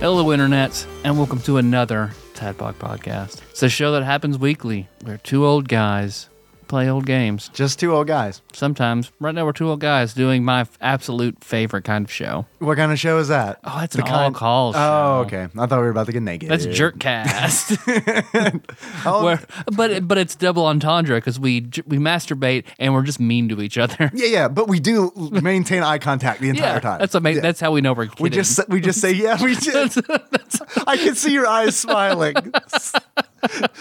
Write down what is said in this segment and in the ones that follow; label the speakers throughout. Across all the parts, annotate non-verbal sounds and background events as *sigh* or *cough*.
Speaker 1: Hello, Internet, and welcome to another Tadpog podcast. It's a show that happens weekly where two old guys play old games.
Speaker 2: Just two old guys.
Speaker 1: Sometimes, right now, we're two old guys doing my f- absolute favorite kind of show.
Speaker 2: What kind of show is that?
Speaker 1: Oh, that's an all-call
Speaker 2: Oh,
Speaker 1: show.
Speaker 2: okay. I thought we were about to get naked.
Speaker 1: That's Jerkcast.
Speaker 2: *laughs*
Speaker 1: *laughs*
Speaker 2: Oh,
Speaker 1: where, but but it's double entendre because we j- we masturbate and we're just mean to each other.
Speaker 2: yeah, yeah. But we do maintain eye
Speaker 1: *laughs*
Speaker 2: contact the entire time.
Speaker 1: that's amazing.
Speaker 2: Yeah.
Speaker 1: That's how we know we're kidding.
Speaker 2: we just we
Speaker 1: *laughs*
Speaker 2: just say yeah. We just. I can see your eyes
Speaker 1: *laughs*
Speaker 2: smiling.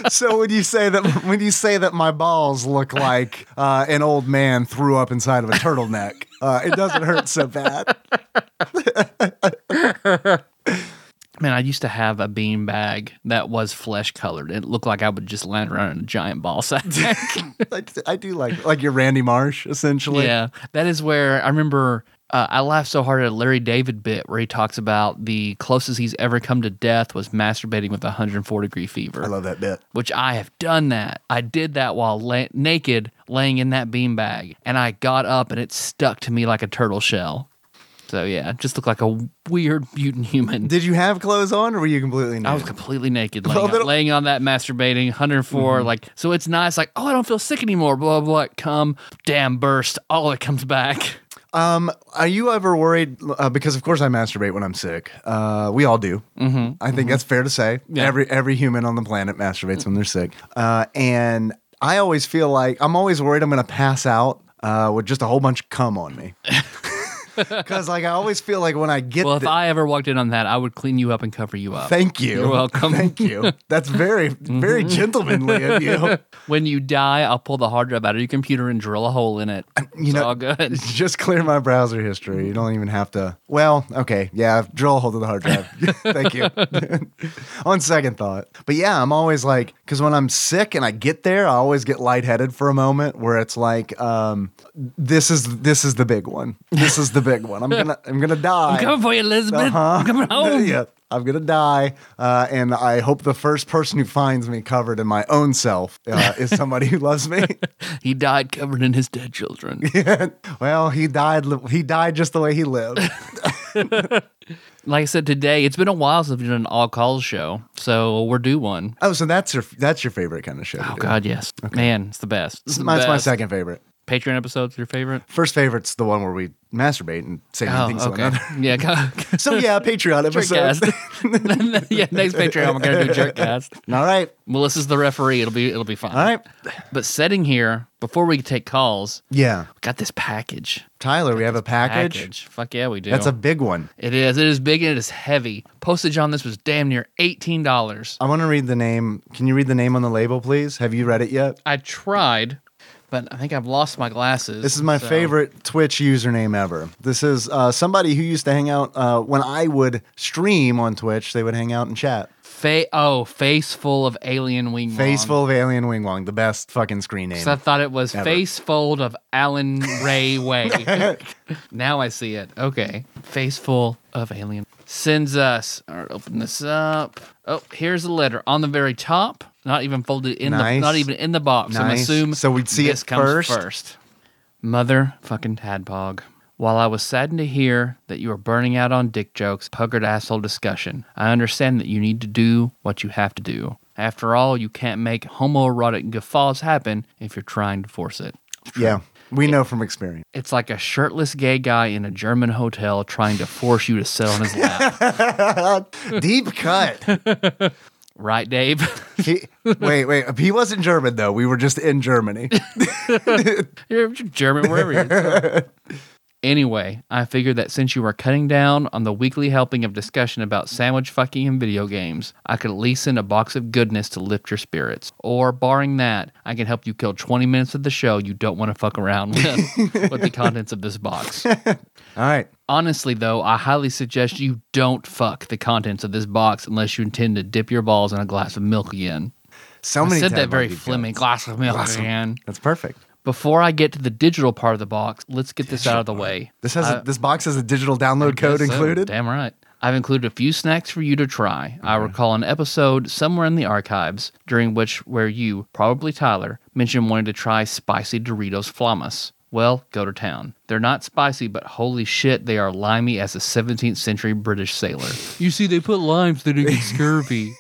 Speaker 2: so when you say that when you say that my balls look like uh, an old man threw up inside of a turtleneck, uh, it doesn't hurt so bad.
Speaker 1: Man, I used to have a bean bag that was flesh colored. It looked like I would just land around in a giant ball sack.
Speaker 2: I, I do like like your Randy Marsh essentially.
Speaker 1: yeah, that is where I remember. Uh, I laughed so hard at a Larry David bit where he talks about the closest he's ever come to death was masturbating with a 104 degree fever.
Speaker 2: I love that bit.
Speaker 1: which I have done that. I did that while la- naked, laying in that beanbag, and I got up and it stuck to me like a turtle shell. So yeah, just looked like a weird mutant human.
Speaker 2: Did you have clothes on, or were you completely nude?
Speaker 1: I was completely naked, laying,
Speaker 2: Well, Mm-hmm.
Speaker 1: on,
Speaker 2: that'll-
Speaker 1: laying on that, masturbating, 104. Like, so it's nice. Like, oh, I don't feel sick anymore. Blah blah. blah. Come, damn, burst. All of it comes back. *laughs*
Speaker 2: Um, are you ever worried? Uh, because of course I masturbate when I'm sick. Uh, we all do. Mm-hmm. I think that's fair to say.
Speaker 1: Yeah.
Speaker 2: Every every human on the planet masturbates when they're sick. Uh, and I always feel like I'm always worried I'm going to pass out uh, with just a whole bunch of cum on
Speaker 1: *laughs*
Speaker 2: me. Because like I always feel like when I get
Speaker 1: Well, if
Speaker 2: the-
Speaker 1: I ever walked in on that, I would clean you up and cover you up.
Speaker 2: thank you,
Speaker 1: You're welcome. Mm-hmm.
Speaker 2: Thank
Speaker 1: *laughs*
Speaker 2: you. That's very very gentlemanly of you.
Speaker 1: when you die, I'll pull the hard drive out of your computer and drill a hole in it.
Speaker 2: You
Speaker 1: it's
Speaker 2: know-
Speaker 1: all good.
Speaker 2: Just clear my browser history. You don't even have to. Well, okay. Yeah, drill a hole to the hard drive. *laughs* Thank you. On second thought. But yeah, I'm always like, because when I'm sick and I get there, I always get lightheaded for a moment where it's like, um, this is this is the big one. This is the big one. I'm
Speaker 1: *laughs*
Speaker 2: gonna I'm gonna die. *laughs*
Speaker 1: I'm coming for you, Elizabeth.
Speaker 2: Uh-huh.
Speaker 1: *laughs* I'm coming home.
Speaker 2: yeah, I'm gonna die, uh, and I hope the first person who finds me covered in my own self uh,
Speaker 1: *laughs*
Speaker 2: is somebody who loves me.
Speaker 1: He died covered in his
Speaker 2: *laughs*
Speaker 1: dead children.
Speaker 2: well, he died. li- He died just the way he
Speaker 1: *laughs*
Speaker 2: lived.
Speaker 1: *laughs* Like I said today, it's been a while since we've done an all calls show, so we're due one.
Speaker 2: Oh, so that's your that's your favorite kind of show. to
Speaker 1: Oh
Speaker 2: do.
Speaker 1: God, yes, man, it's the best. It's the
Speaker 2: Mine's my
Speaker 1: best.
Speaker 2: second favorite.
Speaker 1: Patreon episode's your favorite.
Speaker 2: First favorite's the one where we masturbate and say mean
Speaker 1: Oh,
Speaker 2: things to
Speaker 1: okay.
Speaker 2: another.
Speaker 1: *laughs*
Speaker 2: *laughs*
Speaker 1: yeah, go-
Speaker 2: So yeah, Patreon *laughs* episode.
Speaker 1: Jerkcast. yeah, next Patreon, we're gonna do Jerkcast.
Speaker 2: All right,
Speaker 1: Melissa's the referee. It'll be it'll be fine.
Speaker 2: all right.
Speaker 1: But sitting here before we take calls, *laughs*
Speaker 2: Yeah,
Speaker 1: we got this package.
Speaker 2: Tyler, we have a package.
Speaker 1: Fuck yeah, we do.
Speaker 2: That's a big one.
Speaker 1: It is. It is big and it is heavy. Postage on this was damn near eighteen dollars.
Speaker 2: I want to read the name. Can you read the name on the label, please? Have you read it yet?
Speaker 1: I tried, but I think I've lost my glasses.
Speaker 2: This is my
Speaker 1: so-
Speaker 2: favorite Twitch username ever. This is uh, somebody who used to hang out uh, when I would stream on Twitch. They would hang out and chat.
Speaker 1: Fa- oh, face full of alien wing.
Speaker 2: Face full of Alien Wing Wong, the best fucking screen name.
Speaker 1: So I thought it was
Speaker 2: Ever.
Speaker 1: face fold of Alan
Speaker 2: *laughs*
Speaker 1: Ray Way. now I see it. Okay, face full of alien sends us. All right, open this up. Oh, here's a letter on the very top. Not even folded in the.
Speaker 2: Nice.
Speaker 1: Not even in the box. I'm
Speaker 2: Nice.
Speaker 1: assume.
Speaker 2: So we'd see it
Speaker 1: this comes
Speaker 2: first?
Speaker 1: First, mother fucking tadpog. While I was saddened to hear that you are burning out on dick jokes, puggered asshole discussion, I understand that you need to do what you have to do. After all, you can't make homoerotic guffaws happen if you're trying to force it.
Speaker 2: Yeah, we know from experience.
Speaker 1: It's like a shirtless gay guy in a German hotel trying to force you to
Speaker 2: *laughs*
Speaker 1: sit on his lap.
Speaker 2: Deep cut.
Speaker 1: *laughs* right, Dave?
Speaker 2: *laughs* He, wait, wait. He wasn't German
Speaker 1: *laughs*
Speaker 2: though. We were just in Germany.
Speaker 1: you're German, wherever you're from. *laughs* Anyway, I figured that since you were cutting down on the weekly helping of discussion about sandwich fucking and video games, I could at least send a box of goodness to lift your spirits. Or, barring that, I can help you kill 20 minutes of the show you don't want to fuck
Speaker 2: *laughs*
Speaker 1: around with, with the contents of this box.
Speaker 2: All right.
Speaker 1: Honestly, though, I highly suggest you don't fuck the contents of this box unless you intend to dip your balls in a glass of milk again.
Speaker 2: So
Speaker 1: I
Speaker 2: many
Speaker 1: said that
Speaker 2: Ted
Speaker 1: very
Speaker 2: Bundy jokes.
Speaker 1: flimmy. Glass of milk again.
Speaker 2: That's perfect.
Speaker 1: Before I get to the digital part of the box, let's get this out of the way. Uh,
Speaker 2: This has a, this box has a digital download code
Speaker 1: Guess so.
Speaker 2: included.
Speaker 1: Damn right. I've included a few snacks for you to try. I recall an episode somewhere in the archives during which where you, probably Tyler, mentioned wanting to try spicy Doritos Flamas. Well, go to town. They're not spicy, but holy shit, they are limey as a 17th century British sailor. you see, they put limes so
Speaker 2: *laughs*
Speaker 1: they didn't get scurvy.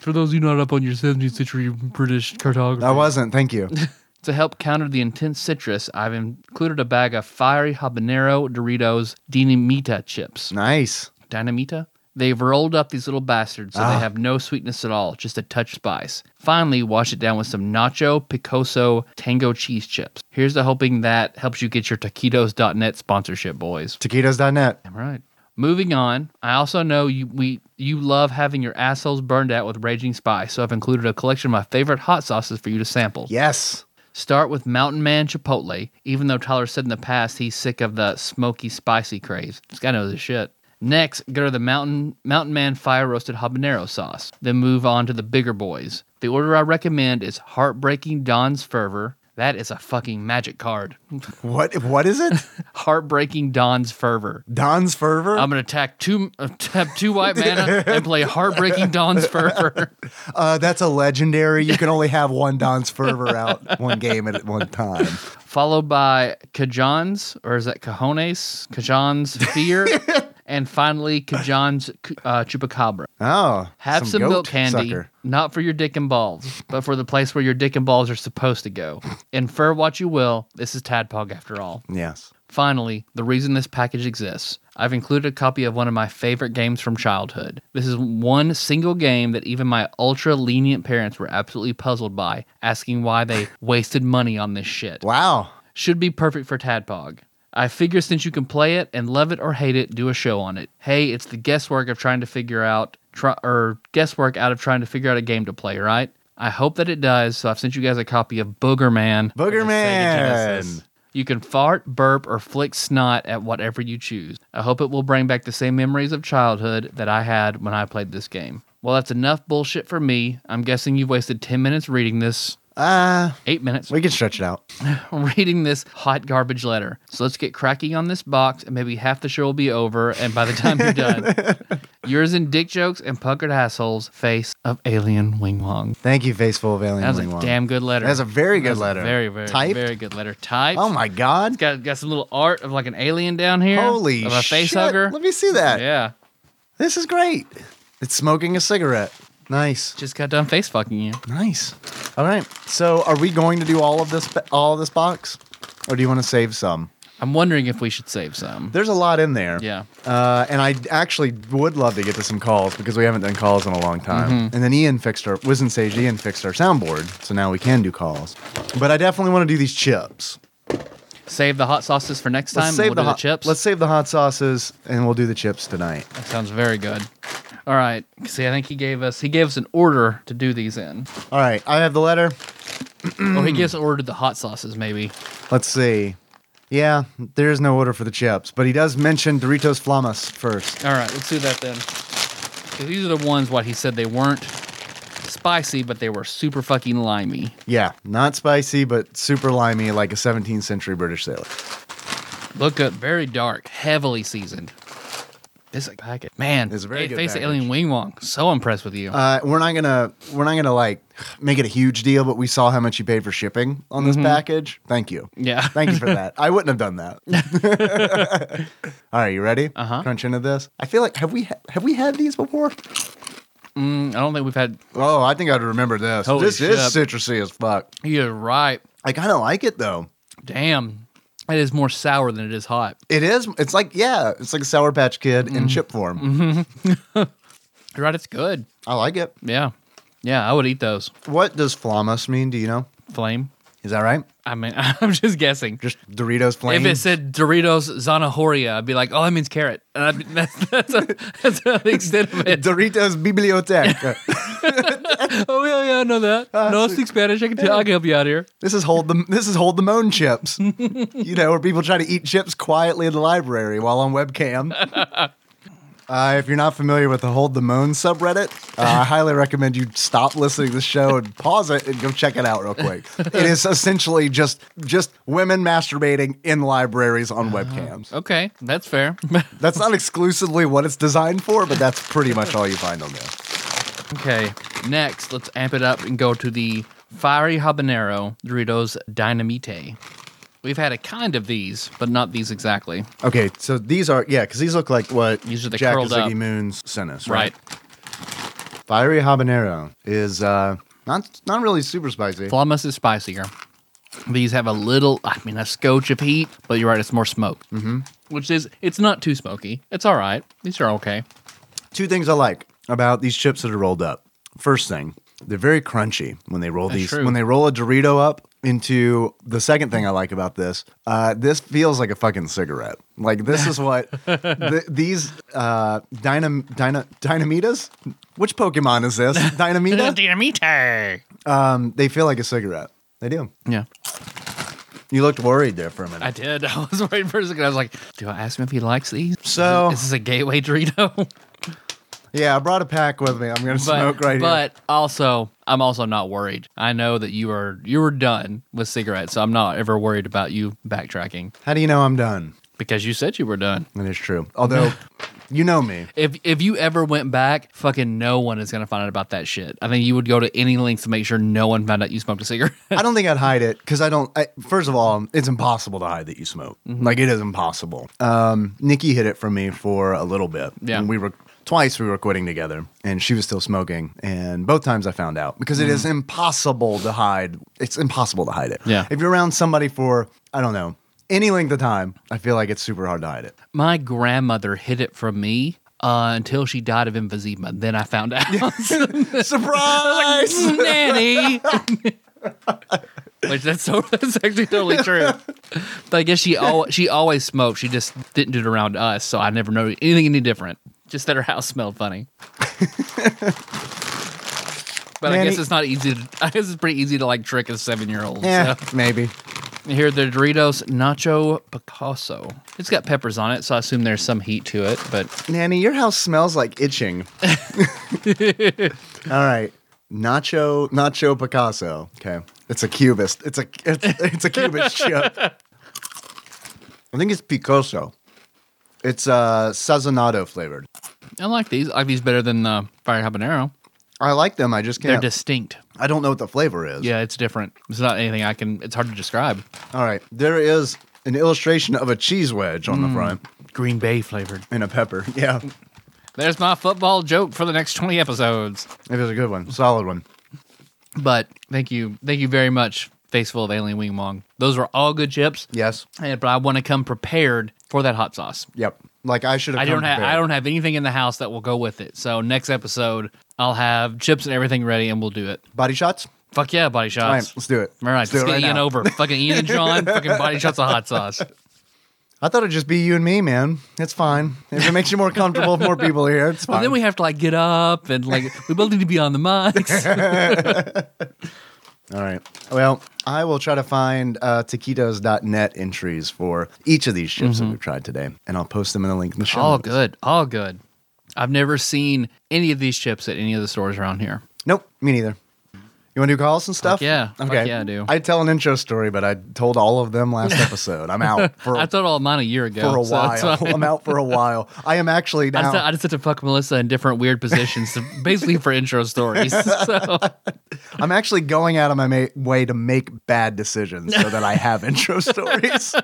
Speaker 1: for those of you not up on your 17th century British cartography.
Speaker 2: I wasn't. Thank you.
Speaker 1: *laughs* To help counter the intense citrus, I've included a bag of fiery habanero Doritos Dinamita chips.
Speaker 2: nice. Ah.
Speaker 1: Dinamita? They've rolled up these little bastards so they have no sweetness at all, just a touch spice. Finally, wash it down with some nacho picoso tango cheese chips. Here's to hoping that helps you get your taquitos.net sponsorship, boys.
Speaker 2: Taquitos.net.
Speaker 1: All right. Moving on, I also know you we you love having your assholes burned out with raging spice, so I've included a collection of my favorite hot sauces for you to sample.
Speaker 2: Yes.
Speaker 1: Start with Mountain Man Chipotle, even though Tyler said in the past he's sick of the smoky, spicy craze. This guy knows his shit. Next, go to the Mountain Mountain Man Fire Roasted Habanero Sauce. Then move on to the bigger boys. The order I recommend is Heartbreaking Don's Fervor. That is a fucking magic card.
Speaker 2: What what is it?
Speaker 1: *laughs* Heartbreaking Don's Fervor.
Speaker 2: Don's fervor.
Speaker 1: I'm gonna attack two, uh, tap two white mana and play Heartbreaking Don's Fervor.
Speaker 2: uh, that's a legendary. You can only have one Don's fervor
Speaker 1: *laughs*
Speaker 2: out *laughs* one game at one time.
Speaker 1: followed by Kajan's, or is that Cajones? Kajan's Fear,
Speaker 2: *laughs*
Speaker 1: and finally Kajan's uh, Chupacabra.
Speaker 2: Oh,
Speaker 1: Have some,
Speaker 2: goat
Speaker 1: milk candy,
Speaker 2: sucker.
Speaker 1: not for your dick and balls, but for the place where your dick and balls are supposed to go. Infer what you will, this is Tadpog after all.
Speaker 2: Yes.
Speaker 1: Finally, the reason this package exists. I've included a copy of one of my favorite games from childhood. This is one single game that even my ultra lenient parents were absolutely puzzled by, asking why *laughs* they wasted money on this shit
Speaker 2: Wow.
Speaker 1: should be perfect for Tadpog. I figure since you can play it and love it or hate it, do a show on it. Hey, it's the guesswork of trying to figure out, try, or guesswork out of trying to figure out a game to play, right? I hope that it does. So I've sent you guys a copy of Booger Man. for the Sega
Speaker 2: Boogerman!
Speaker 1: Genesis. You can fart, burp, or flick snot at whatever you choose. I hope it will bring back the same memories of childhood that I had when I played this game. Well, that's enough bullshit for me. I'm guessing you've wasted 10 minutes reading this.
Speaker 2: Uh,
Speaker 1: Eight minutes
Speaker 2: we can stretch it out.
Speaker 1: *laughs* reading this hot garbage letter. So let's get cracking on this box, and maybe half the show will be over. And by the time you're done,
Speaker 2: *laughs*
Speaker 1: yours in dick jokes and puckered assholes, face of alien wing wong.
Speaker 2: Thank you, Faceful of Alien
Speaker 1: That was a
Speaker 2: Wing Wong.
Speaker 1: damn good letter.
Speaker 2: That's a very good
Speaker 1: That's a
Speaker 2: letter.
Speaker 1: Very, very,
Speaker 2: Typed?
Speaker 1: very good letter. Typed.
Speaker 2: Oh my God.
Speaker 1: It's got got some little art of like an alien down here.
Speaker 2: Holy
Speaker 1: of a face
Speaker 2: shit.
Speaker 1: hugger.
Speaker 2: Let me see that.
Speaker 1: Yeah,
Speaker 2: This is great. It's smoking a cigarette. Nice.
Speaker 1: just got done face fucking you.
Speaker 2: Nice. All right. So, are we going to do all of this all of this box, or do you want to save some?
Speaker 1: I'm wondering if we should save some.
Speaker 2: There's a lot in there.
Speaker 1: Yeah.
Speaker 2: Uh, and I actually would love to get to some calls because we haven't done calls in a long time.
Speaker 1: Mm-hmm.
Speaker 2: And then Ian fixed our Wizen Sage. Ian fixed our soundboard, so now we can do calls. But I definitely want to do these chips.
Speaker 1: Save the hot sauces for next time. and we'll do
Speaker 2: hot
Speaker 1: chips.
Speaker 2: Let's save the hot sauces, and we'll do the chips tonight.
Speaker 1: That sounds very good. All right. See, I think he gave us he gave us an order to do these in.
Speaker 2: All right. I have the letter.
Speaker 1: Or he gives ordered the hot sauces, maybe.
Speaker 2: Let's see. Yeah, there is no order for the chips, but he does mention Doritos Flamas first.
Speaker 1: All right, let's do that then. 'Cause these are the ones what he said they weren't spicy, but they were super fucking limey.
Speaker 2: Yeah, not spicy, but super limey, like a 17th century British sailor.
Speaker 1: Look good, very dark, heavily seasoned. This packet, man,
Speaker 2: It's a very
Speaker 1: hey,
Speaker 2: good
Speaker 1: face the
Speaker 2: package.
Speaker 1: alien wing wong. So impressed with you.
Speaker 2: Uh, we're not gonna we're not gonna like make it a huge deal, but we saw how much you paid for shipping on this package. Thank you.
Speaker 1: Mm-hmm. yeah,
Speaker 2: Thank you for that. I wouldn't have done that.
Speaker 1: *laughs*
Speaker 2: All right, you ready?
Speaker 1: Uh-huh.
Speaker 2: Crunch into this. I feel like have we ha- have we had these before?
Speaker 1: Mm, I don't think we've had.
Speaker 2: Oh, I think I'd remember this.
Speaker 1: Holy
Speaker 2: this is
Speaker 1: shit.
Speaker 2: citrusy as fuck.
Speaker 1: You're right.
Speaker 2: I kind of like it though.
Speaker 1: Damn, it is more sour than it is hot.
Speaker 2: It is. It's like yeah, it's like a Sour Patch Kid
Speaker 1: Mm-hmm.
Speaker 2: in chip form.
Speaker 1: You're right. It's good.
Speaker 2: I like it.
Speaker 1: Yeah, yeah. I would eat those.
Speaker 2: What does flamas mean? Do you know?
Speaker 1: Flame.
Speaker 2: Is that right?
Speaker 1: I mean, *laughs* I'm just guessing.
Speaker 2: Just Doritos
Speaker 1: If
Speaker 2: plain.
Speaker 1: it said Doritos Zanahoria, I'd be like, oh, that means carrot. And I'd be, *laughs* that's, that's, a, that's the extent of it.
Speaker 2: Doritos Biblioteca.
Speaker 1: *laughs* Oh, yeah, yeah, I know that. no, I speak Spanish. I can, tell, I can help you out here.
Speaker 2: Uh, this is hold the this is hold the moan
Speaker 1: *laughs*
Speaker 2: chips. you know, where people try to eat chips quietly in the library while on webcam. Uh, if you're not familiar with the Hold the Moan subreddit, uh, I highly recommend you stop listening to the show and pause it and go check it out real *laughs* quick. It is essentially just just women masturbating in libraries on webcams.
Speaker 1: Okay, that's fair.
Speaker 2: That's not exclusively what it's designed for, but that's pretty much all you find on there.
Speaker 1: okay, next, let's amp it up and go to the Fiery Habanero Doritos Dynamite. We've had a kind of these, but not these exactly.
Speaker 2: Okay, so these are yeah, because these look like what
Speaker 1: These are the
Speaker 2: Jack
Speaker 1: curled
Speaker 2: Ziggy
Speaker 1: up.
Speaker 2: Moon's sent us,
Speaker 1: Right.
Speaker 2: Fiery habanero is uh, not not really super spicy.
Speaker 1: Flamas is spicier. These have a little, I mean, a scotch of heat, but you're right, it's more smoke. Mm-hmm. Which is, it's not too smoky. It's all right. These are okay.
Speaker 2: Two things I like about these chips that are rolled up. First thing, they're very crunchy when they roll these.
Speaker 1: true.
Speaker 2: When they roll a Dorito up into the second thing I like about this, uh, this feels like a fucking cigarette. Like this is
Speaker 1: *laughs*
Speaker 2: what th- these uh, dynam dyna- dynamitas. Which Pokemon is
Speaker 1: *laughs*
Speaker 2: this? Dynamita.
Speaker 1: Dynamite.
Speaker 2: Um, they feel like a cigarette. They do.
Speaker 1: Yeah.
Speaker 2: You looked worried there for a minute.
Speaker 1: I did. *laughs* I was waiting for a second. I was like, do I ask him if he likes these?
Speaker 2: So-
Speaker 1: is this a gateway Dorito?
Speaker 2: yeah, I brought a pack with me. I'm gonna smoke right here.
Speaker 1: But also, I'm also not worried. I know that you are you were done with cigarettes, so I'm not ever worried about you backtracking
Speaker 2: How do you know I'm done?
Speaker 1: because you said you were done.
Speaker 2: That is true.
Speaker 1: *laughs*
Speaker 2: Although, you know me.
Speaker 1: If if you ever went back, fucking no one is gonna find out about that shit. I think you would go to any lengths to make sure no one found out you smoked a cigarette. *laughs*
Speaker 2: I don't think I'd hide it because I don't. I, first of all, it's impossible to hide that you smoke.
Speaker 1: Mm-hmm.
Speaker 2: Like it is impossible. Um, Nikki hid it from me for a little bit.
Speaker 1: Yeah.
Speaker 2: and we were twice we were quitting together, and she was still smoking. And both times I found out because it is impossible to hide. It's impossible to hide it.
Speaker 1: Mm. Yeah.
Speaker 2: if you're around somebody for I don't know any length of time, I feel like it's
Speaker 1: *laughs*
Speaker 2: super *laughs* hard to hide it.
Speaker 1: My grandmother hid it from me uh, until she died of emphysema. Then I
Speaker 2: *laughs*
Speaker 1: found out.
Speaker 2: Surprise!
Speaker 1: nanny. Which that's so *laughs* that's actually totally true. *laughs* But I guess she al- she always smoked. She just didn't do it around us, so I never noticed anything any different. Just that her house smelled funny. *laughs* but I
Speaker 2: Nanny-
Speaker 1: guess it's not easy. To, *laughs* I guess it's pretty easy to like trick a seven year old.
Speaker 2: yeah, maybe.
Speaker 1: Here are the Doritos Nacho Picasso. It's got peppers on it, so I assume there's some heat to it. But
Speaker 2: Nanny, your house smells like
Speaker 1: *laughs*
Speaker 2: itching. All right. Nacho Nacho Picasso. Okay. It's a cubist. It's a it's, it's a
Speaker 1: *laughs*
Speaker 2: cubist chip. I think it's Picoso. It's uh sazonado flavored.
Speaker 1: I like these. I like these better than the Fire Habanero.
Speaker 2: I like them. I just
Speaker 1: They're
Speaker 2: can't.
Speaker 1: distinct.
Speaker 2: I don't know what the flavor is.
Speaker 1: Yeah, it's different. It's not anything I can. It's hard to describe.
Speaker 2: All right. There is an illustration of a cheese wedge
Speaker 1: Mm.
Speaker 2: on the front
Speaker 1: Green Bay flavored.
Speaker 2: and a pepper. *laughs* Yeah.
Speaker 1: There's my football joke for the next 20 episodes.
Speaker 2: It is a good one. Solid one.
Speaker 1: But thank you, thank you very much, Faceful of Alien Wing Wong. Those were all good chips.
Speaker 2: Yes.
Speaker 1: And, but I want to come prepared for that hot sauce.
Speaker 2: Yep. Like I should have
Speaker 1: I don't
Speaker 2: come
Speaker 1: have I
Speaker 2: prepared.
Speaker 1: don't have anything in the house that will go with it. So next episode, I'll have chips and everything ready, and we'll do it.
Speaker 2: body shots.
Speaker 1: Fuck yeah, body shots.
Speaker 2: All right, let's do it.
Speaker 1: All right,
Speaker 2: Let's
Speaker 1: let's,
Speaker 2: do it right
Speaker 1: get Ian
Speaker 2: now.
Speaker 1: over. Fucking Ian and John. fucking body shots of
Speaker 2: *laughs*
Speaker 1: hot sauce.
Speaker 2: I thought it'd just be you and me, man. It's fine. If it makes you more comfortable, if more people are here, it's
Speaker 1: *laughs*
Speaker 2: fine.
Speaker 1: But then we have to like get up and like we both need to be on
Speaker 2: *laughs*
Speaker 1: the mics.
Speaker 2: All right. Well, I will try to find uh, taquitos.net entries for each of these chips that we've tried today, and I'll post them in the link in the show.
Speaker 1: Mm-hmm. all
Speaker 2: notes.
Speaker 1: good. All good. I've never seen any of these chips at any of the stores around here.
Speaker 2: Nope, me neither. You want to do calls and stuff?
Speaker 1: yeah. Fuck
Speaker 2: Okay.
Speaker 1: yeah, I do.
Speaker 2: I tell an intro story, but I told all of them
Speaker 1: *laughs*
Speaker 2: last episode. I'm out for,
Speaker 1: I told all mine a year ago.
Speaker 2: for a
Speaker 1: so that's
Speaker 2: while.
Speaker 1: why-
Speaker 2: I'm out for a while. I am actually
Speaker 1: *laughs* I
Speaker 2: now.
Speaker 1: just, I just had to fuck Melissa in different weird
Speaker 2: *laughs*
Speaker 1: positions, to, basically for intro stories. *laughs* So,
Speaker 2: I'm actually going out of my ma- way to make bad decisions so that I have
Speaker 1: *laughs*
Speaker 2: intro stories.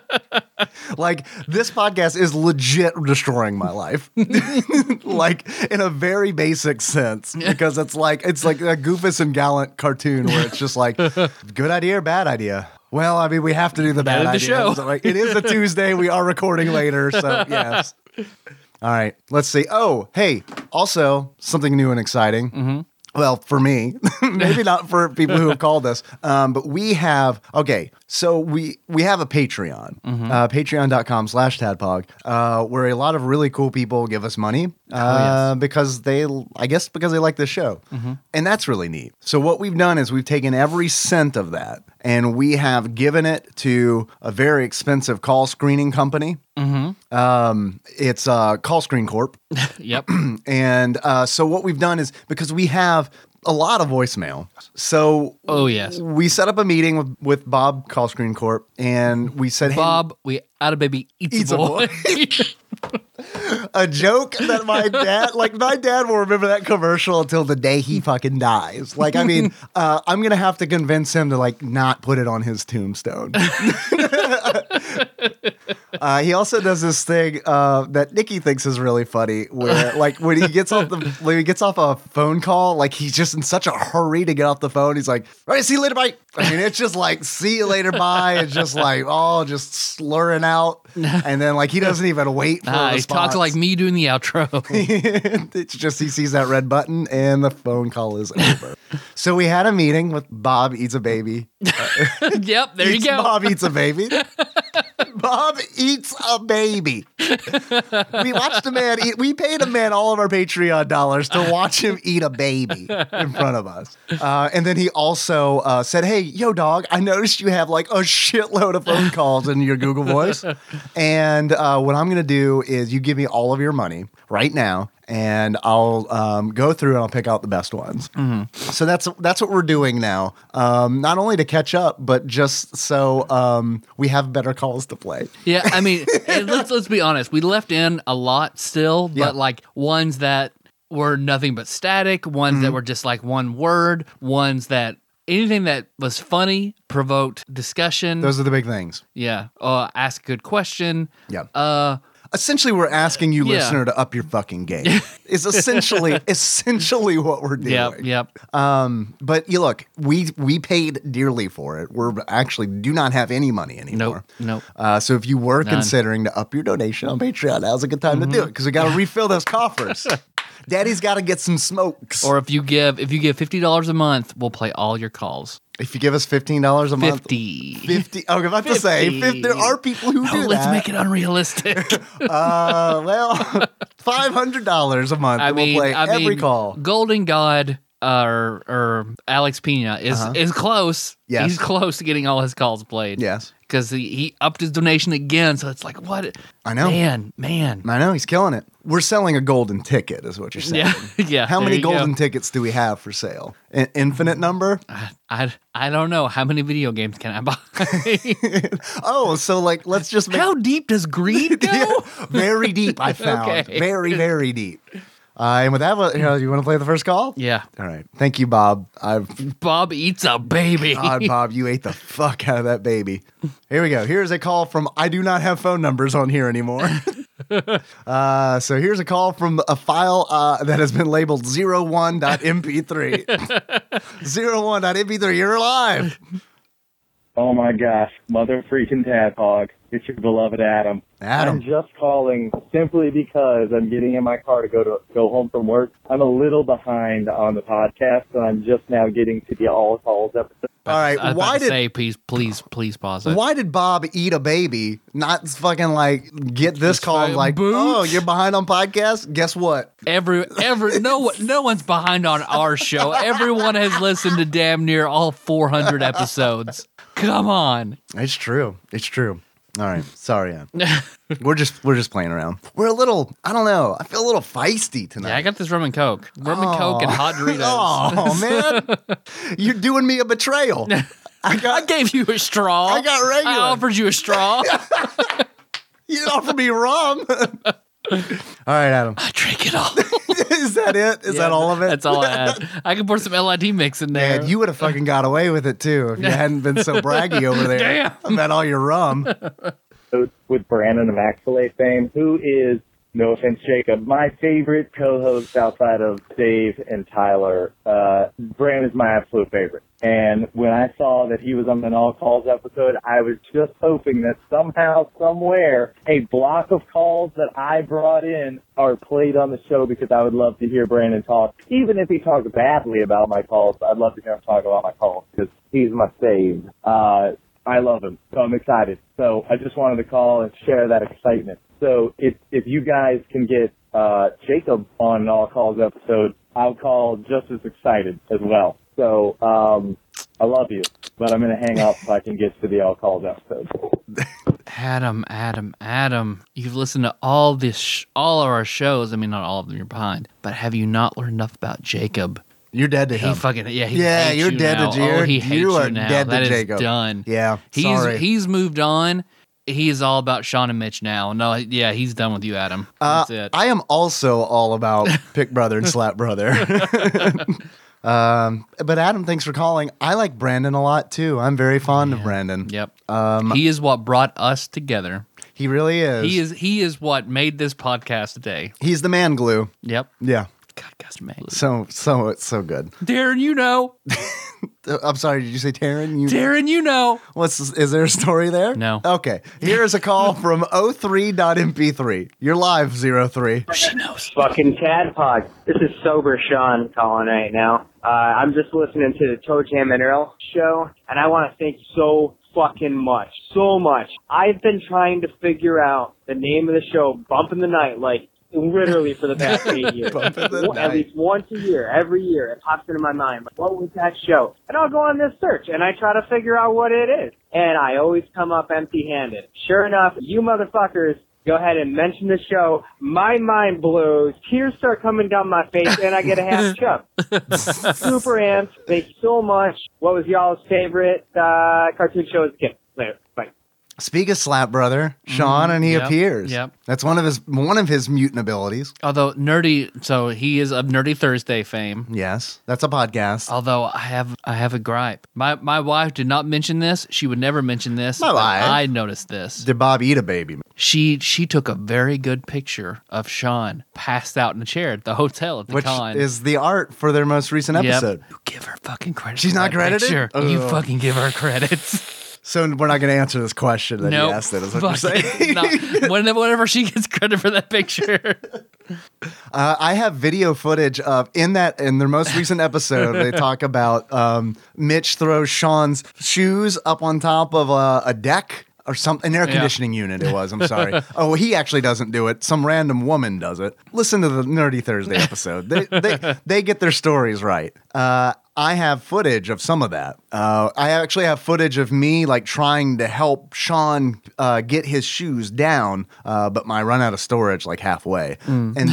Speaker 2: like this podcast is legit destroying my life. *laughs* like in a very basic sense because it's like it's like a Goofus and Gallant cartoon where it's just
Speaker 1: *laughs*
Speaker 2: like good idea or bad idea. Well, I mean, we have to do the bad
Speaker 1: End of the
Speaker 2: idea.
Speaker 1: show.
Speaker 2: So, like, it is a Tuesday. We are recording later, *laughs* so yes. All right, let's see. Oh, hey, also something new and exciting. *laughs* Well, for me, maybe not for people who have called us, um, but we have, okay, So we we have a Patreon, uh, patreon.com slash tadpog, uh, where a lot of really cool people give us money uh, because they, I guess, because they like this show. And that's really neat. So what we've done is we've taken every cent of that and we have given it to a very expensive call screening company. Um, it's uh, Call Screen
Speaker 1: *laughs*
Speaker 2: Corp.
Speaker 1: Yep.
Speaker 2: And uh, so what we've done is because we have a lot of voicemail. So
Speaker 1: Oh, yes.
Speaker 2: we set up a meeting with, with Bob Call Screen Corp, and we said, hey,
Speaker 1: Bob, we out of baby eats,
Speaker 2: Eats
Speaker 1: a
Speaker 2: a
Speaker 1: boy.
Speaker 2: a joke that my dad, like my dad, will remember that commercial until the day he fucking dies. Like, I mean, uh, I'm gonna have to convince him to like not put it on his tombstone. Uh, he also does this thing uh, that Nikki thinks is really funny, where like when he gets off the when he gets off a phone call, like he's just in such a hurry to get off the phone. He's like, "All right, see you later, bye." I mean, it's just like "see you later, bye," and just like all just slurring out, and then like he doesn't even wait for
Speaker 1: Ah,
Speaker 2: a
Speaker 1: he talks
Speaker 2: response.
Speaker 1: like me doing the outro.
Speaker 2: *laughs* it's just he sees that red button and the phone call is over. so we had a meeting with Bob eats a baby.
Speaker 1: *laughs* yep, there
Speaker 2: Eats-
Speaker 1: you go.
Speaker 2: Bob eats a baby. Bob eats a baby. We watched a man eat. We paid a man all of our Patreon dollars to watch him eat a baby in front of us. Uh, and then he also uh, said, "Hey, yo, dog, I noticed you have like a shitload of phone calls in your Google Voice. And uh, what I'm gonna do is you give me all of your money right now." And I'll um, go through and I'll pick out the best ones. So that's that's what we're doing now. Um, not only to catch up, but just so um, we have better calls to play.
Speaker 1: Yeah, I mean, and let's let's be honest. We left in a lot still,
Speaker 2: Yeah.
Speaker 1: but like ones that were nothing but static, ones
Speaker 2: Mm-hmm.
Speaker 1: that were just like one word, ones that anything that was funny provoked discussion.
Speaker 2: Those are the big things.
Speaker 1: yeah, uh, ask a good question.
Speaker 2: Yeah.
Speaker 1: Uh,
Speaker 2: essentially, we're asking you,
Speaker 1: Yeah.
Speaker 2: listener, to up your fucking game. Is
Speaker 1: *laughs*
Speaker 2: essentially *laughs* essentially what we're doing.
Speaker 1: yep, yep.
Speaker 2: Um, but you look, we we paid dearly for it. We're actually do not have any money
Speaker 1: Nope,
Speaker 2: anymore.
Speaker 1: nope.
Speaker 2: Uh, so if you were considering to up your donation on Patreon, now's a good time
Speaker 1: Mm-hmm.
Speaker 2: to do it because we got to refill those
Speaker 1: *laughs*
Speaker 2: coffers. Daddy's got to get some smokes.
Speaker 1: Or if you give if you give fifty dollars a month, we'll play all your calls.
Speaker 2: if you give us fifteen dollars a month,
Speaker 1: Fifty.
Speaker 2: 50 oh, i was about to say
Speaker 1: 50.
Speaker 2: fif- there are people who
Speaker 1: No,
Speaker 2: do
Speaker 1: let's
Speaker 2: that.
Speaker 1: make it unrealistic.
Speaker 2: *laughs* uh,
Speaker 1: *laughs*
Speaker 2: well, five hundred dollars a month.
Speaker 1: I
Speaker 2: and Uh, we'll
Speaker 1: mean,
Speaker 2: play
Speaker 1: I
Speaker 2: every
Speaker 1: mean,
Speaker 2: call.
Speaker 1: Golden God uh, or or Alex Pena is is close.
Speaker 2: Uh-huh. Yes.
Speaker 1: he's close to getting all his calls played.
Speaker 2: Yes.
Speaker 1: because he, he upped his donation again. So it's like, what?
Speaker 2: I know.
Speaker 1: man, man.
Speaker 2: I know he's killing it. We're selling a golden ticket, is what you're saying.
Speaker 1: yeah, *laughs* yeah.
Speaker 2: How
Speaker 1: there
Speaker 2: many
Speaker 1: you go.
Speaker 2: golden tickets do we have for sale? An infinite
Speaker 1: *sighs*
Speaker 2: number.
Speaker 1: I, I I don't know how many video games can
Speaker 2: *laughs*
Speaker 1: I buy.
Speaker 2: Oh, so like let's just make
Speaker 1: how deep
Speaker 2: *laughs*
Speaker 1: does greed go?
Speaker 2: very deep. I found
Speaker 1: *laughs* Okay.
Speaker 2: very very deep. Uh, and with that, what- you, know, you want to play the first call?
Speaker 1: Yeah,
Speaker 2: All right. Thank you, Bob. I've
Speaker 1: Bob eats a
Speaker 2: *laughs*
Speaker 1: baby.
Speaker 2: God, Bob,
Speaker 1: *laughs*
Speaker 2: you ate the fuck out of that baby. Here we go. Here's a call from I do not have phone numbers on here anymore. uh, so here's a call from a file uh, that has been labeled 01.mp3. 01.mp3, you're alive.
Speaker 3: Oh my gosh, mother freaking tadpog. It's your beloved Adam.
Speaker 2: Adam.
Speaker 3: I'm just calling simply because I'm getting in my car to go to go home from work. I'm a little behind on the podcast, and I'm just now getting to the all calls episode.
Speaker 2: All
Speaker 1: I
Speaker 2: right.
Speaker 1: was about
Speaker 2: Why
Speaker 1: to
Speaker 2: did
Speaker 1: say please, please, please pause it?
Speaker 2: why did Bob eat a baby? Not fucking like get this call and
Speaker 1: fucking
Speaker 2: like,
Speaker 1: boots.
Speaker 2: oh, you're behind on podcast? Guess what?
Speaker 1: Every
Speaker 2: *laughs*
Speaker 1: every no one- no one's behind on our show. Everyone has listened to damn near all 400 episodes. Come on.
Speaker 2: It's true. It's true. All
Speaker 1: *laughs*
Speaker 2: right. Sorry, Ann. we're just we're just playing around. We're a little. I don't know. I feel a little feisty tonight.
Speaker 1: Yeah, I got this rum and coke. Rum and coke and hot Doritos.
Speaker 2: Oh man,
Speaker 1: *laughs*
Speaker 2: you're doing me a betrayal. I
Speaker 1: I
Speaker 2: got
Speaker 1: gave you a straw.
Speaker 2: I got regular.
Speaker 1: I offered you a straw.
Speaker 2: *laughs* you didn't offer me rum. *laughs* all right, Adam.
Speaker 1: I drink it all.
Speaker 2: Is that it? Is that all of it?
Speaker 1: That's all I
Speaker 2: *laughs*
Speaker 1: had. I can pour some LID mix in there.
Speaker 2: Man, you would have fucking got away with it too
Speaker 1: *laughs*
Speaker 2: if you hadn't been so braggy over there
Speaker 1: Damn.
Speaker 2: about all your rum.
Speaker 3: with Brandon of Axelate fame, who is, no offense, Jacob, my favorite co-host outside of Dave and Tyler. Uh, Brandon is my absolute favorite. And when I saw that he was on an All Calls episode, I was just hoping that somehow, somewhere, a block of calls that I brought in are played on the show because I would love to hear Brandon talk. Even if he talks badly about my calls, I'd love to hear him talk about my calls because he's my fave. Uh, I love him, so I'm excited. So I just wanted to call and share that excitement. So if if you guys can get uh, Jacob on an All Calls episode, I'll call just as excited as well. So um, I love you, but I'm gonna hang up if I can get to the All Calls episode.
Speaker 1: Adam, Adam, Adam, you've listened to all this, sh- all of our shows. I mean, not all of them. You're behind, but have you not learned enough about Jacob?
Speaker 2: You're dead to
Speaker 1: He
Speaker 2: him.
Speaker 1: fucking yeah. He
Speaker 2: Yeah,
Speaker 1: hates
Speaker 2: you're
Speaker 1: you
Speaker 2: dead
Speaker 1: now.
Speaker 2: to Jared.
Speaker 1: Oh, he hates
Speaker 2: You
Speaker 1: you
Speaker 2: are
Speaker 1: now.
Speaker 2: dead to
Speaker 1: That is
Speaker 2: Jacob.
Speaker 1: done.
Speaker 2: Yeah,
Speaker 1: he's
Speaker 2: sorry.
Speaker 1: he's moved on. He's all about Sean and Mitch now. No, yeah, he's done with you, Adam.
Speaker 2: Uh,
Speaker 1: That's it.
Speaker 2: I am also all
Speaker 1: *laughs*
Speaker 2: about pick brother and slap brother. um, but Adam, thanks for calling. I like Brandon a lot too. I'm very fond of Brandon. Um,
Speaker 1: yep. he is what brought us together.
Speaker 2: He really is.
Speaker 1: He is he is what made this podcast today.
Speaker 2: He's the man glue.
Speaker 1: Yep.
Speaker 2: Yeah.
Speaker 1: God, gosh, man.
Speaker 2: So so it's so good.
Speaker 1: Darren, you know.
Speaker 2: *laughs* Uh, I'm sorry. Did you say Taryn? You
Speaker 1: Darren, you know.
Speaker 2: what's is there a story there?
Speaker 1: No.
Speaker 2: Okay. Here is a call from 03.mp3. You're live 03.
Speaker 1: She knows.
Speaker 4: *clears throat* Fucking Tad Pod. This is Sober Sean calling right now. Uh, I'm just listening to the Toe Jam and Earl show, and I want to thank you so fucking much. So much. I've been trying to figure out the name of the show, Bumping the Night, like literally for the past eight
Speaker 2: *laughs*
Speaker 4: years.
Speaker 2: Bumpin' the
Speaker 4: At
Speaker 2: Night.
Speaker 4: least once a year, every year, it pops into my mind. Like, what was that show? And I'll go on this search and I try to figure out what it is. And I always come up empty handed. Sure enough, you motherfuckers go ahead and mention the show. My mind blows. Tears start coming down my face and I get
Speaker 1: *laughs*
Speaker 4: a half chub. Super amped. Thank you so much. What was y'all's favorite uh, cartoon show as a kid? Later. Bye.
Speaker 2: Speak of slap brother, Sean, and he
Speaker 1: Mm-hmm. yep,
Speaker 2: appears.
Speaker 1: yep.
Speaker 2: That's one of his one of his mutant abilities.
Speaker 1: Although nerdy, so he is of Nerdy Thursday fame.
Speaker 2: Yes, that's a podcast.
Speaker 1: Although I have I have a gripe. My my wife did not mention this. She would never mention this.
Speaker 2: My
Speaker 1: but
Speaker 2: wife.
Speaker 1: I noticed this.
Speaker 2: Did Bob eat a baby?
Speaker 1: She she took a very good picture of Sean passed out in a chair at the hotel at the
Speaker 2: Which
Speaker 1: con.
Speaker 2: is the art for their most recent
Speaker 1: Yep.
Speaker 2: episode.
Speaker 1: You give her fucking credit.
Speaker 2: She's
Speaker 1: for
Speaker 2: not
Speaker 1: that
Speaker 2: credited? Oh,
Speaker 1: picture. You
Speaker 2: Ugh.
Speaker 1: fucking give her credits.
Speaker 2: *laughs* So we're not going to answer this question that
Speaker 1: no,
Speaker 2: he asked. That is what you're
Speaker 1: fucking
Speaker 2: saying. *laughs*
Speaker 1: not. Whenever, whenever she gets credit for that picture,
Speaker 2: Uh, I have video footage of in that in their most recent episode. they talk about um, Mitch throws Sean's shoes up on top of a, a deck or some an air conditioning unit. It was. I'm sorry. *laughs* oh, he actually doesn't do it. Some random woman does it. Listen to the Nerdy
Speaker 1: *laughs*
Speaker 2: Thursday episode. they, they they get their stories right. Uh, I have footage of some of that. Uh, I actually have footage of me like trying to help Sean uh, get his shoes down, uh, but my run out of storage like halfway,
Speaker 1: Mm.
Speaker 2: and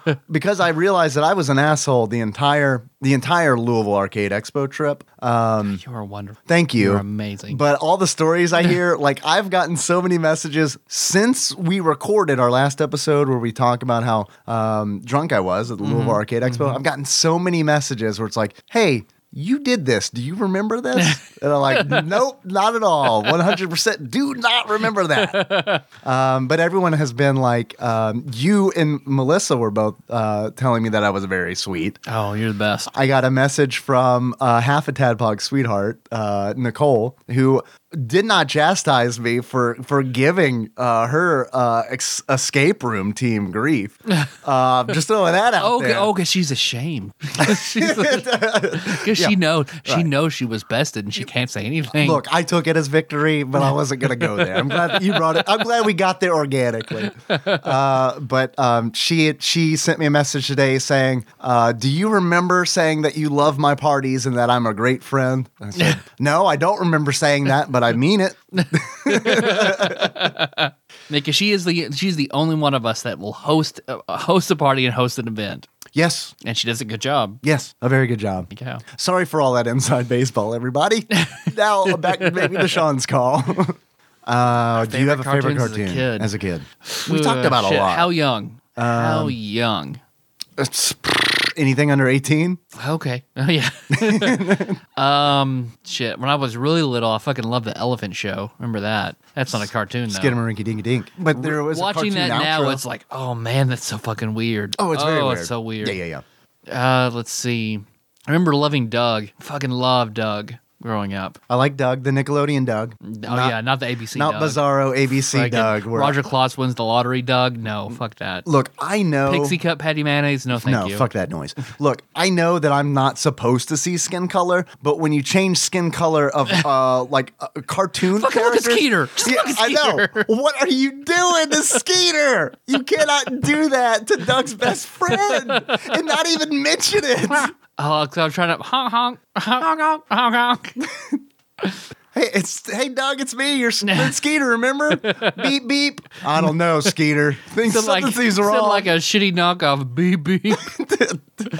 Speaker 1: *laughs*
Speaker 2: then because I realized that I was an asshole the entire the entire Louisville Arcade Expo trip. Um,
Speaker 1: you are wonderful.
Speaker 2: Thank you.
Speaker 1: You're amazing.
Speaker 2: But all the stories I hear, like I've gotten so many messages since we recorded our last episode where we talk about how um, drunk I was at the Louisville Arcade Expo. I've gotten so many messages where it's like, "Hey, you did this. Do you remember this?" and I'm like,
Speaker 1: *laughs*
Speaker 2: "Nope, not at all. 100% do not remember that." Um, but everyone has been like, um, "You and Melissa were both uh, telling me that I was very sweet."
Speaker 1: Oh, you're the best.
Speaker 2: I got a message from uh, half a Tadpog sweetheart, uh, Nicole, who did not chastise me for for giving uh, her uh, ex- escape room team
Speaker 1: *laughs*
Speaker 2: grief. Uh, just throwing that out
Speaker 1: Oh, okay,
Speaker 2: there.
Speaker 1: oh, because she's ashamed. *laughs* Because she knows she knows she was bested and she can't say anything.
Speaker 2: Look, I took it as victory, but I wasn't going to go there. I'm glad that you brought it.
Speaker 1: *laughs*
Speaker 2: I'm glad we got there organically. Uh, but um, she she sent me a message today saying, uh, "Do you remember saying that you love my parties and that I'm a great friend?" I
Speaker 1: *laughs*
Speaker 2: said, "No, I don't remember saying that, but I mean it."
Speaker 1: because she is the she's the only one of us that will host uh, host a party and host an event,
Speaker 2: Yes,
Speaker 1: and she does a good job.
Speaker 2: yes, a very good job.
Speaker 1: Yeah.
Speaker 2: Sorry for all that inside baseball, everybody. now back maybe to Sean's call. *laughs* Uh, do you
Speaker 1: favorite
Speaker 2: have a favorite
Speaker 1: cartoons as a
Speaker 2: cartoon
Speaker 1: kid.
Speaker 2: as a kid? We
Speaker 1: Uh,
Speaker 2: talked about
Speaker 1: shit,
Speaker 2: a lot. Um,
Speaker 1: How young? how young?
Speaker 2: Anything under eighteen?
Speaker 1: Okay. *laughs* Oh yeah. um. Shit. When I was really little, I fucking loved the Elephant Show. Remember that? That's not a cartoon. Though.
Speaker 2: Skidamarinky dinky dink. But there was
Speaker 1: Watching
Speaker 2: a
Speaker 1: that
Speaker 2: cartoon
Speaker 1: now,
Speaker 2: outro.
Speaker 1: it's like, oh man, that's so fucking weird.
Speaker 2: oh, it's very
Speaker 1: oh,
Speaker 2: weird.
Speaker 1: it's so weird.
Speaker 2: Yeah, yeah, yeah.
Speaker 1: Uh, let's see. I remember loving Doug. Fucking love Doug. growing up.
Speaker 2: I like Doug, the Nickelodeon Doug. Oh
Speaker 1: Oh yeah, not the ABC.
Speaker 2: not
Speaker 1: Doug.
Speaker 2: Bizarro ABC
Speaker 1: Friggin'
Speaker 2: Doug. where-
Speaker 1: Roger Klotz wins the lottery. Doug, no, fuck that.
Speaker 2: Look, I know
Speaker 1: Pixie cut patty mayonnaise. No, thank
Speaker 2: no,
Speaker 1: you.
Speaker 2: fuck that noise. Look, I know that I'm not supposed to see skin color, but when you change skin color
Speaker 1: *laughs*
Speaker 2: of uh like a cartoon
Speaker 1: Fucking look at
Speaker 2: characters,
Speaker 1: Skeeter. Just look at
Speaker 2: I
Speaker 1: Skeeter.
Speaker 2: know. What are you doing to
Speaker 1: *laughs*
Speaker 2: Skeeter? You cannot do that to Doug's best friend and not even mention it.
Speaker 1: Oh, 'cause I'm trying to *laughs* honk honk honk honk honk
Speaker 2: *laughs*
Speaker 1: honk.
Speaker 2: Hey, it's hey Doug, it's me.
Speaker 1: *laughs*
Speaker 2: You're, S- it's Skeeter. Remember? beep beep. I don't know,
Speaker 1: *laughs*
Speaker 2: Skeeter. Things
Speaker 1: Sound like,
Speaker 2: something's
Speaker 1: sound
Speaker 2: wrong.
Speaker 1: like a shitty knockoff. Beep beep.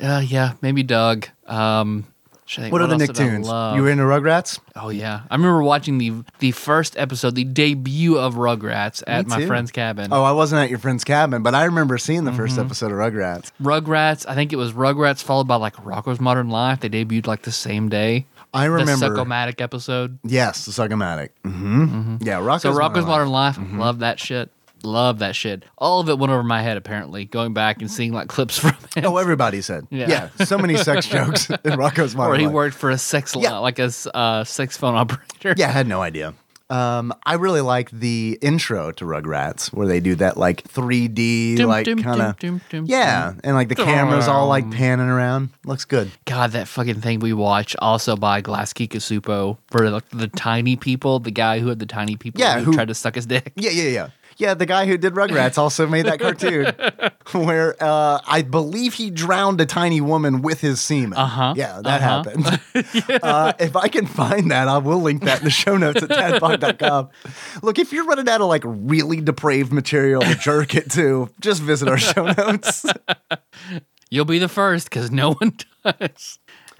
Speaker 1: uh, yeah, maybe Doug. Um, should I think,
Speaker 2: what, are the
Speaker 1: else did I
Speaker 2: Nicktoons?
Speaker 1: love?
Speaker 2: You were into Rugrats?
Speaker 1: Oh yeah, I remember watching the the first episode, the debut of Rugrats at my
Speaker 2: too.
Speaker 1: friend's cabin. Mm-hmm.
Speaker 2: Oh, I wasn't at your friend's cabin, but I remember seeing the first episode of Rugrats.
Speaker 1: Rugrats, I think it was Rugrats followed by like Rocko's Modern Life. They debuted like the same day.
Speaker 2: I
Speaker 1: the
Speaker 2: remember.
Speaker 1: Psychomatic episode.
Speaker 2: yes, the Psychomatic. Mm-hmm. Yeah, Rocko's,
Speaker 1: So
Speaker 2: Modern
Speaker 1: Rocko's Modern Life,
Speaker 2: Mm-hmm.
Speaker 1: love that shit. Love that shit. All of it went over my head apparently. Going back and seeing like *laughs* clips from it.
Speaker 2: Life. Oh, everybody said.
Speaker 1: Yeah.
Speaker 2: Yeah. so many
Speaker 1: *laughs*
Speaker 2: sex jokes in Rocko's Modern
Speaker 1: or he
Speaker 2: Life.
Speaker 1: worked for a sex
Speaker 2: Yeah.
Speaker 1: like a s- uh, sex phone operator.
Speaker 2: Yeah, I had no idea. Um, I really like the intro to Rugrats where they do that like 3D
Speaker 1: Dum,
Speaker 2: like
Speaker 1: dum,
Speaker 2: kind of
Speaker 1: dum, dum, dum,
Speaker 2: yeah,
Speaker 1: dum.
Speaker 2: and like the cameras all like panning around. Looks good.
Speaker 1: God, that fucking thing we watch also by Glass Kikasupo for like, the tiny people, the guy who had the tiny people
Speaker 2: Yeah,
Speaker 1: who
Speaker 2: who-
Speaker 1: tried to suck his dick.
Speaker 2: Yeah, yeah, yeah. Yeah, the guy who did Rugrats also made that
Speaker 1: *laughs*
Speaker 2: cartoon where uh, I believe he drowned a tiny woman with his semen.
Speaker 1: Uh-huh.
Speaker 2: Yeah, that
Speaker 1: Uh-huh. *laughs*
Speaker 2: happened. uh, if I can find that, I will link that in the show notes at tadpog.com. Look, if you're running out of like really depraved material to jerk it to, just visit our show notes.
Speaker 1: You'll be the first *laughs* because *laughs* no one does.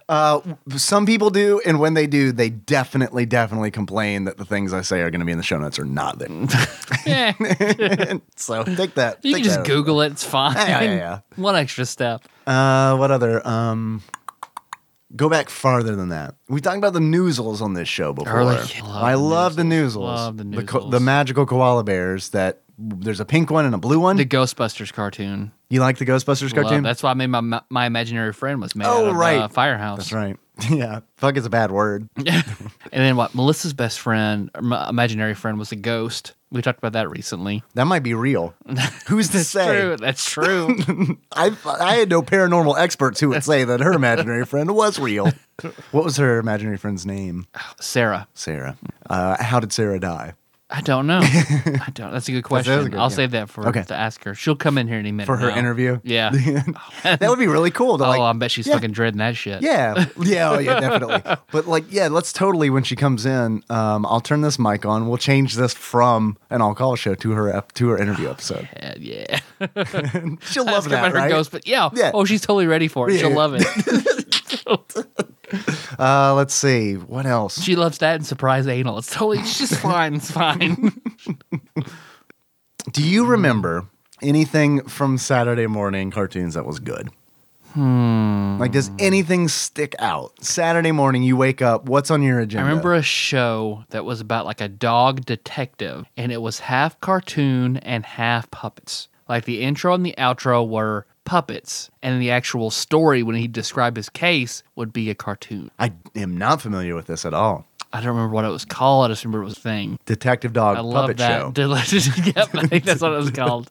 Speaker 2: Uh, some people do, and when they do, they definitely, definitely complain that the things I say are going to be in the show notes are not
Speaker 1: *laughs*
Speaker 2: there.
Speaker 1: Eh,
Speaker 2: so take that.
Speaker 1: you
Speaker 2: take that.
Speaker 1: can just Google it. It's fine.
Speaker 2: Uh, Yeah, yeah,
Speaker 1: *laughs*
Speaker 2: yeah.
Speaker 1: One extra step.
Speaker 2: Uh, what other? Um, go back farther than that. We talked about the noozles on this show before.
Speaker 1: Early- Love
Speaker 2: I
Speaker 1: the
Speaker 2: love the
Speaker 1: noozles.
Speaker 2: noozles.
Speaker 1: Love the
Speaker 2: The, co-
Speaker 1: noozles.
Speaker 2: the magical koala bears that there's a pink one and a blue one.
Speaker 1: The Ghostbusters cartoon.
Speaker 2: you like the Ghostbusters
Speaker 1: Love-
Speaker 2: cartoon?
Speaker 1: that's why I made my my imaginary friend was made
Speaker 2: Oh,
Speaker 1: out of
Speaker 2: right.
Speaker 1: uh, Firehouse.
Speaker 2: That's right. *laughs* Yeah, fuck is a bad word. *laughs*
Speaker 1: *laughs* And then what? Melissa's best friend, or my imaginary friend, was a ghost. We talked about that recently.
Speaker 2: That might be
Speaker 1: *laughs*
Speaker 2: real. Who's to say?
Speaker 1: True. That's true.
Speaker 2: *laughs* I I had no paranormal experts who would say that her imaginary friend was real. What was her imaginary friend's name?
Speaker 1: Sarah.
Speaker 2: Sarah. Uh, how did Sarah die?
Speaker 1: I don't know. I don't. That's a good
Speaker 2: That's-
Speaker 1: question.
Speaker 2: that was a good-
Speaker 1: I'll
Speaker 2: yeah.
Speaker 1: save that for
Speaker 2: Okay.
Speaker 1: to ask her. She'll come in here any minute
Speaker 2: For her
Speaker 1: now.
Speaker 2: interview?
Speaker 1: Yeah.
Speaker 2: *laughs* That would be really cool to like
Speaker 1: oh, I bet she's
Speaker 2: yeah.
Speaker 1: fucking dreading that shit. *laughs*
Speaker 2: Yeah, *laughs* yeah, oh, yeah, definitely. But like, yeah, let's totally when she comes in. Um, I'll turn this mic on. We'll change this from an all call show to her ep- to her interview episode.
Speaker 1: Yeah. Oh, Yeah. *laughs*
Speaker 2: She'll
Speaker 1: Ask
Speaker 2: love
Speaker 1: her
Speaker 2: that,
Speaker 1: about her
Speaker 2: right?
Speaker 1: ghost, but yeah.
Speaker 2: Yeah.
Speaker 1: Oh, she's totally ready for it. She'll
Speaker 2: Yeah.
Speaker 1: love it.
Speaker 2: *laughs* Uh, let's see what else.
Speaker 1: She loves that and surprise anal. It's totally, it's just fine. It's fine.
Speaker 2: Do you remember anything from Saturday morning cartoons that was good? Hmm. Like, does anything stick out? Saturday morning, you wake up. What's on your
Speaker 1: I
Speaker 2: agenda?
Speaker 1: remember a show that was about like a dog detective, and it was half cartoon and half puppets. Like the intro and the outro were puppets, and the actual story when he described his case would be a cartoon.
Speaker 2: I am not familiar with this at all.
Speaker 1: I don't remember what it was called. I just remember it was a thing.
Speaker 2: Detective Dog
Speaker 1: I love
Speaker 2: Puppet
Speaker 1: that. *laughs*
Speaker 2: Show.
Speaker 1: yep, I think
Speaker 2: *laughs*
Speaker 1: that's what it was called.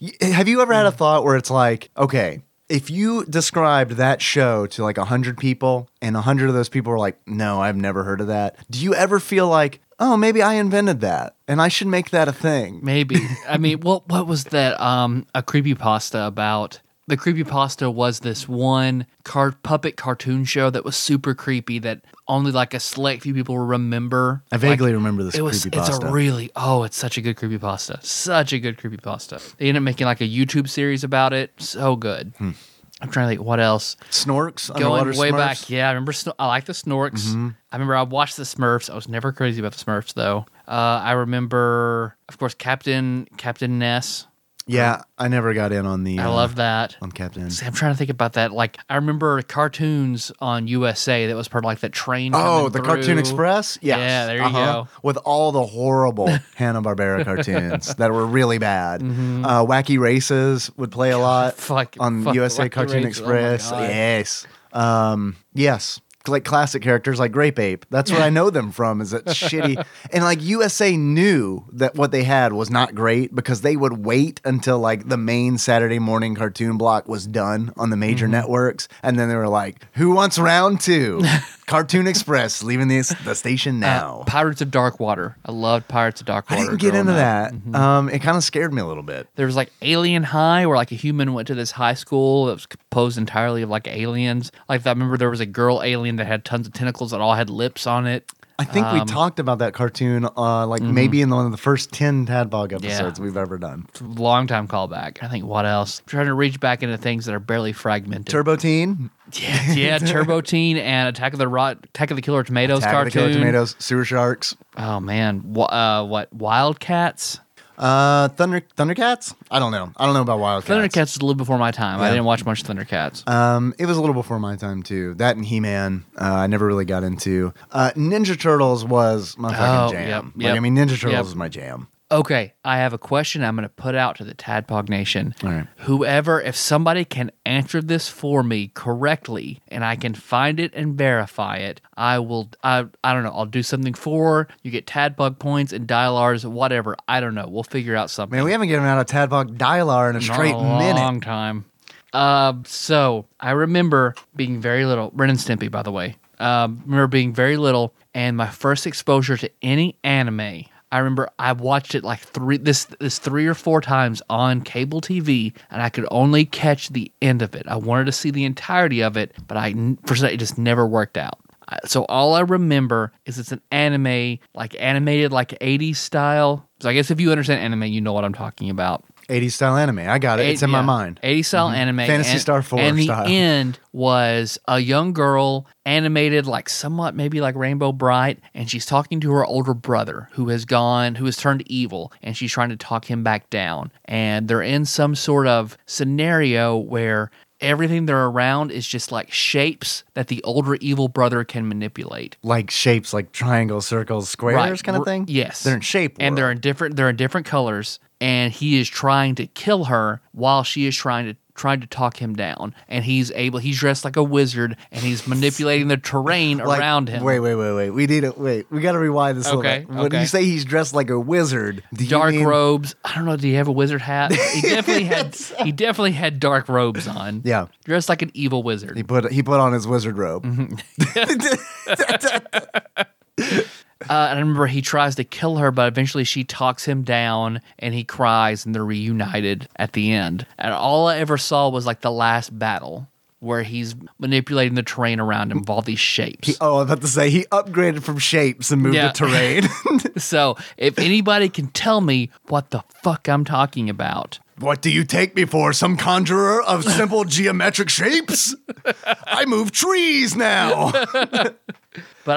Speaker 2: Y- Have you ever had a
Speaker 1: Mm-hmm.
Speaker 2: thought where it's like, okay, if you described that show to like 100 people and 100 of those people were like, no, I've never heard of that, do you ever feel like, oh, maybe I invented that and I should make that a thing?
Speaker 1: Maybe. I mean, what what was that? Um, a creepy pasta about. The creepy pasta was this one car- puppet cartoon show that was super creepy that only like a select few people remember.
Speaker 2: I vaguely
Speaker 1: Like,
Speaker 2: remember this
Speaker 1: it was. It's
Speaker 2: creepypasta.
Speaker 1: a really. Oh, it's such a good creepy pasta. Such a good creepy pasta. They ended up making like a YouTube series about it. So good. I'm trying to think what else.
Speaker 2: Hmm. Snorks,
Speaker 1: Going
Speaker 2: underwater
Speaker 1: way
Speaker 2: Smurfs? Mm-hmm.
Speaker 1: back, yeah. I remember. Sno- I like the Snorks. I remember I watched the Smurfs. I was never crazy about the Smurfs though. Uh, I remember, of course, Captain Captain Ness.
Speaker 2: Yeah, I never got in on the.
Speaker 1: I
Speaker 2: uh,
Speaker 1: love that.
Speaker 2: on Captain.
Speaker 1: See, I'm trying to think about that. Like I remember cartoons on USA that was part of like that train.
Speaker 2: Oh,
Speaker 1: coming
Speaker 2: the
Speaker 1: through.
Speaker 2: Cartoon Express? Yes. Uh-huh.
Speaker 1: Yeah, there you go.
Speaker 2: With all the horrible *laughs* Hanna-Barbera cartoons that were really bad.
Speaker 1: Mm-hmm.
Speaker 2: Uh, Wacky Races would play a lot
Speaker 1: Fuck-
Speaker 2: on
Speaker 1: fuck
Speaker 2: USA
Speaker 1: Wacky
Speaker 2: Cartoon
Speaker 1: Races. Oh my
Speaker 2: Express.
Speaker 1: God.
Speaker 2: yes. Um, yes. like classic characters like Grape Ape. That's where I know them from is that
Speaker 1: *laughs*
Speaker 2: shitty. And like USA knew that what they had was not great because they would wait until like the main Saturday morning cartoon block was done on the major
Speaker 1: Mm-hmm.
Speaker 2: networks. And then they were like, who wants round
Speaker 1: *laughs*
Speaker 2: two? cartoon Express leaving the, the station now.
Speaker 1: Uh, Pirates of Dark Water. I loved Pirates of Dark
Speaker 2: I
Speaker 1: Water.
Speaker 2: didn't get
Speaker 1: growing
Speaker 2: into
Speaker 1: up. Mm-hmm.
Speaker 2: that. Um, it kind of scared me a little bit.
Speaker 1: There was like Alien High, where like a human went to this high school that was composed entirely of like aliens. Like I remember there was a girl alien that had tons of tentacles that all had lips on it.
Speaker 2: I think
Speaker 1: Um,
Speaker 2: we talked about that cartoon, uh, like maybe in one of the first ten Tadbog episodes
Speaker 1: Mm-hmm. Yeah.
Speaker 2: we've ever done.
Speaker 1: Long time callback. I think what else? I'm trying to reach back into things that are barely fragmented.
Speaker 2: Turbo Teen,
Speaker 1: yeah, yeah, Turbo Teen and Attack of the Rot, Attack of the Killer Tomatoes
Speaker 2: Attack of the
Speaker 1: cartoon.
Speaker 2: Killer Tomatoes, Sewer Sharks,
Speaker 1: Oh man, Wha uh, what Wildcats?
Speaker 2: uh, Thunder Thundercats. I don't know. I don't know about Wildcats.
Speaker 1: Thundercats is a little before my time. I
Speaker 2: Yeah.
Speaker 1: didn't watch much Thundercats.
Speaker 2: Um, it was a little before my time too. That and He Man, uh, I never really got into. Uh, Ninja Turtles was my fucking
Speaker 1: Oh,
Speaker 2: jam.
Speaker 1: yep,
Speaker 2: Like,
Speaker 1: yep,
Speaker 2: I mean, Ninja Turtles
Speaker 1: yep.
Speaker 2: was my jam.
Speaker 1: Okay, I have a question I'm going to put out to the Tadpog Nation.
Speaker 2: All right.
Speaker 1: Whoever, if somebody can answer this for me correctly and I can find it and verify it, I will, I, I don't know, I'll do something for her. You get Tadpog points and Dialars, whatever. I don't know. We'll figure out something.
Speaker 2: Man, we haven't given out a Tadbog Dialar in a
Speaker 1: Not
Speaker 2: straight
Speaker 1: a
Speaker 2: minute.
Speaker 1: long time. Um, so I remember being very little. Ren and Stimpy, by the way. Um, remember being very little, and my first exposure to any anime. I remember I watched it like three this this three or four times on cable TV, and I could only catch the end of it. I wanted to see the entirety of it, but I n- for some it just never worked out. I- So all I remember is it's an anime, like animated, like '80s style. So I guess if you understand anime, you know what I'm talking about.
Speaker 2: 80s style anime. I got it.
Speaker 1: Eight-
Speaker 2: It's in my
Speaker 1: yeah.
Speaker 2: mind. Mm-hmm.
Speaker 1: 80 style anime.
Speaker 2: Fantasy
Speaker 1: and-
Speaker 2: Star 4
Speaker 1: And the
Speaker 2: style.
Speaker 1: end was a young girl animated like somewhat maybe like Rainbow Bright, and she's talking to her older brother who has gone, who has turned evil, and she's trying to talk him back down. And they're in some sort of scenario where everything they're around is just like shapes that the older evil brother can manipulate.
Speaker 2: like shapes like triangles, circles, squares
Speaker 1: Right.
Speaker 2: kind of
Speaker 1: R-
Speaker 2: thing.
Speaker 1: Yes.
Speaker 2: They're in shape.
Speaker 1: And they're
Speaker 2: world.
Speaker 1: in different they're in different colors and he is trying to kill her while she is trying to trying to talk him down and he's able he's dressed like a wizard and
Speaker 2: *laughs*
Speaker 1: he's manipulating the terrain
Speaker 2: Like-
Speaker 1: around him.
Speaker 2: Wait, wait, wait, wait. We need to wait. We got to rewind this a
Speaker 1: Okay,
Speaker 2: little bit. When
Speaker 1: okay.
Speaker 2: you say he's dressed like a wizard, do you
Speaker 1: Dark
Speaker 2: mean- *laughs*
Speaker 1: robes. I don't know. Do you have a wizard hat? He definitely had. he definitely had dark robes on.
Speaker 2: Yeah.
Speaker 1: dressed like an evil wizard.
Speaker 2: He put he put on his wizard robe.
Speaker 1: Mm-hmm. Uh, and I remember he tries to kill her, but eventually she talks him down and he cries and they're reunited at the end. And all I ever saw was like the last battle where he's manipulating the terrain around him with all these shapes.
Speaker 2: Oh, I was about to say he upgraded from shapes and moved
Speaker 1: Yeah.
Speaker 2: to terrain.
Speaker 1: *laughs*
Speaker 2: *laughs*
Speaker 1: so if anybody can tell me what the fuck I'm talking about,
Speaker 2: what do you take me for? Some conjurer of
Speaker 1: *laughs*
Speaker 2: simple geometric shapes? I move trees
Speaker 1: *laughs*
Speaker 2: now.
Speaker 1: but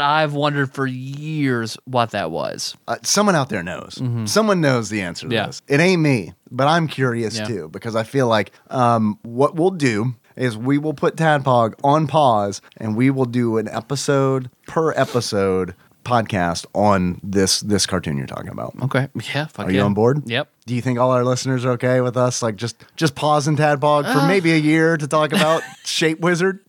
Speaker 1: I've wondered for years what that was. Mm-hmm.
Speaker 2: Uh, someone out there knows. Someone knows the answer to
Speaker 1: Yeah.
Speaker 2: this. It ain't me, but I'm curious
Speaker 1: Yeah.
Speaker 2: too because I feel like um, what we'll do is we will put Tadpog on pause and we will do an episode per episode podcast on this this cartoon you're talking about.
Speaker 1: Okay. Yeah. Fuck
Speaker 2: Are you
Speaker 1: yeah.
Speaker 2: on board?
Speaker 1: Yep.
Speaker 2: Do you think all our listeners are okay with us like just just pausing Tadpog
Speaker 1: Uh.
Speaker 2: for maybe a year to talk
Speaker 1: *laughs*
Speaker 2: about Shape Wizard,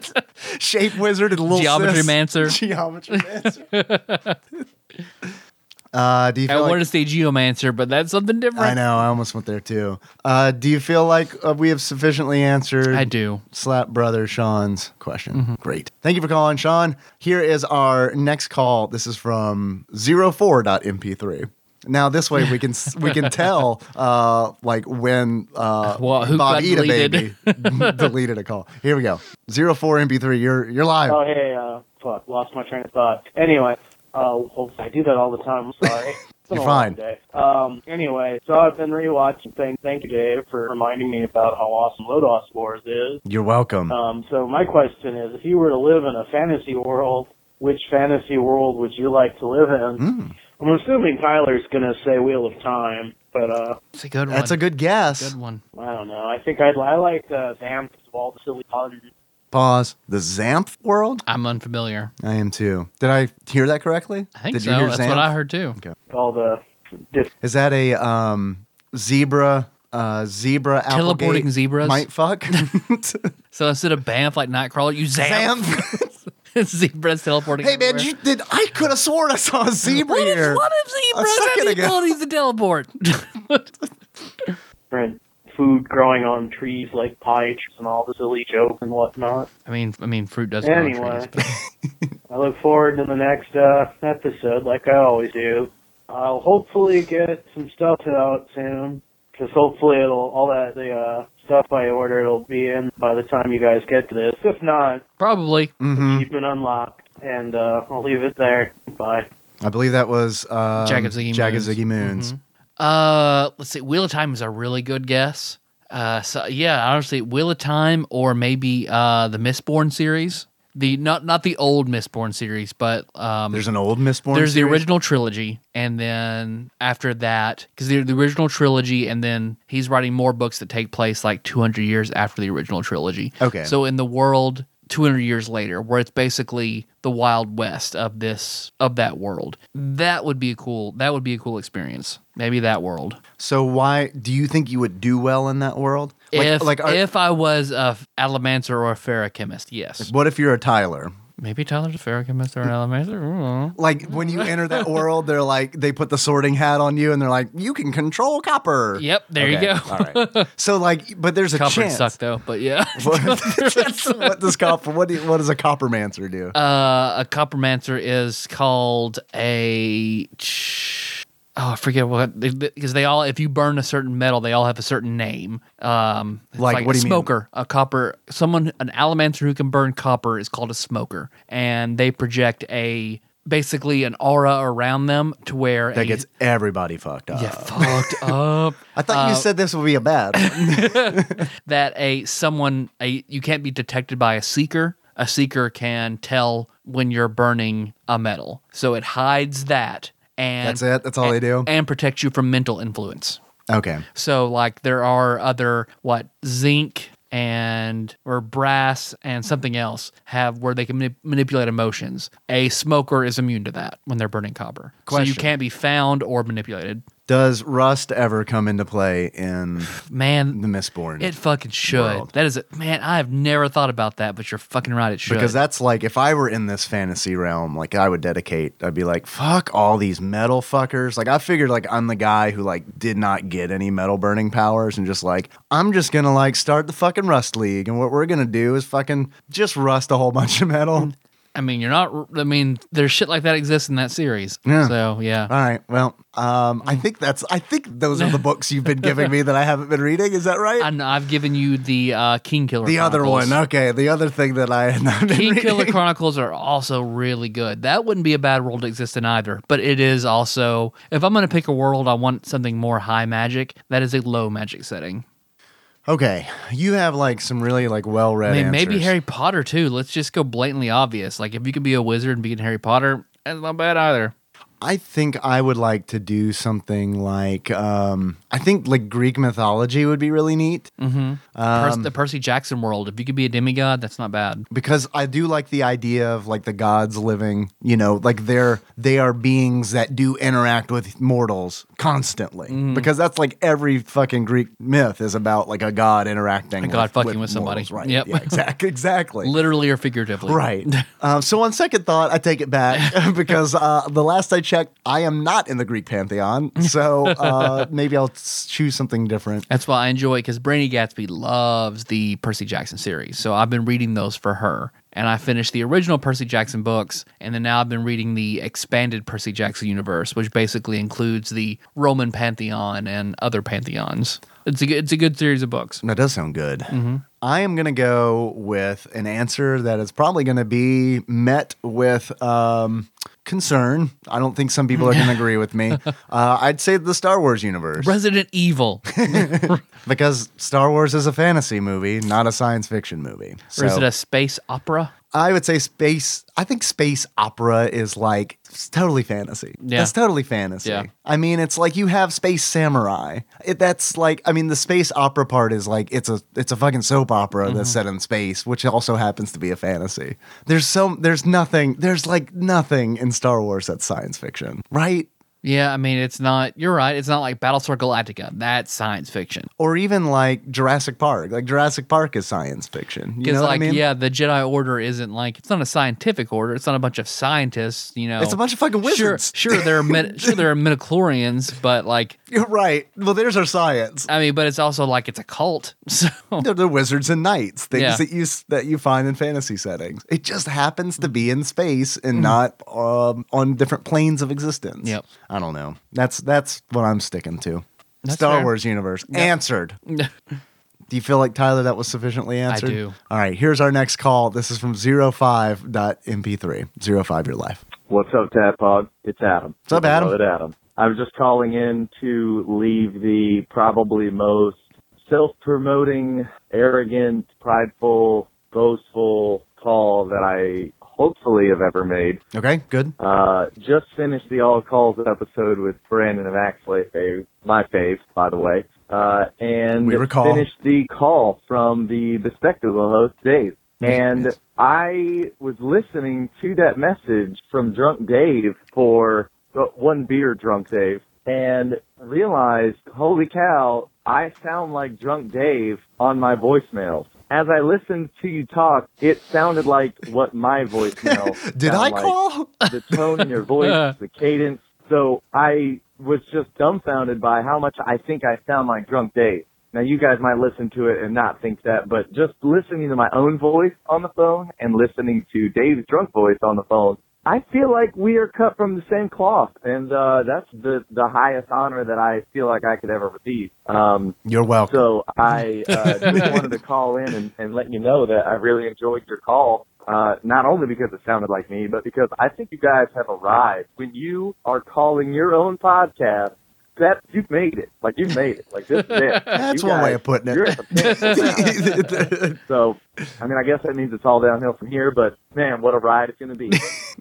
Speaker 2: *laughs* Shape Wizard, and little
Speaker 1: Geometry
Speaker 2: sis?
Speaker 1: Mancer.
Speaker 2: *laughs* Geometry Mancer.
Speaker 1: *laughs*
Speaker 2: uh, do you
Speaker 1: I
Speaker 2: feel like,
Speaker 1: wanted to say Geomancer, but that's something different.
Speaker 2: I know I almost went there too. Uh, do you feel like uh, we have sufficiently answered?
Speaker 1: I do. Mm-hmm.
Speaker 2: Slap brother Sean's question. Great. Thank you for calling, Sean. Here is our next call. This is from 04.mp3. Now this way we can s- we
Speaker 1: *laughs*
Speaker 2: can tell uh, like when uh,
Speaker 1: Well, who
Speaker 2: Bob
Speaker 1: got
Speaker 2: Eda
Speaker 1: deleted?
Speaker 2: baby *laughs* deleted a call. Here we go. 04mp3. You're you're live.
Speaker 4: *laughs* Oh, hey, uh, fuck, lost my train of thought. Anyway, uh, well, I do that all the time.
Speaker 2: *laughs*
Speaker 4: I'm sorry. It's been
Speaker 2: You're
Speaker 4: a long
Speaker 2: fine.
Speaker 4: Day. Um, anyway, so I've been rewatching things. Thank you, Dave, for reminding me about how awesome Lodos Wars is.
Speaker 2: You're welcome.
Speaker 4: Um, so my question is, if you were to live in a fantasy world, which fantasy world would you like to live in?
Speaker 2: Hmm.
Speaker 4: I'm assuming Tyler's gonna say Wheel of Time, but uh,
Speaker 1: It's a good one.
Speaker 2: That's a good guess.
Speaker 1: good one.
Speaker 4: I don't know. I think I'd I like uh, Zamp of all the silly puns.
Speaker 2: Pause. The Xanth world?
Speaker 1: I'm unfamiliar.
Speaker 2: I am too. Did I hear that correctly?
Speaker 1: I think
Speaker 2: Did
Speaker 1: so.
Speaker 2: You hear
Speaker 1: that's
Speaker 2: Xanth?
Speaker 1: what I heard too.
Speaker 4: all the dis-
Speaker 2: Is that a um, zebra? Uh, zebra
Speaker 1: Teleporting
Speaker 2: Applegate
Speaker 1: *laughs* zebras?
Speaker 2: might fuck.
Speaker 1: So instead of Banff like Nightcrawler, you Zamp.
Speaker 2: Zamp.
Speaker 1: *laughs* zebras teleporting.
Speaker 2: Hey man,
Speaker 1: everywhere.
Speaker 2: you did. I could have sworn I saw a zebra
Speaker 1: what
Speaker 2: here.
Speaker 1: is what if zebras have
Speaker 2: second
Speaker 1: the
Speaker 2: ago.
Speaker 1: ability to teleport?
Speaker 5: different food growing on trees like pie trees and all the silly joke and whatnot.
Speaker 1: I mean, I mean, fruit does. grow on
Speaker 5: Anyway,
Speaker 1: trees, but-
Speaker 5: I look forward to the next uh, episode, like I always do. I'll hopefully get some stuff out soon, because hopefully it'll all that the uh, stuff I ordered will be in by the time you guys get to this. If not,
Speaker 1: probably.
Speaker 2: Mhm.
Speaker 5: keep it unlocked, and uh, I'll leave it there. Bye.
Speaker 2: I believe that was um,
Speaker 1: Jagged Ziggy
Speaker 2: Jagged
Speaker 1: Moons. Mm-hmm.
Speaker 2: Ziggy Moons.
Speaker 1: Uh, let's see. Wheel of Time is a really good guess. Uh, so yeah, honestly, Wheel of Time or maybe uh the Mistborn series. The not not the old Mistborn series, but um,
Speaker 2: There's an old Mistborn.
Speaker 1: there's the
Speaker 2: series?
Speaker 1: original trilogy, and then after that, because the, the original trilogy, and then he's writing more books that take place like 200 years after the original trilogy.
Speaker 2: Okay.
Speaker 1: So in the world 200 years later, where it's basically the Wild West of this of that world, that would be a cool that would be a cool experience. Maybe that world.
Speaker 2: So why do you think you would do well in that world? Like,
Speaker 1: if
Speaker 2: like are-
Speaker 1: if I was a f- alamancer or a ferrochemist, yes.
Speaker 2: what if you're a Tyler?
Speaker 1: Maybe Tyler's a ferrochemist or an alamancer. I don't know.
Speaker 2: Like when you enter
Speaker 1: *laughs*
Speaker 2: that world, they're like they put the sorting hat on you, and they're like, you can control copper.
Speaker 1: Yep, there you
Speaker 2: Okay,
Speaker 1: go.
Speaker 2: All
Speaker 1: *laughs*
Speaker 2: right. So like, but there's a
Speaker 1: Copper
Speaker 2: chance. *laughs*
Speaker 1: suck though, but yeah.
Speaker 2: That's- what does copper? What, do, what does a coppermancer do?
Speaker 1: uh, a coppermancer is called a. Oh, I forget what because they all. If you burn a certain metal, they all have a certain name. Um, it's
Speaker 2: Like, what
Speaker 1: a
Speaker 2: do you mean?
Speaker 1: smoker, a copper, someone, an alamancer who can burn copper is called a smoker, and they project a basically an aura around them to where
Speaker 2: that
Speaker 1: a,
Speaker 2: gets everybody fucked up.
Speaker 1: yeah
Speaker 2: *laughs*
Speaker 1: fucked up. Uh,
Speaker 2: I thought you said this would be a bad. one.
Speaker 1: *laughs* that a someone a you can't be detected by a seeker. A seeker can tell when you're burning a metal, so it hides that and
Speaker 2: That's it. That's all they do.
Speaker 1: and protects you from mental influence.
Speaker 2: Okay.
Speaker 1: So like there are other what zinc and or brass and something else have where they can manip- manipulate emotions. A smoker is immune to that when they're burning copper, so you
Speaker 2: Question.
Speaker 1: can't be found or manipulated.
Speaker 2: Does rust ever come into play in
Speaker 1: Man,
Speaker 2: the Mistborn?
Speaker 1: It fucking should.
Speaker 2: world.
Speaker 1: That is it. Man, I have never thought about that, but you're fucking right. It should.
Speaker 2: because that's like if I were in this fantasy realm, like I would dedicate. I'd be like, fuck all these metal fuckers. Like I figured, like I'm the guy who like did not get any metal burning powers, and just like I'm just gonna like start the fucking Rust League, and what we're gonna do is fucking just rust a whole *laughs* bunch of
Speaker 1: *laughs*
Speaker 2: metal.
Speaker 1: I mean, you're not. I mean, there's shit like that exists in that series.
Speaker 2: Yeah.
Speaker 1: So yeah.
Speaker 2: All right. Well, um, I think that's. I think those
Speaker 1: *laughs*
Speaker 2: are the books you've been giving me that I haven't been reading. Is that right?
Speaker 1: I know, I've given you the uh, King Killer.
Speaker 2: the other
Speaker 1: Chronicles.
Speaker 2: one. Okay. The other thing that I had not been
Speaker 1: King
Speaker 2: reading.
Speaker 1: Killer Chronicles are also really good. That wouldn't be a bad world to exist in either, but it is also if I'm going to pick a world, I want something more high magic. That is a low magic setting.
Speaker 2: *laughs* Okay, you have like some really like well read.
Speaker 1: I mean, maybe Harry Potter too. Let's just go blatantly obvious. Like if you could be a wizard and be in Harry Potter, that's not bad either.
Speaker 2: I think I would like to do something like um, I think like Greek mythology would be really neat
Speaker 1: Pers-
Speaker 2: Um,
Speaker 1: the Percy Jackson world. If you could be a demigod, that's not bad.
Speaker 2: because I do like the idea of like the gods living. You know, like they're they are beings that do interact with mortals constantly
Speaker 1: Mm.
Speaker 2: because that's like every fucking Greek myth is about like a god interacting, a
Speaker 1: god fucking with somebody.
Speaker 2: right?
Speaker 1: Yep.
Speaker 2: Yeah,
Speaker 1: *laughs*
Speaker 2: exactly. Exactly.
Speaker 1: Literally or figuratively.
Speaker 2: Right. um, so on second thought, I take it back *laughs* because uh, the last I checked, I am not in the Greek pantheon. So
Speaker 1: *laughs*
Speaker 2: uh, maybe I'll s- choose something different.
Speaker 1: *laughs* That's why I enjoy it because Brainy Gatsby loves the Percy Jackson series. So I've been reading those for her. And I finished the original Percy Jackson books, and then now I've been reading the expanded Percy Jackson universe, which basically includes the Roman pantheon and other pantheons. It's a good, it's a good series of books.
Speaker 2: That does sound good. I am going to go with an answer that is probably going to be met with um, concern. I don't think some people are going to agree with
Speaker 1: *laughs*
Speaker 2: me. Uh, I'd say the Star Wars universe
Speaker 1: Resident Evil,
Speaker 2: *laughs* because Star Wars is a fantasy movie, not a science fiction movie.
Speaker 1: or is
Speaker 2: So-
Speaker 1: it a space opera?
Speaker 2: I would say space. I think space opera is like it's totally fantasy.
Speaker 1: Yeah.
Speaker 2: That's totally fantasy.
Speaker 1: Yeah.
Speaker 2: I mean, it's like you have space samurai. It, that's like I mean, the space opera part is like it's a it's a fucking soap opera
Speaker 1: Mm-hmm.
Speaker 2: that's set in space, which also happens to be a fantasy. There's so there's nothing there's like nothing in Star Wars that's science fiction, right?
Speaker 1: Yeah, I mean, it's not, you're right. It's not like Battlestar Galactica. That's science fiction.
Speaker 2: Or even like Jurassic Park. Like Jurassic Park is science fiction. You
Speaker 1: Because,
Speaker 2: know what I
Speaker 1: like,
Speaker 2: mean?
Speaker 1: yeah, the Jedi Order isn't like, it's not a scientific order. It's not a bunch of scientists, you know.
Speaker 2: It's a bunch of fucking wizards.
Speaker 1: Sure, sure,
Speaker 2: *laughs*
Speaker 1: there are, mid- sure, there are midichlorians, but like,
Speaker 2: You're right. Well, there's our science.
Speaker 1: I mean, but it's also like *laughs* it's
Speaker 2: *laughs*
Speaker 1: a cult. So
Speaker 2: They're the wizards and knights, things
Speaker 1: Yeah.
Speaker 2: that you s- that you find in fantasy settings. It just happens to be in space
Speaker 1: Mm.
Speaker 2: and not um, on different planes of existence.
Speaker 1: Yep.
Speaker 2: I don't know. That's that's what I'm sticking to.
Speaker 1: That's
Speaker 2: Star
Speaker 1: fair.
Speaker 2: Wars universe
Speaker 1: *laughs*
Speaker 2: answered. Do you feel like Tyler that was sufficiently answered?
Speaker 1: do.
Speaker 2: All right, here's our next call. This is from 05.mp3. 05 your life.
Speaker 3: What's up, Tadpog? It's Adam.
Speaker 2: What's up, Adam?
Speaker 3: Hello, Adam. I was just calling in to leave the probably most self-promoting, arrogant, prideful, boastful call that I hopefully have ever made.
Speaker 2: Okay, good.
Speaker 3: Uh, just finished the All Calls episode with Brandon and Axley, fave, my fave, by the way. Uh, and
Speaker 2: We recall.
Speaker 3: finished the call from the Bespectable host, Dave. And I was listening to that message from Drunk Dave for uh, one beer, Drunk Dave, and realized, holy cow, I sound like Drunk Dave on my voicemails. As I listened to you talk, it sounded like what
Speaker 2: *laughs*
Speaker 3: my voicemail
Speaker 2: Did
Speaker 3: sound
Speaker 2: I
Speaker 3: like
Speaker 2: call?
Speaker 3: the tone in your voice, the cadence. So I was just dumbfounded by how much I think I sound like Drunk Dave. Now you guys might listen to it and not think that, but just listening to my own voice on the phone and listening to Dave's drunk voice on the phone, I feel like we are cut from the same cloth, and uh, that's the the highest honor that I feel like I could ever receive. Um,
Speaker 2: You're welcome.
Speaker 3: so I uh,
Speaker 2: *laughs*
Speaker 3: just wanted to call in and, and let you know that I really enjoyed your call. Uh, not only because it sounded like me, but because I think you guys have arrived. When you are calling your own podcast, that you've made it. Like you've made it. Like this is it.
Speaker 2: *laughs* That's
Speaker 3: You
Speaker 2: one
Speaker 3: guys-
Speaker 2: way of putting it.
Speaker 3: You're at the pinnacle now.
Speaker 2: *laughs*
Speaker 3: So, I mean, I guess that means it's all downhill from here, but man, what a ride it's going to be.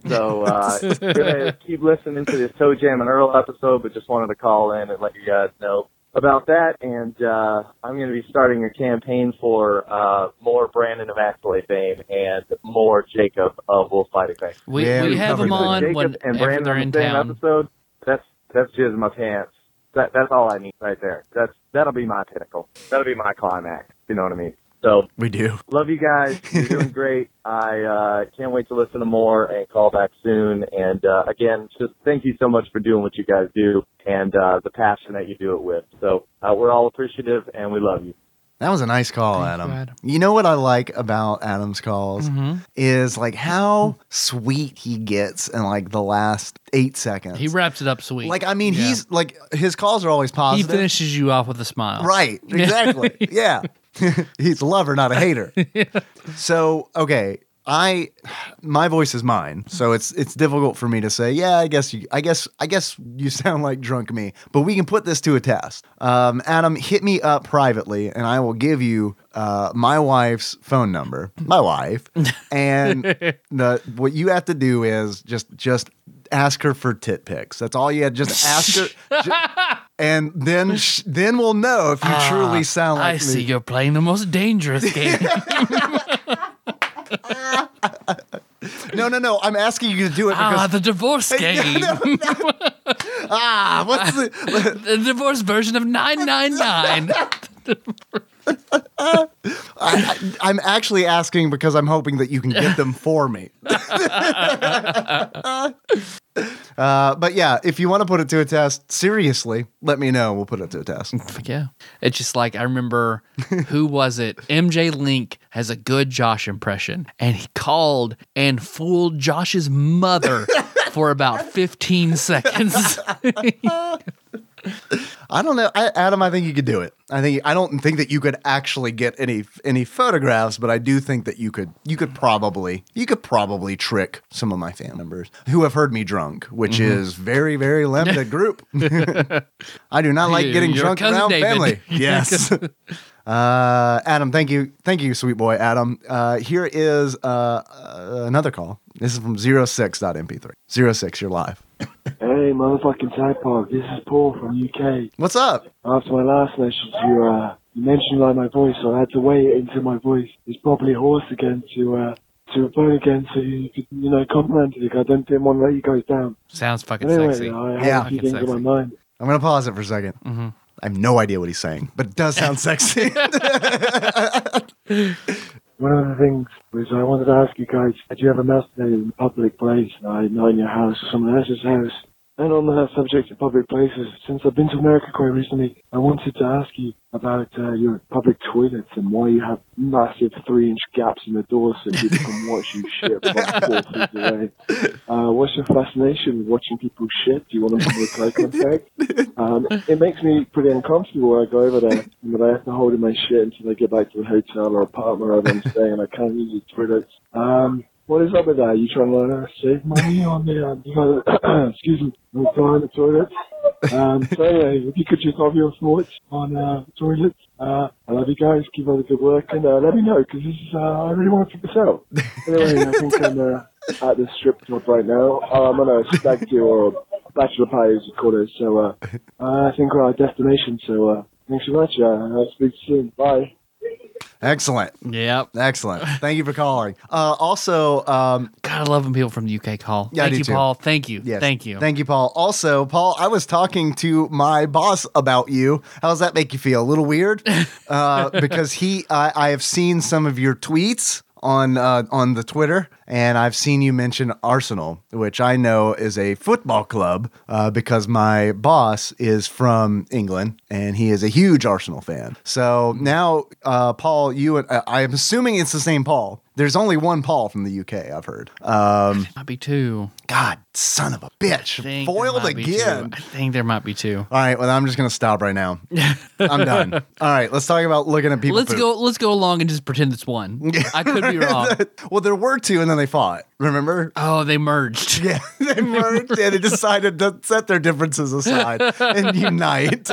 Speaker 3: So, uh,
Speaker 2: *laughs*
Speaker 3: gonna keep listening to this Toe Jam and Earl episode, but just wanted to call in and let you guys know about that. And, uh, I'm going to be starting a campaign for, uh, more Brandon of Axley fame and more Jacob of Wolf Fighting Fame.
Speaker 1: we,
Speaker 2: Yeah,
Speaker 1: we
Speaker 2: we
Speaker 1: have
Speaker 2: covered
Speaker 1: them
Speaker 2: that.
Speaker 1: on
Speaker 3: Jacob
Speaker 1: when
Speaker 3: and
Speaker 1: after
Speaker 3: Brandon
Speaker 1: they're
Speaker 3: on
Speaker 1: in
Speaker 3: the same
Speaker 1: town.
Speaker 3: episode, that's, that's jizz in my pants. That, that's all I need right there. That's, that'll be my pinnacle. That'll be my climax. You know what I mean? So,
Speaker 2: we do.
Speaker 3: Love you
Speaker 2: *laughs*
Speaker 3: guys. You're doing great. I uh, can't wait to listen to more and call back soon. And uh, again, just thank you so much for doing what you guys do and uh, the passion that you do it with. So uh, we're all appreciative and we love you.
Speaker 2: That was a nice call,
Speaker 1: Thank you,
Speaker 2: Adam. You,
Speaker 1: Adam. Mm-hmm.
Speaker 2: know what I like about Adam's calls is like how sweet he gets in like the last eight seconds.
Speaker 1: He wraps it up sweet.
Speaker 2: like I mean,
Speaker 1: Yeah.
Speaker 2: he's like his calls are always
Speaker 1: he
Speaker 2: positive.
Speaker 1: finishes you off with a smile.
Speaker 2: Right.
Speaker 1: *laughs*
Speaker 2: Exactly. yeah. *laughs* He's a lover, not a hater. So, okay. I my voice is mine. So it's it's difficult for me to say, yeah, I guess you I guess I guess you *laughs* sound like drunk me. But we can put this to a test. Um, Adam, hit me up privately and I will give you uh, my wife's phone number. My wife.
Speaker 1: *laughs*
Speaker 2: And the what you have to do is just just ask her for tit pics. That's all you had just ask
Speaker 1: *laughs*
Speaker 2: her ju- and then sh- then we'll know if you truly sound like
Speaker 1: Ah, I
Speaker 2: me.
Speaker 1: see
Speaker 2: *laughs*
Speaker 1: you're playing the most dangerous game.
Speaker 2: No, no, no. I'm asking you to do it
Speaker 1: ah,
Speaker 2: because
Speaker 1: the
Speaker 2: *laughs*
Speaker 1: divorce game. *laughs*
Speaker 2: ah, what's the
Speaker 1: the divorce version
Speaker 2: *laughs*
Speaker 1: of 999.
Speaker 2: I, I, am actually asking because I'm hoping that you can get them for me. uh, but yeah, if you want to put it to a test, seriously, let me know. We'll put it to a test.
Speaker 1: Fuck yeah. It's just like
Speaker 2: *laughs*
Speaker 1: I remember who was it? MJ Link has a good Josh impression and he called and fooled
Speaker 2: *laughs*
Speaker 1: Josh's mother for about 15 seconds.
Speaker 2: I don't know, I, Adam. I think you could do it. I think I don't think that you could actually get any any photographs, but I do think that you could you could probably you could probably trick some of my fan members who have heard me drunk, which
Speaker 1: Mm-hmm.
Speaker 2: is very very limited
Speaker 1: *laughs*
Speaker 2: group. I do not like
Speaker 1: Your-
Speaker 2: getting
Speaker 1: your
Speaker 2: drunk
Speaker 1: cousin
Speaker 2: around
Speaker 1: David.
Speaker 2: family.
Speaker 1: *laughs*
Speaker 2: Yes. *laughs* Uh, Adam, thank you, thank you, sweet boy, Adam. Uh, here is uh, uh, another call. This is from 06.mp3. 06, you're live.
Speaker 6: Hey, motherfucking tadpog, this is Paul from UK.
Speaker 2: What's up?
Speaker 6: After my last message, you, uh, you mentioned like my voice, so I had to weigh it into my voice. It's probably hoarse again to, uh, to a phone again so you could, you know, come round to you. 'cause I didn't, didn't want to let you guys down.
Speaker 1: Sounds fucking
Speaker 6: anyway,
Speaker 1: sexy.
Speaker 6: I hope
Speaker 2: Yeah.
Speaker 6: you
Speaker 1: Fucking
Speaker 6: didn't get my
Speaker 1: sexy.
Speaker 6: mind.
Speaker 2: I'm gonna pause it for a 2nd
Speaker 1: Mhm.
Speaker 2: I have no idea what he's saying, but it does
Speaker 1: *laughs*
Speaker 2: sound sexy.
Speaker 6: One of the things was I wanted to ask you guys, had you ever masturbated in a public place? I know in your house or someone else's house. And on the subject of public places, since I've been to America quite recently, I wanted to ask you about uh, your public toilets and why you have massive three-inch gaps in the door so people can watch you shit from four feet away. *laughs* Uh, what's your fascination with watching people shit? Do you want to make eye contact? Um, it makes me pretty uncomfortable when I go over there, but I have to hold in my shit until I get back to the hotel or apartment wherever I'm staying, and I can't use the toilets. Um, what is up with that? You trying to uh, save money on the, uh, you know, *coughs* excuse me, on the fly on the toilets? Um, so anyway, if you could just have your thoughts on uh, toilets, uh, I love you guys. Keep up the good work, and uh, let me know because this is, uh, I really want to check this out. Anyway, I think I'm uh, at the strip club right now. Uh, I'm on a stag do or a bachelor party, as you call it. So uh, I think we're at our destination. So uh, thanks so much. Uh, I'll speak soon. Bye.
Speaker 2: Excellent.
Speaker 1: Yep.
Speaker 2: Excellent. Thank you for calling. Uh, also, um,
Speaker 1: God, I love when people from the UK call.
Speaker 2: *laughs* Yeah, I
Speaker 1: Thank
Speaker 2: do
Speaker 1: you,
Speaker 2: too.
Speaker 1: Paul. Thank you.
Speaker 2: yes.
Speaker 1: Thank you.
Speaker 2: Thank you, Paul. Also, Paul, I was talking to my boss about you. How does that make you feel? A little weird?
Speaker 1: *laughs*
Speaker 2: Uh, because he, I, I have seen some of your tweets on uh, on the Twitter, and I've seen you mention Arsenal, which I know is a football club uh, because my boss is from England and he is a huge Arsenal fan. So now, uh, Paul, you and uh, I'm assuming it's the same Paul. There's only one Paul from the UK, I've heard. Um,
Speaker 1: might be two.
Speaker 2: God, son of a
Speaker 1: I
Speaker 2: bitch.
Speaker 1: think there
Speaker 2: Foiled
Speaker 1: might be
Speaker 2: again.
Speaker 1: two. I think there might be two.
Speaker 2: All right, well, I'm just going to stop right
Speaker 1: *laughs*
Speaker 2: now. I'm done. All right, let's talk about looking at people.
Speaker 1: Let's
Speaker 2: poop.
Speaker 1: go. Let's go along and just pretend it's one. I could
Speaker 2: *laughs*
Speaker 1: be wrong.
Speaker 2: well, there were two and then they fought. Remember?
Speaker 1: Oh, they merged.
Speaker 2: Yeah, *laughs* they merged and they decided to set their differences aside
Speaker 1: *laughs*
Speaker 2: and unite.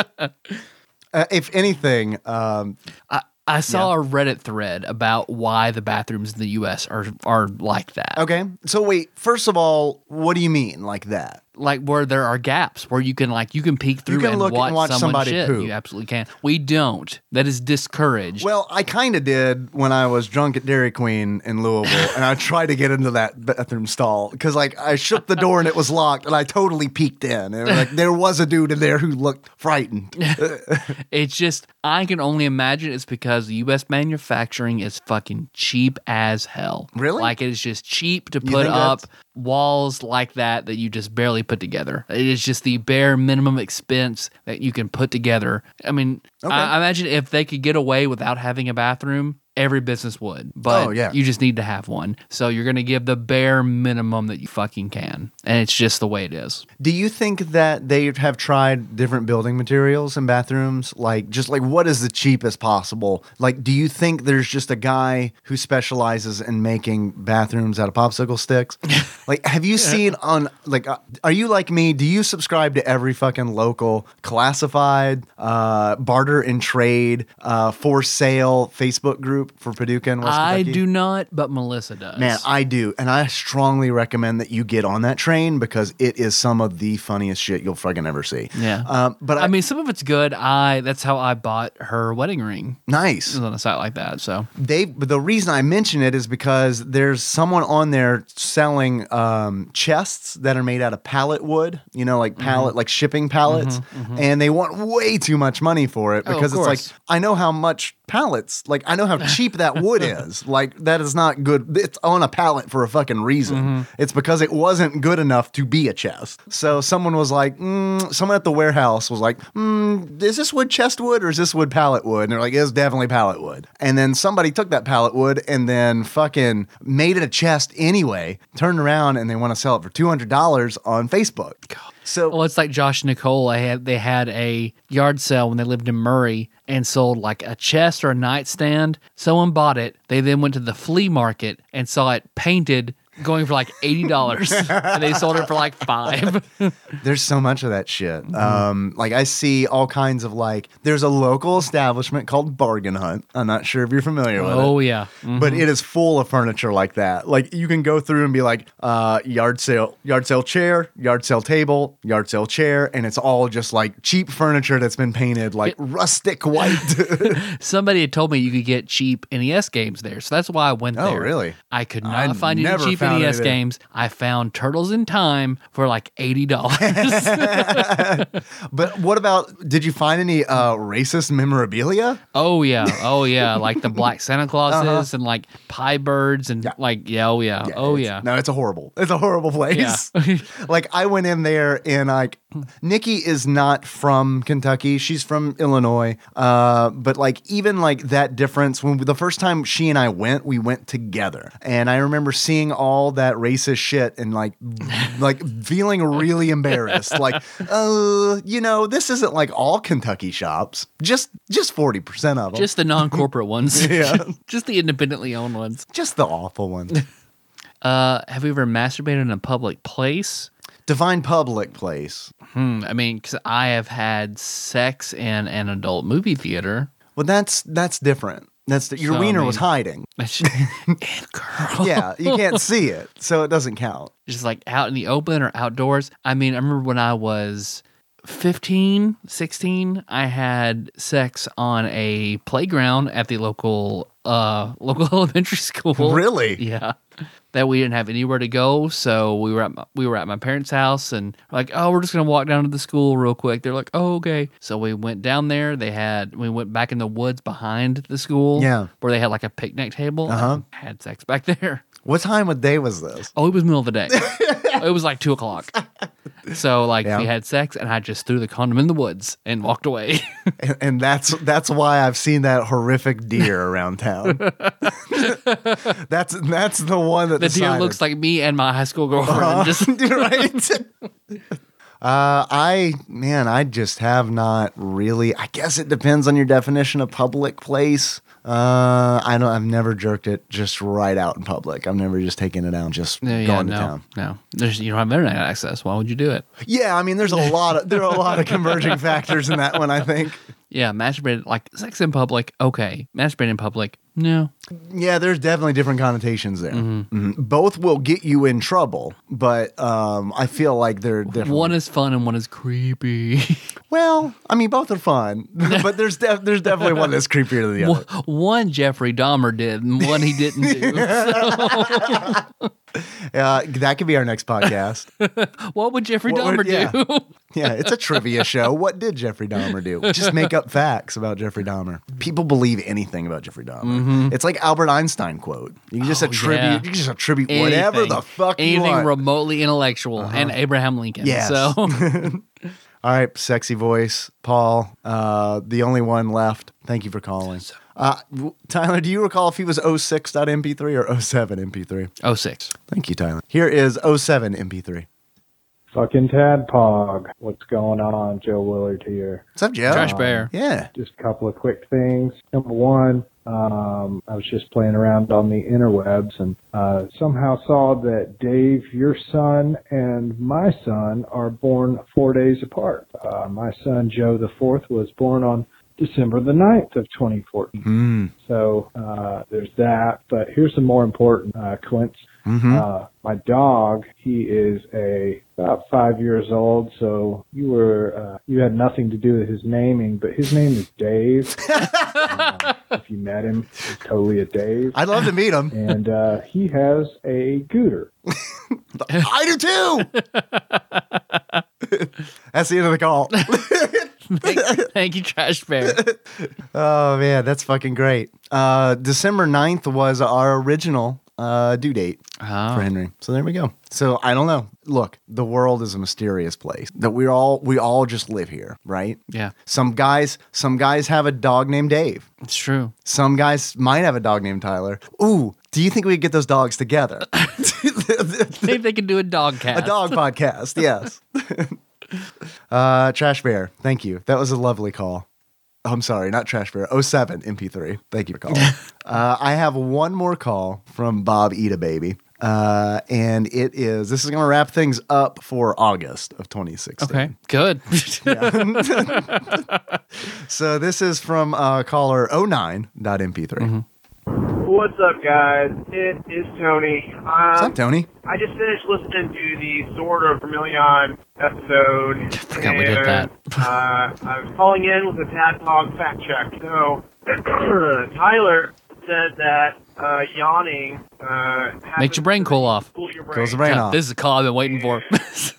Speaker 2: Uh, if anything, um,
Speaker 1: I, I saw a Reddit thread about why the bathrooms in the U.S. are are like that.
Speaker 2: okay. So, wait, first of all, what do you mean like that?
Speaker 1: Like where there are gaps where you can like you can peek through
Speaker 2: can
Speaker 1: and,
Speaker 2: look and
Speaker 1: watch
Speaker 2: watch
Speaker 1: someone
Speaker 2: somebody
Speaker 1: shit.
Speaker 2: poop.
Speaker 1: You absolutely can. We don't. That is discouraged.
Speaker 2: Well, I kind of did when I was drunk at Dairy Queen in Louisville, and I tried to get into that bathroom stall because, like, I shook the door and it was locked, and I totally peeked in, and like there was a dude in there who looked frightened.
Speaker 1: It's just I can only imagine it's because U.S. manufacturing is fucking cheap as hell.
Speaker 2: Really?
Speaker 1: Like it is just cheap to put
Speaker 2: think
Speaker 1: up
Speaker 2: that's-
Speaker 1: walls like that that you just barely put together. It is just the bare minimum expense that you can put together. I mean,
Speaker 2: Okay.
Speaker 1: I, I imagine if they could get away without having a bathroom. Every business would, but
Speaker 2: Oh, yeah.
Speaker 1: you just need to have one. So you're going to give the bare minimum that you fucking can. And it's just the way it is.
Speaker 2: Do you think that they have tried different building materials in bathrooms? Like, just like what is the cheapest possible? Like, do you think there's just a guy who specializes in making bathrooms out of popsicle
Speaker 1: *laughs*
Speaker 2: sticks? like, have you seen on, like, uh, are you like me? Do you subscribe to every fucking local classified, uh, barter and trade, uh, for sale Facebook group for Paducah and West
Speaker 1: I
Speaker 2: Kentucky?
Speaker 1: do not, but Melissa does.
Speaker 2: Man, I do. And I strongly recommend that you get on that train because it is some of the funniest shit you'll fucking ever see.
Speaker 1: Yeah.
Speaker 2: Um, but I,
Speaker 1: I
Speaker 2: mean,
Speaker 1: mean, some of it's good. I that's how I bought her wedding ring. It
Speaker 2: nice.
Speaker 1: was on a site like that. So
Speaker 2: They, but the reason I mention it is because there's someone on there selling um, chests that are made out of pallet wood, you know,
Speaker 1: Mm-hmm.
Speaker 2: like pallet, like shipping pallets, and they want way too much money for it
Speaker 1: Oh, of
Speaker 2: because it's like
Speaker 1: course.
Speaker 2: I know how much pallets, like I know how cheap
Speaker 1: *laughs*
Speaker 2: that wood is. Like that is not good. It's on a pallet for a fucking reason.
Speaker 1: Mm-hmm.
Speaker 2: It's because it wasn't good enough to be a chest. So someone was like, mm, someone at the warehouse was like, mm, is this wood chest wood or is this wood pallet wood? And they're like, it's definitely pallet wood. And then somebody took that pallet wood and then fucking made it a chest anyway. Turned around and they want to sell it for two hundred dollars on Facebook. So
Speaker 1: well, it's like Josh and Nicole. I had they had a yard sale when they lived in Murray and sold like a chest or a nightstand. Someone bought it. They then went to the flea market and saw it painted going for like $80 and they sold it for like 5
Speaker 2: There's so much of that shit.
Speaker 1: Mm-hmm.
Speaker 2: Um, like I see all kinds of like. There's a local establishment called Bargain Hunt. I'm not sure if you're familiar with it.
Speaker 1: Oh, yeah.
Speaker 2: But it is full of furniture like that. Like you can go through and be like, uh, yard sale, yard sale chair, yard sale table, yard sale chair, and it's all just like cheap furniture that's been painted like rustic
Speaker 1: *laughs*
Speaker 2: white. *laughs*
Speaker 1: Somebody had told me you could get cheap NES games there, so that's why I went
Speaker 2: Oh,
Speaker 1: there.
Speaker 2: really?
Speaker 1: I could not
Speaker 2: I
Speaker 1: find any
Speaker 2: never
Speaker 1: cheap
Speaker 2: found
Speaker 1: NES
Speaker 2: any there.
Speaker 1: games. I found Turtles in Time for like eighty
Speaker 2: *laughs*
Speaker 1: dollars.
Speaker 2: but what about? Did you find any uh, racist memorabilia?
Speaker 1: oh yeah,
Speaker 2: *laughs*
Speaker 1: oh yeah, like the black Santa Clauses and like pie birds and like yeah, oh yeah, oh
Speaker 2: Uh-huh. it's-
Speaker 1: yeah.
Speaker 2: No, it's a horrible. It's a horrible place.
Speaker 1: Yeah.
Speaker 2: *laughs* like I went in there and like Nikki is not from Kentucky. She's from Illinois. Uh, but like even like that difference when the first time she and I went, we went together. And I remember seeing all that racist shit and
Speaker 1: *laughs*
Speaker 2: like like feeling really embarrassed. Like, uh, you know, this isn't like all Kentucky shops. Just just 40% of them.
Speaker 1: Just
Speaker 2: *laughs*
Speaker 1: the non-corporate ones.
Speaker 2: Yeah.
Speaker 1: *laughs* Just the independently owned ones.
Speaker 2: just the awful ones.
Speaker 1: *laughs* Uh, have you ever masturbated in a public place?
Speaker 2: Define public place.
Speaker 1: Hmm, I mean, because I have had sex in an adult movie theater.
Speaker 2: Well, that's that's different. That's the, your
Speaker 1: So, I
Speaker 2: wiener was
Speaker 1: mean-
Speaker 2: hiding.
Speaker 1: *laughs* and girl.
Speaker 2: Yeah, you
Speaker 1: *laughs*
Speaker 2: can't see it, so it doesn't count.
Speaker 1: just like out in the open or outdoors. I mean, I remember when I was 15, 16, I had sex on a playground at the local uh *laughs* local elementary school.
Speaker 2: really?
Speaker 1: Yeah. That we didn't have anywhere to go, so we were at my, we were at my parents' house, and we're like, oh, we're just gonna walk down to the school real quick. They're like, oh, okay. So we went down there. They had we went back in the woods behind the school,
Speaker 2: Yeah.
Speaker 1: where they had like a picnic table.
Speaker 2: Uh-huh.
Speaker 1: I Had sex back there.
Speaker 2: What time of day was this?
Speaker 1: Oh, it was middle of
Speaker 2: *laughs*
Speaker 1: the day. it was like two o'clock. So like
Speaker 2: Yeah.
Speaker 1: we had sex, and I just threw the condom in the woods and walked away. *laughs*
Speaker 2: And, and that's that's why I've seen that horrific deer around
Speaker 1: *laughs*
Speaker 2: town. that's that's the one that
Speaker 1: the deer
Speaker 2: decided.
Speaker 1: looks like me and my high school girlfriend.
Speaker 2: Uh,
Speaker 1: Just
Speaker 2: *laughs* you're right. Uh, I man, I just have not really. I guess it depends on your definition of public place. Uh, I don't. I've never jerked it just right out in public. I've never just taken it out, and just
Speaker 1: *laughs* yeah, yeah,
Speaker 2: going
Speaker 1: no,
Speaker 2: to town.
Speaker 1: no. There's you don't have internet access. Why would you do it?
Speaker 2: Yeah, I mean, there's a lot of there are a lot of converging factors in that one. I think.
Speaker 1: Yeah, masturbated like sex in public. Okay, masturbated in public. No, Mm-hmm.
Speaker 2: Yeah, there's definitely different connotations there. Mhm. Both will get you in trouble, but um, I feel like they're different.
Speaker 1: one is fun and one is creepy. *laughs*
Speaker 2: well, I mean, both are fun, *laughs* but there's def- there's definitely one that's creepier than the other.
Speaker 1: one, one Jeffrey Dahmer did, and one he
Speaker 2: *laughs*
Speaker 1: didn't do.
Speaker 2: Uh, that could be our next
Speaker 1: *laughs*
Speaker 2: podcast.
Speaker 1: what would Jeffrey
Speaker 2: What
Speaker 1: Dahmer
Speaker 2: would- yeah.
Speaker 1: do?
Speaker 2: yeah, it's a trivia show. What did Jeffrey Dahmer do? Just make up facts about Jeffrey Dahmer. People believe anything about Jeffrey Dahmer. It's like Albert Einstein quote. You can just
Speaker 1: Mm-hmm. Oh,
Speaker 2: attribute.
Speaker 1: yeah.
Speaker 2: You can just attribute whatever the fuck
Speaker 1: anything
Speaker 2: you want. Uh-huh.
Speaker 1: remotely intellectual and Abraham Lincoln.
Speaker 2: Yes.
Speaker 1: So
Speaker 2: *laughs* All right, sexy voice, Paul, uh, the only one left. Thank you for calling. Uh, w- Tyler, do you recall if he was 06.mp3 or 07 MP3?
Speaker 1: 06.
Speaker 2: Thank you, *laughs* Tyler. Here is 07 MP3.
Speaker 7: Fucking Tadpog. What's going on? Joe Willard here. Um,
Speaker 2: What's up, Joe?
Speaker 1: Trash Bear.
Speaker 2: Yeah.
Speaker 7: Just a couple of quick things. Number one, um, I was just playing around on the interwebs and uh, somehow saw that Dave, your son, and my son are born four days apart. Uh, my son, Joe the fourth, was born on December the 9th of 2014.
Speaker 2: Mm.
Speaker 7: So uh, there's that. But here's some more important uh, coinc-
Speaker 2: hmm
Speaker 7: Uh, my dog, he is a about five years old, so you were uh, you had nothing to do with his naming, but his name is
Speaker 2: *laughs*
Speaker 7: Dave. Uh, if you met him, he's totally a Dave,
Speaker 2: I'd love to meet him.
Speaker 7: and uh, he has a gooter.
Speaker 2: I do too. that's the end of the call. *laughs*
Speaker 1: Thank, thank you, Trash Bear.
Speaker 2: oh, man, that's fucking great. Uh, December 9th was our original uh, due date. for
Speaker 1: Oh,
Speaker 2: Henry. So there we go. So I don't know. Look, the world is a mysterious place. That we all we all just live here, right?
Speaker 1: yeah,
Speaker 2: Some guys, some guys have a dog named Dave.
Speaker 1: it's true.
Speaker 2: Some guys might have a dog named Tyler. Ooh, do you think we could get those dogs together?
Speaker 1: See if they can do a dog
Speaker 2: a
Speaker 1: cast.
Speaker 2: dog podcast, yes. uh, Trash Bear, thank you. That was a lovely call. Oh, I'm sorry, not Trash Bear. Oh,
Speaker 1: *laughs*
Speaker 2: 07 MP3. Thank you for calling. uh, I have one more call from Bob Eat a Baby. Uh, and it is, this is going to wrap things up for August of 2016.
Speaker 1: Okay,
Speaker 2: *laughs*
Speaker 1: good.
Speaker 2: So this is from uh, caller 09.mp3.
Speaker 1: Mm-hmm.
Speaker 8: What's up, guys? It is Tony. Um,
Speaker 2: What's up, Tony?
Speaker 8: I just finished listening to the Sword of Vermilion episode. I
Speaker 1: forgot we did that.
Speaker 8: uh, I was calling in with a Tadpog fact check. So, *clears throat* Tyler said that uh, yawning uh,
Speaker 1: Makes
Speaker 8: happens
Speaker 1: your brain cool off.
Speaker 8: to cool your brain.
Speaker 2: Close the brain
Speaker 1: Yeah,
Speaker 2: off.
Speaker 1: *laughs* this is a call I've been waiting for.
Speaker 2: All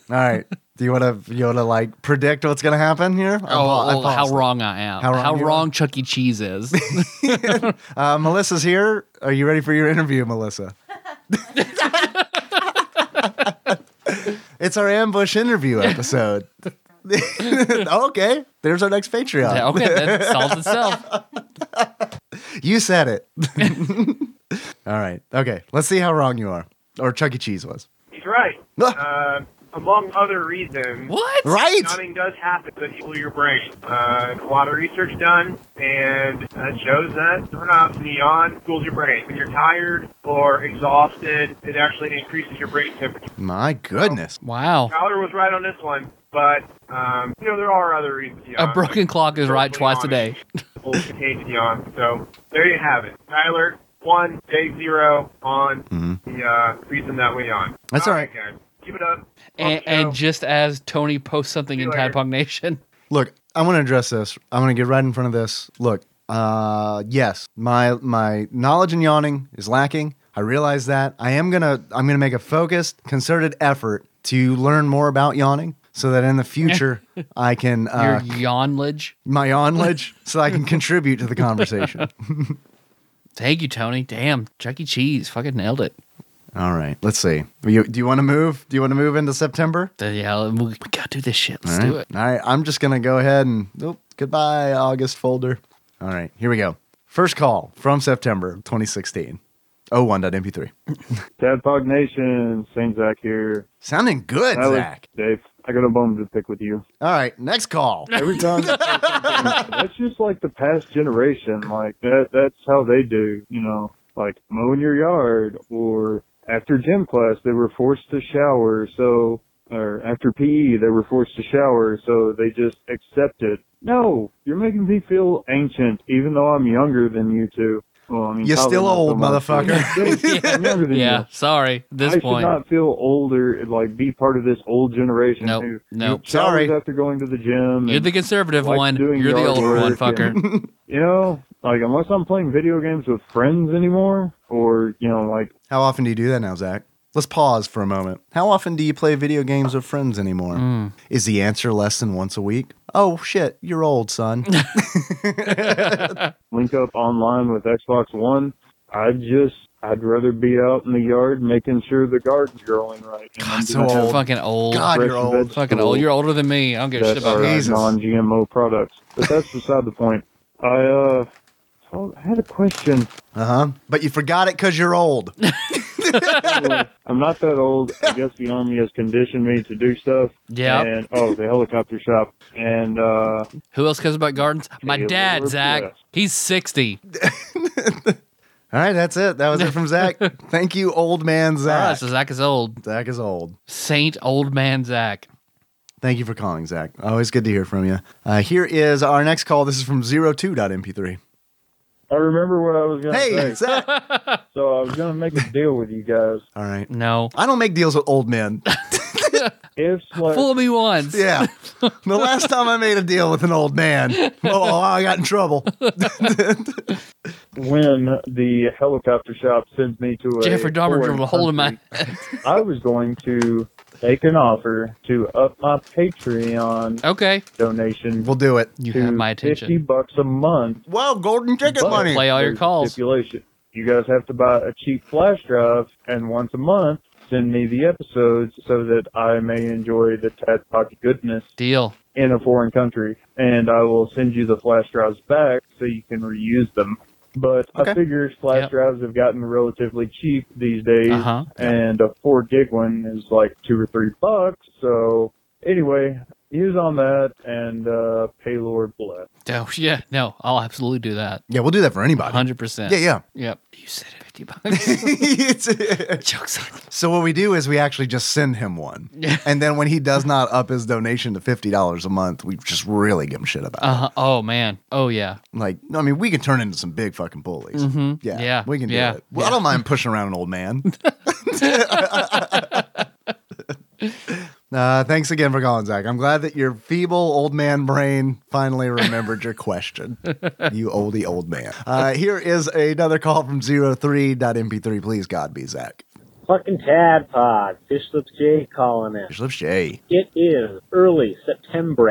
Speaker 2: right. Do you want to you want to like predict what's going to happen here?
Speaker 1: oh, *laughs* oh, how
Speaker 2: paused.
Speaker 1: wrong I am.
Speaker 2: How
Speaker 1: How
Speaker 2: wrong
Speaker 1: wrong,
Speaker 2: you are.
Speaker 1: Chuck E. Cheese is.
Speaker 2: *laughs*
Speaker 1: *laughs*
Speaker 2: Uh, Melissa's here. Are you ready for your interview, Melissa? it's our ambush interview episode. *laughs* okay, there's our next Patreon.
Speaker 1: Yeah, okay, that solves itself.
Speaker 2: *laughs* You said it.
Speaker 1: *laughs*
Speaker 2: All right. Okay. Let's see how wrong you are, or Chuck E. Cheese was.
Speaker 8: He's right. Uh, among other reasons.
Speaker 1: What?
Speaker 2: Right.
Speaker 8: Yawning does happen to fuel your brain. Uh, a lot of research done, and that shows that turn off the yawn cools your brain. When you're tired or exhausted, it actually increases your brain temperature.
Speaker 2: My goodness.
Speaker 1: Wow.
Speaker 8: Crowder was right on this one, but um, you know there are other reasons. to
Speaker 1: A
Speaker 8: Yawn.
Speaker 1: broken clock is right twice a day.
Speaker 8: Full contagious yawn. So there you have it, Tyler. One day zero on the uh, reason that we yawn.
Speaker 2: Mm-hmm. That's all right.
Speaker 8: guys. Keep it up.
Speaker 1: And,
Speaker 8: Okay.
Speaker 1: and just as Tony posts something in
Speaker 8: See you later.
Speaker 1: Tadpog Nation,
Speaker 2: Look, I'm going to address this. I'm going to get right in front of this. Look, uh, yes, my my knowledge in yawning is lacking. I realize that. I am gonna I'm gonna make a focused, concerted effort to learn more about yawning, so that in the future I can
Speaker 1: your
Speaker 2: uh,
Speaker 1: yawnledge.
Speaker 2: my knowledge, so
Speaker 1: *laughs*
Speaker 2: I can contribute to the conversation.
Speaker 1: Thank you, Tony. Damn, Chuck E. Cheese fucking nailed it.
Speaker 2: All right, let's see. Do you, do you want to move? Do you want to move into September?
Speaker 1: The- Yeah, we, we gotta do this shit. Let's
Speaker 2: All
Speaker 1: do
Speaker 2: right.
Speaker 1: it.
Speaker 2: All right. I'm just going to go ahead and oop, goodbye, August folder. All right. Here we go. First call from September 2016. 01.mp3.
Speaker 9: Tadpog Nation, St. Zach here.
Speaker 2: Sounding good,
Speaker 9: Tyler,
Speaker 2: Zach.
Speaker 9: Dave, I got a bone to pick with you.
Speaker 2: All right. Next call.
Speaker 9: *laughs*
Speaker 2: *laughs*
Speaker 9: Every time that's just like the past generation. Like that that's how they do, you know, like mowing your yard or after gym class they were forced to shower, so or after PE they were forced to shower, so they just accepted. No, you're making me feel ancient, even though I'm younger than you two. Well, I mean,
Speaker 2: You're
Speaker 9: probably
Speaker 2: still
Speaker 9: not so
Speaker 2: old,
Speaker 9: much, but-
Speaker 2: motherfucker. *laughs*
Speaker 9: Dave, I'm younger than
Speaker 1: *laughs*
Speaker 9: you.
Speaker 1: Yeah, sorry. At this
Speaker 9: I
Speaker 1: point,
Speaker 9: should not feel older, like be part of this old generation.
Speaker 1: Nope,
Speaker 9: who
Speaker 1: nope.
Speaker 9: showers
Speaker 2: Sorry.
Speaker 9: After going to the gym,
Speaker 1: you're
Speaker 9: and,
Speaker 1: the conservative
Speaker 9: Like
Speaker 1: one.
Speaker 9: doing
Speaker 1: You're the
Speaker 9: yard
Speaker 1: older one,
Speaker 9: work and-
Speaker 1: fucker.
Speaker 9: *laughs*
Speaker 1: *laughs*
Speaker 9: you know, like unless I'm playing video games with friends anymore, or you know, like
Speaker 2: How often do you do that now, Zach? Let's pause for a moment. How often do you play video games with friends anymore?
Speaker 1: Hmm.
Speaker 2: Is the answer less than once a week? Oh, shit. You're old, *laughs*
Speaker 1: *laughs*
Speaker 2: son.
Speaker 9: link up online with Xbox One. I just, I'd rather be out in the yard making sure the garden's growing right. and I'm
Speaker 2: God, so
Speaker 9: doing
Speaker 2: old.
Speaker 1: fucking old.
Speaker 2: God,
Speaker 9: fresh
Speaker 2: you're old.
Speaker 1: Fucking
Speaker 9: vegetables.
Speaker 1: old. You're older than me. I don't give a shit
Speaker 9: that
Speaker 1: about
Speaker 9: are
Speaker 1: that.
Speaker 2: Jesus.
Speaker 9: non-GMO products. But that's beside the point. I uh, oh, I had a question.
Speaker 2: Uh huh. But you forgot it because you're old. *laughs*
Speaker 9: I'm not that old. I guess the army has conditioned me to do stuff.
Speaker 1: Yeah.
Speaker 9: And oh, the helicopter shop. And uh,
Speaker 1: Who else cares about gardens? My
Speaker 9: Yeah,
Speaker 1: dad,
Speaker 9: we're
Speaker 1: Zach.
Speaker 9: blessed.
Speaker 1: He's 60.
Speaker 2: All right, that's it. That was it from
Speaker 1: *laughs*
Speaker 2: Zach. Thank you, old man
Speaker 1: Ah,
Speaker 2: Zach.
Speaker 1: so Zach is old.
Speaker 2: Zach is old.
Speaker 1: Saint old man Zach.
Speaker 2: Thank you for calling, Zach. Always good to hear from you. Uh, here is our next call. This is from 02.mp3.
Speaker 9: I remember what I was gonna
Speaker 2: Hey,
Speaker 9: say.
Speaker 2: Zach.
Speaker 9: So I was gonna make a deal with you guys.
Speaker 2: *laughs* All right.
Speaker 1: No.
Speaker 2: I don't make deals with old men.
Speaker 9: If
Speaker 1: *laughs*
Speaker 9: slash
Speaker 1: Fool me once.
Speaker 2: *laughs* Yeah. The last time I made a deal with an old man,
Speaker 1: *laughs*
Speaker 2: oh, I got in trouble.
Speaker 9: when the helicopter shop sends me to a
Speaker 1: Jeffrey Dahmer
Speaker 9: foreign
Speaker 1: drilled a hole in my
Speaker 9: country, I was going to make an offer to up my Patreon
Speaker 1: Okay.
Speaker 9: donation.
Speaker 2: We'll do it.
Speaker 1: You
Speaker 9: to
Speaker 1: have my
Speaker 9: Fifty
Speaker 1: attention.
Speaker 9: bucks a month.
Speaker 2: Well, golden ticket
Speaker 9: But-
Speaker 2: money.
Speaker 1: Play all your
Speaker 9: There's a
Speaker 1: calls.
Speaker 9: Stipulation. You guys have to buy a cheap flash drive and once a month send me the episodes so that I may enjoy the Tad Pocket goodness
Speaker 1: Deal. *laughs*
Speaker 9: in a foreign country. And I will send you the flash drives back so you can reuse them. But
Speaker 2: Okay.
Speaker 9: I figure flash
Speaker 1: Yep.
Speaker 9: drives have gotten relatively cheap these days
Speaker 1: Uh-huh.
Speaker 9: and a four gig one is like two or three bucks. So anyway, He was on that and uh, Paylord Bless.
Speaker 1: Oh, yeah. No, I'll absolutely do that.
Speaker 2: Yeah, we'll do that for anybody.
Speaker 1: 100%.
Speaker 2: Yeah, yeah.
Speaker 1: Yep. You said it 50 bucks. *laughs*
Speaker 2: *laughs* It's-
Speaker 1: Jokes on
Speaker 2: so what we do is we actually just send him one,
Speaker 1: Yeah.
Speaker 2: and then when he does not up his donation to fifty dollars a month, we just really give him shit about. it.
Speaker 1: uh Oh, man. Oh, yeah.
Speaker 2: Like, no, I mean, we can turn into some big fucking bullies.
Speaker 1: Mhm.
Speaker 2: Yeah,
Speaker 1: Yeah.
Speaker 2: we can do
Speaker 1: Yeah.
Speaker 2: it. Well, I don't mind pushing around an old
Speaker 1: *laughs*
Speaker 2: man. *laughs* uh, thanks again for calling, Zach. I'm glad that your feeble old man brain finally remembered your
Speaker 1: *laughs*
Speaker 2: question. *laughs* you oldie old man. Uh, here is another call from 03.mp3. Please, God, be Zach.
Speaker 10: Fucking Tad Pod, Fishlips J calling in.
Speaker 2: Here's Lips J.
Speaker 10: It is early September,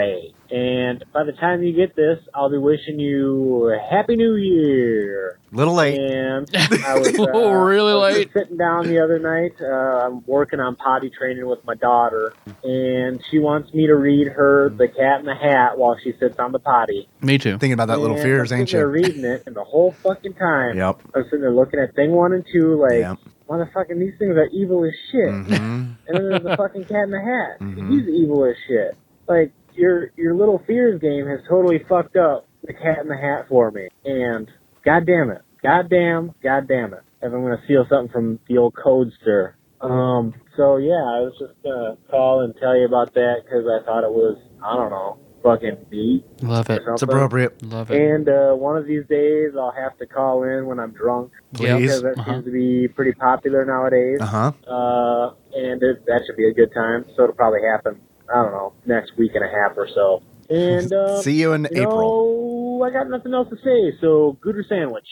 Speaker 10: and by the time you get this, I'll be wishing you a Happy New Year.
Speaker 2: Little late. *laughs*
Speaker 10: And I was
Speaker 1: Oh,
Speaker 10: uh,
Speaker 1: really
Speaker 10: I was just
Speaker 1: late.
Speaker 10: sitting down the other night. Uh, I'm working on potty training with my daughter, and she wants me to read her
Speaker 2: Mm-hmm.
Speaker 10: The Cat in the Hat while she sits on the potty.
Speaker 1: Me too.
Speaker 2: Thinking about that little
Speaker 10: And
Speaker 2: fears,
Speaker 10: I'm
Speaker 2: ain't
Speaker 10: sitting there
Speaker 2: you?
Speaker 10: reading it, and the whole fucking time,
Speaker 2: Yep.
Speaker 10: I'm sitting there looking at thing one and two, like,
Speaker 2: Yep.
Speaker 10: motherfucking, these things are evil as shit.
Speaker 1: Mm-hmm.
Speaker 10: *laughs*
Speaker 2: Mhm.
Speaker 10: And then there's the fucking cat in the hat.
Speaker 2: Mhm.
Speaker 10: He's evil as shit. Like your your little fears game has totally fucked up the cat in the hat for me. And god damn it. God damn, god damn it. If I'm gonna steal something from the old codester. Um so yeah, I was just gonna call and tell you about that because I thought it was I don't know, fucking deep
Speaker 1: Love it.
Speaker 10: or
Speaker 2: It's
Speaker 10: something.
Speaker 2: appropriate.
Speaker 1: Love it.
Speaker 10: And uh, one of these days I'll have to call in when I'm drunk
Speaker 1: Yep.
Speaker 2: Please.
Speaker 10: because that
Speaker 1: Uh-huh.
Speaker 10: seems to be pretty popular nowadays.
Speaker 2: Uh huh.
Speaker 10: Uh, and it, that should be a good time. So it'll probably happen. I don't know, next week and a half or so. And
Speaker 2: *laughs*
Speaker 10: uh,
Speaker 2: See you in
Speaker 10: you
Speaker 2: April.
Speaker 10: know, I got nothing else to say. So Gooder sandwich.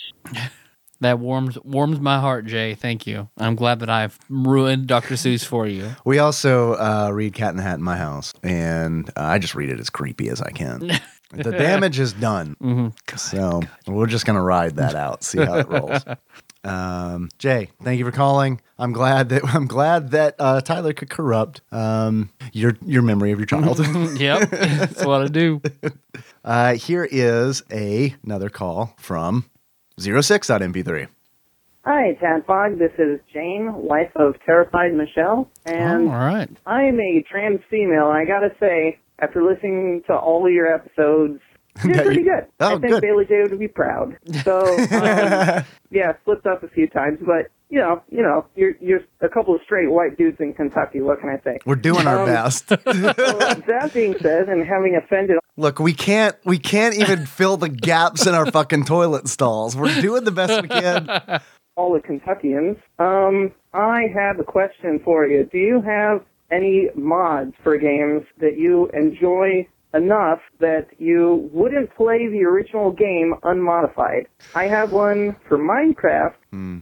Speaker 1: That warms warms my heart, Jay. Thank you. I'm glad that I've ruined Dr. Seuss for you.
Speaker 2: We also uh, read Cat in the Hat in my house, and uh, I just read it as creepy as I can. *laughs*
Speaker 1: *laughs*
Speaker 2: the damage is done.
Speaker 1: hmm
Speaker 2: So we're just going to ride that out, see how it rolls.
Speaker 1: *laughs*
Speaker 2: Um, Jay, thank you for calling. I'm glad that *laughs* I'm glad that uh, Tyler could corrupt um, your your memory of your child.
Speaker 1: *laughs* yep. That's what I do.
Speaker 2: *laughs* uh, here is a, another call from 06.mp3.
Speaker 11: Hi, Tadpog. This is Jane, wife of Terrified Michelle, and
Speaker 2: Oh.
Speaker 1: All right.
Speaker 11: I'm a trans female. I gotta say, after listening to all of your
Speaker 2: *laughs*
Speaker 11: episodes, you're pretty good.
Speaker 2: Oh,
Speaker 11: I think
Speaker 2: good.
Speaker 11: Bailey J would be proud.
Speaker 2: *laughs*
Speaker 11: So, um, yeah, slipped up a few times, but you know, you know, you're you're a couple of straight white dudes in Kentucky. What can I say?
Speaker 2: We're doing our
Speaker 11: Um,
Speaker 2: best.
Speaker 11: So, that being said, and having offended
Speaker 2: Look, we can't we can't *laughs* even fill the gaps in our fucking toilet stalls. We're doing the best we can.
Speaker 11: *laughs* all the Kentuckians. Um, I have a question for you. Do you have any mods for games that you enjoy enough that you wouldn't play the original game unmodified? I have one for Minecraft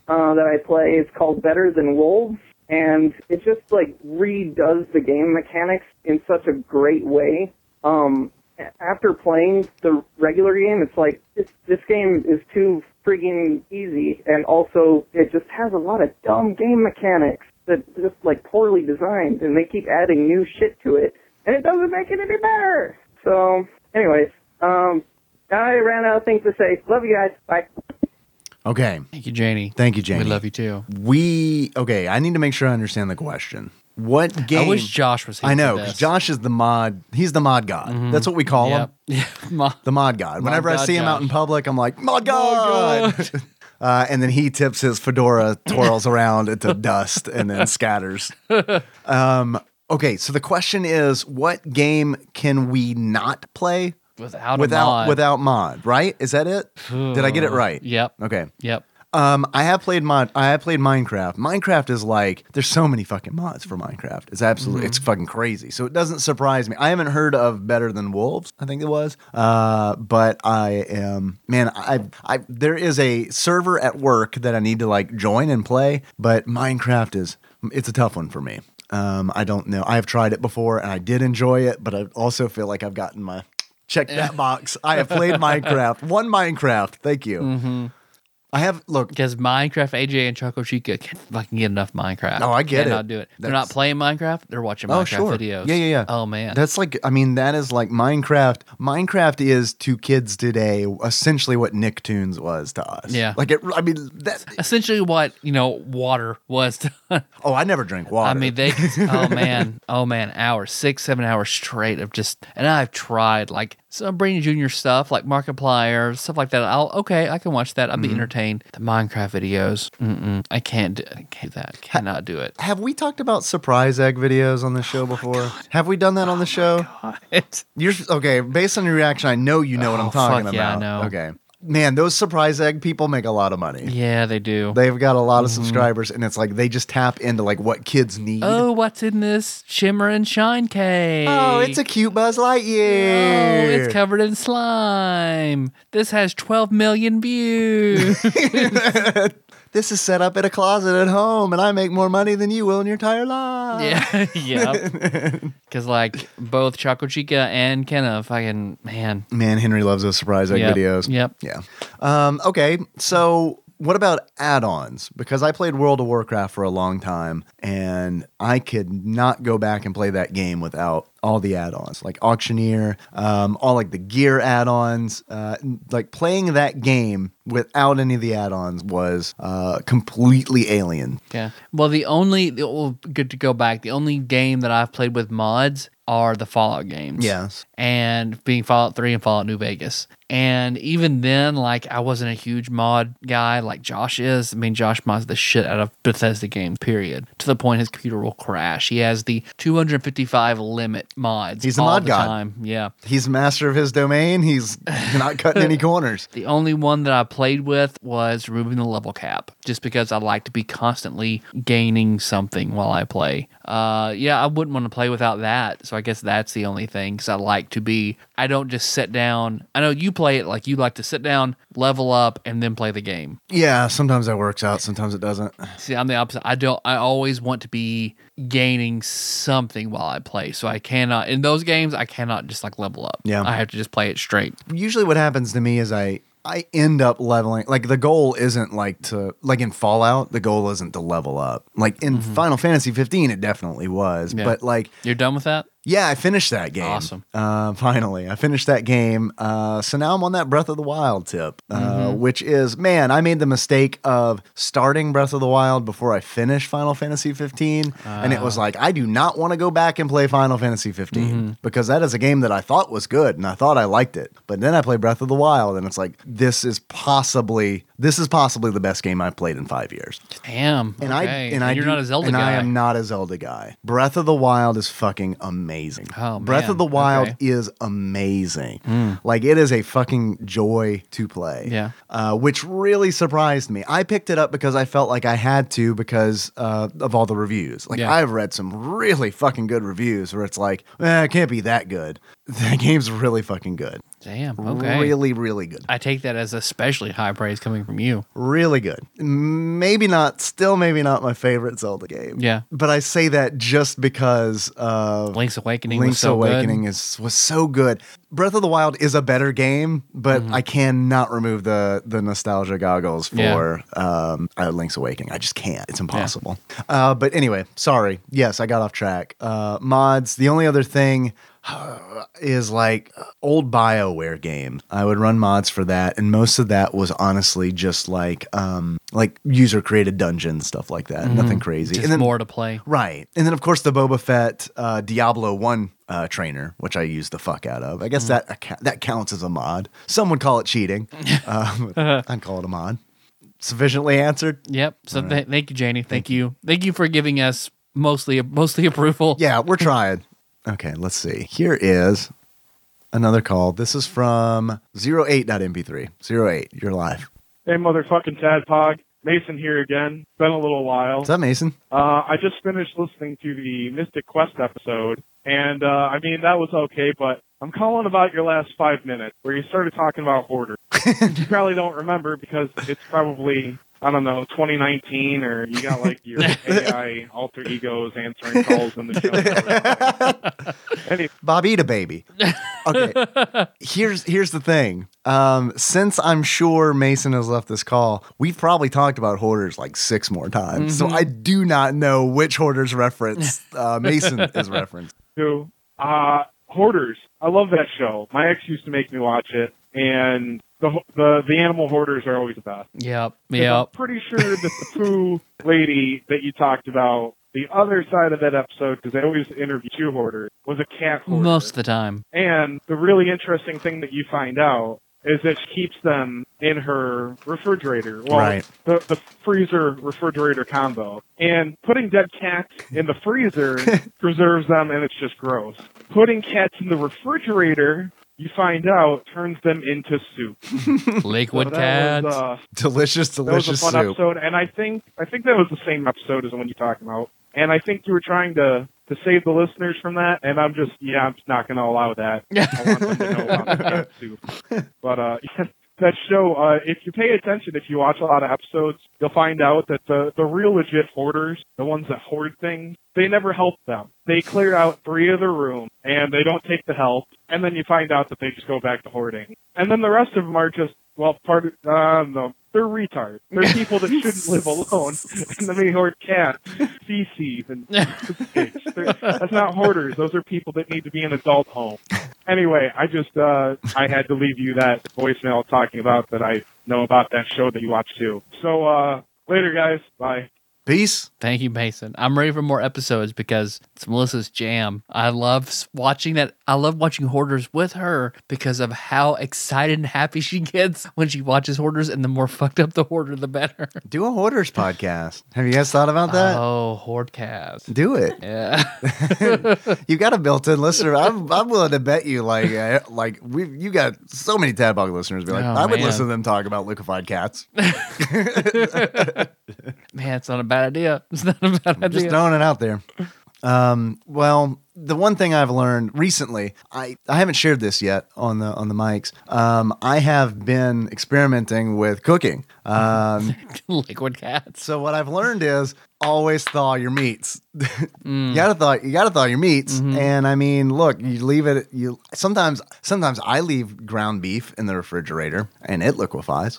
Speaker 11: uh, that I play. It's called Better Than Wolves, and it just like redoes the game mechanics in such a great way. Um, a- after playing the regular game, it's like this, this game is too friggin' easy, and also it just has a lot of dumb game mechanics that just like poorly designed, and they keep adding new shit to it, and it doesn't make it any better. So, anyways, um, I ran out of things to say. Love you guys. Bye.
Speaker 2: Okay.
Speaker 1: Thank you, Janie.
Speaker 2: Thank you, Jamie.
Speaker 1: We love you too.
Speaker 2: We okay. I need to make sure I understand the question. What game?
Speaker 1: I wish Josh was here.
Speaker 2: I know
Speaker 1: for
Speaker 2: because
Speaker 1: this. Mm-hmm.
Speaker 2: Josh is the mod. He's the mod god. That's what we call him.
Speaker 1: Yep. *laughs* Yeah. My-
Speaker 2: The mod god. Whenever I
Speaker 1: god
Speaker 2: see him out
Speaker 1: Josh.
Speaker 2: in public, I'm like mod god. *laughs*
Speaker 1: *laughs*
Speaker 2: uh, and then he tips his fedora, twirls around
Speaker 1: *laughs*
Speaker 2: into dust, and then scatters. Um, okay, so the question is, what game can we not play
Speaker 1: without
Speaker 2: without
Speaker 1: a mod.
Speaker 2: without mod? Right? Is that it? Did I get it right?
Speaker 1: Yep.
Speaker 2: Okay.
Speaker 1: Yep.
Speaker 2: Um, I have played mod. I have played Minecraft. Minecraft is like there's so many fucking mods for Minecraft. It's absolutely
Speaker 1: Mm-hmm.
Speaker 2: it's fucking crazy. So it doesn't surprise me. I haven't heard of Better Than Wolves. I think it was. Uh, but I am man. I I there is a server at work that I need to like join and play. But Minecraft is it's a tough one for me. Um, I don't know. I have tried it before and I did enjoy it, but I also feel like I've gotten
Speaker 1: *laughs*
Speaker 2: my check that box. I have played Minecraft. One Minecraft. Thank you. I have look
Speaker 1: Mm-hmm. because Minecraft AJ and Choco Chica can't fucking get enough Minecraft.
Speaker 2: No, I get it.
Speaker 1: Cannot do it. They're not
Speaker 2: That's- Oh,
Speaker 1: playing Minecraft. They're watching Minecraft videos.
Speaker 2: Yeah, yeah, yeah.
Speaker 1: Oh man,
Speaker 2: That's like I mean, that is like Minecraft. Minecraft is to kids today essentially what Nicktoons was to us.
Speaker 1: Yeah.
Speaker 2: Like it I mean that
Speaker 1: essentially what, you know, water was to *laughs*
Speaker 2: Oh, I never drink water.
Speaker 1: I mean, they. oh man, oh man, hours, six, seven hours straight of just. And I've tried like some Brainy Junior stuff, like Markiplier, stuff like that. I'll okay, I can watch that. I'll
Speaker 2: Mm-hmm.
Speaker 1: be entertained. The Minecraft videos, mm-mm, I can't. do- I can't do that. Cannot do it. Oh
Speaker 2: Have we talked about surprise egg videos on the show before? Have we done that on the show? *laughs* You're okay. Based on your reaction, I know you know what
Speaker 1: Oh,
Speaker 2: I'm talking about.
Speaker 1: fuck yeah, I know.
Speaker 2: Okay, man, those surprise egg people make a lot of money.
Speaker 1: Yeah, they do.
Speaker 2: They've got a lot of
Speaker 1: Mhm.
Speaker 2: subscribers, and it's like they just tap into like what kids need.
Speaker 1: Oh, what's in this shimmer and shine cake?
Speaker 2: Oh, it's a cute Buzz Lightyear.
Speaker 1: Oh, it's covered in slime. This has 12 million views.
Speaker 2: *laughs*
Speaker 1: *laughs*
Speaker 2: this is set up in a closet at home, and I make more money than you will in your entire life. *laughs*
Speaker 1: yeah, *laughs* yeah. Because like both Choco Chica and Kenna, fucking man.
Speaker 2: Man, Henry loves those surprise egg
Speaker 1: Yep,
Speaker 2: videos.
Speaker 1: Yep.
Speaker 2: Yeah. Um, okay, so what about add-ons? Because I played World of Warcraft for a long time, and I could not go back and play that game without all the add-ons, like Auctioneer, um, all like the gear add-ons. Uh, n- like playing that game without any of the add-ons was uh, completely alien.
Speaker 1: Yeah. Well, the only the- well, good to go back. The only game that I've played with mods are the Fallout games.
Speaker 2: Yes.
Speaker 1: And being Fallout 3 and Fallout New Vegas. And even then, like, I wasn't a huge mod guy like Josh is. I mean, Josh mods the shit out of Bethesda games, period. To the point his computer will crash. He has the 255 limit mods.
Speaker 2: He's a
Speaker 1: all
Speaker 2: mod
Speaker 1: the
Speaker 2: god.
Speaker 1: Time. Yeah.
Speaker 2: He's master of his domain.
Speaker 1: *laughs*
Speaker 2: He's not cutting any corners.
Speaker 1: The only one that I played with was removing the level cap, just because I like to be constantly gaining something while I play. Uh, yeah, I wouldn't want to play without that. So I guess that's the only thing, because I like to be. I don't just sit down. I know you play it like you like to sit down, level up, and then play the game.
Speaker 2: Yeah, sometimes that works out, sometimes it doesn't.
Speaker 1: See, I'm the opposite. I don't. I always want to be gaining something while I play. So I cannot in those games. I cannot just like level up.
Speaker 2: Yeah.
Speaker 1: I have to just play it straight.
Speaker 2: usually what happens to me is I I end up leveling like the goal isn't like to like in Fallout the goal isn't to level up like in Final Fantasy 15 it definitely was
Speaker 1: Mm-hmm. Yeah.
Speaker 2: but like
Speaker 1: You're done with that.
Speaker 2: yeah I finished that game
Speaker 1: Awesome.
Speaker 2: uh, finally I finished that game uh, so now I'm on that Breath of the Wild tip uh, which is man I made the mistake of starting Breath of the Wild before I finished Final Fantasy 15 and it was like I do not want to go back and play Final Fantasy 15 because that is a game that I thought was good and I thought I liked it. But then I play Breath of the Wild and it's like this is possibly this is possibly the best game I've played in 5 years.
Speaker 1: Damn.
Speaker 2: And I
Speaker 1: okay.
Speaker 2: and, I
Speaker 1: you're
Speaker 2: do-
Speaker 1: not a Zelda
Speaker 2: and
Speaker 1: guy.
Speaker 2: I am not a Zelda guy. *laughs* Breath of the Wild is fucking amazing.
Speaker 1: Oh,
Speaker 2: Breath
Speaker 1: man.
Speaker 2: of the Wild
Speaker 1: Okay. Mm.
Speaker 2: is amazing. Like it is a fucking joy to play.
Speaker 1: Yeah.
Speaker 2: Uh, which really surprised me. I picked it up because I felt like I had to because uh, of all the reviews. Like
Speaker 1: Yeah.
Speaker 2: I've read some really fucking good reviews where it's like, eh, it can't be that good. *laughs* That game's really fucking good.
Speaker 1: Damn. Okay.
Speaker 2: Really, really good.
Speaker 1: I take that as especially high praise coming from you.
Speaker 2: Really good. Maybe not, still maybe not my favorite Zelda game.
Speaker 1: Yeah.
Speaker 2: But I say that just because of
Speaker 1: Link's Awakening was
Speaker 2: Link's
Speaker 1: so
Speaker 2: Awakening
Speaker 1: good.
Speaker 2: is was so good. Breath of the Wild is a better game, but
Speaker 1: Mm-hmm.
Speaker 2: I cannot remove the the nostalgia goggles
Speaker 1: Yeah.
Speaker 2: for um, uh, Link's Awakening. I just can't. It's impossible. Uh, but anyway, sorry. Yes, I got off track. Uh, mods. The only other thing is like old BioWare games. I would run mods for that, and most of that was honestly just like um, like user created dungeons stuff like that. Uh, Nothing crazy.
Speaker 1: Mm-hmm. Just
Speaker 2: and then
Speaker 1: more to play.
Speaker 2: Right. And then, of course, the Boba Fett uh, Diablo 1 uh, trainer, which I use the fuck out of. I guess
Speaker 1: Mm-hmm.
Speaker 2: that acca- that counts as a mod. Some would call it
Speaker 1: *laughs*
Speaker 2: cheating. um,
Speaker 1: Uh-huh.
Speaker 2: I'd call it a mod. Sufficiently answered?
Speaker 1: Yep. So th- thank you, Janie. Thank, you. Thank you for giving us mostly mostly approval.
Speaker 2: Yeah, we're
Speaker 1: *laughs*
Speaker 2: trying. Okay, let's see. Here is another call. This is from 08.mp3. 08, you're live.
Speaker 12: Hey, motherfucking Tadpog. Mason here again. Been a little while.
Speaker 2: What's up, Mason?
Speaker 12: Uh, I just finished listening to the Mystic Quest episode, and uh, I mean that was okay, but I'm calling about your last
Speaker 2: *laughs*
Speaker 12: five minutes where you started talking about Order. you probably don't remember because it's probably I don't know, 2019, or you got like
Speaker 2: *laughs*
Speaker 12: your AI alter egos answering calls in the
Speaker 2: *laughs*
Speaker 12: show. *laughs*
Speaker 2: Bob, eat a baby.
Speaker 1: *laughs*
Speaker 2: Okay. here's here's the thing. Um, since I'm sure Mason has left this call, we've probably talked about hoarders like six more times.
Speaker 12: Mhm.
Speaker 1: Mm-hmm.
Speaker 2: So I do not know which hoarders reference
Speaker 1: *laughs*
Speaker 2: uh, Mason
Speaker 12: *laughs*
Speaker 2: is referenced.
Speaker 12: Who? Uh, Hoarders. I love that show. My ex used to make me watch it, and the ho- the, the animal hoarders are always the best.
Speaker 1: Yep.
Speaker 12: 'Cause I'm
Speaker 1: Yep.
Speaker 12: pretty sure that the poo lady that you talked about, the other side of that episode, because they always interview two hoarders, was a cat hoarder.
Speaker 1: Most of the time.
Speaker 12: And the really interesting thing that you find out is that she keeps them in her refrigerator. Well,
Speaker 13: Right.
Speaker 12: the, the freezer refrigerator combo. And putting dead cats in the
Speaker 2: *laughs*
Speaker 12: freezer preserves them, and it's just gross. Putting cats in the refrigerator, you find out, turns them into
Speaker 1: *laughs*
Speaker 12: soup.
Speaker 1: Lakewood
Speaker 12: So that
Speaker 1: cats.
Speaker 12: was, uh,
Speaker 2: Delicious, delicious
Speaker 12: that was a fun
Speaker 2: soup.
Speaker 12: episode, and I think I think that was the same episode as the one you talked about. And I think you were trying to to save the listeners from that. And I'm just yeah, I'm just not going to allow that. I want them to know about the cat soup. But uh, *laughs* that show, uh, if you pay attention, if you watch a lot of episodes, you'll find out that the the real legit hoarders, the ones that hoard things, they never help them. They clear out three of their room, and they don't take the help. And then you find out that they just go back to hoarding. And then the rest of them are just well, part of uh, no, they're retards. They're people that shouldn't live alone, and then they hoard cats, feces, and pigs. They're- That's not hoarders. Those are people that need to be in adult home. Anyway, I just uh, I had to leave you that voicemail talking about that I know about that show that you watch too. So uh, later, guys. Bye.
Speaker 2: Peace.
Speaker 1: Thank you, Mason. I'm ready for more episodes because it's Melissa's jam. I love s- watching that. I love watching Hoarders with her because of how excited and happy she gets when she watches Hoarders, and the more fucked up the Hoarder, the better. *laughs*
Speaker 2: Do a hoarders podcast. Have you guys thought about that?
Speaker 1: Oh, hoardcast.
Speaker 2: Do it. *laughs*
Speaker 1: Yeah.
Speaker 2: you got a built-in listener. I'm, I'm willing to bet you, like, uh, like we, you got so many Tad Bug listeners. Be like,
Speaker 1: Oh,
Speaker 2: I would
Speaker 1: man.
Speaker 2: listen to them talk about liquefied
Speaker 1: *laughs*
Speaker 2: cats.
Speaker 1: Man, it's not a bad idea. It's not a bad idea.
Speaker 2: Just throwing it out there. Um, well, the one thing I've learned recently, I, I haven't shared this yet on the on the mics. Um, I have been experimenting with cooking.
Speaker 1: *laughs*
Speaker 2: Um,
Speaker 1: Liquid cats.
Speaker 2: So what I've learned is always thaw your meats. *laughs*
Speaker 1: Mm.
Speaker 2: You gotta thaw. You gotta thaw your meats.
Speaker 1: Mm-hmm.
Speaker 2: And I mean, look, you leave it. You sometimes sometimes I leave ground beef in the refrigerator and it
Speaker 1: *laughs*
Speaker 2: liquefies.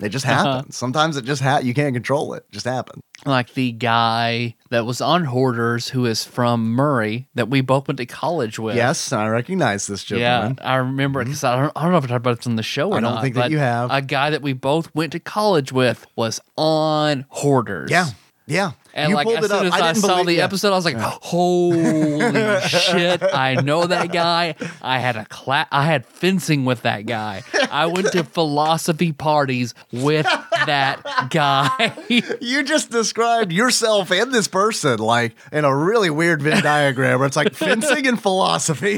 Speaker 2: it just happens. Sometimes it just ha- you can't control it. it just happens.
Speaker 1: like the guy that was on Hoarders who is from Murray that we both went to college with.
Speaker 2: Yes, I recognize this
Speaker 1: Yeah,
Speaker 2: gentleman. Mm-hmm.
Speaker 1: I remember because I, don't, I don't know if I talked about this on the show or
Speaker 2: I don't
Speaker 1: not,
Speaker 2: think that
Speaker 1: but
Speaker 2: you have.
Speaker 1: A guy that we both went to college with was on Hoarders.
Speaker 2: Yeah. Yeah.
Speaker 1: And
Speaker 2: You
Speaker 1: like
Speaker 2: pulled
Speaker 1: as
Speaker 2: it up.
Speaker 1: soon as
Speaker 2: I
Speaker 1: I,
Speaker 2: didn't
Speaker 1: saw
Speaker 2: believe-
Speaker 1: the
Speaker 2: yeah.
Speaker 1: episode, I was
Speaker 2: *laughs*
Speaker 1: like, *laughs* "Holy shit! I know that guy. I had a cla- I had fencing with that guy. I went
Speaker 2: *laughs*
Speaker 1: to philosophy parties with that guy."
Speaker 2: *laughs* you just described yourself and this person like in a really weird Venn diagram where it's like fencing and
Speaker 1: *laughs*
Speaker 2: philosophy.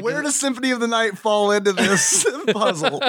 Speaker 2: Where does Symphony of the Night fall into
Speaker 1: *laughs*
Speaker 2: this puzzle?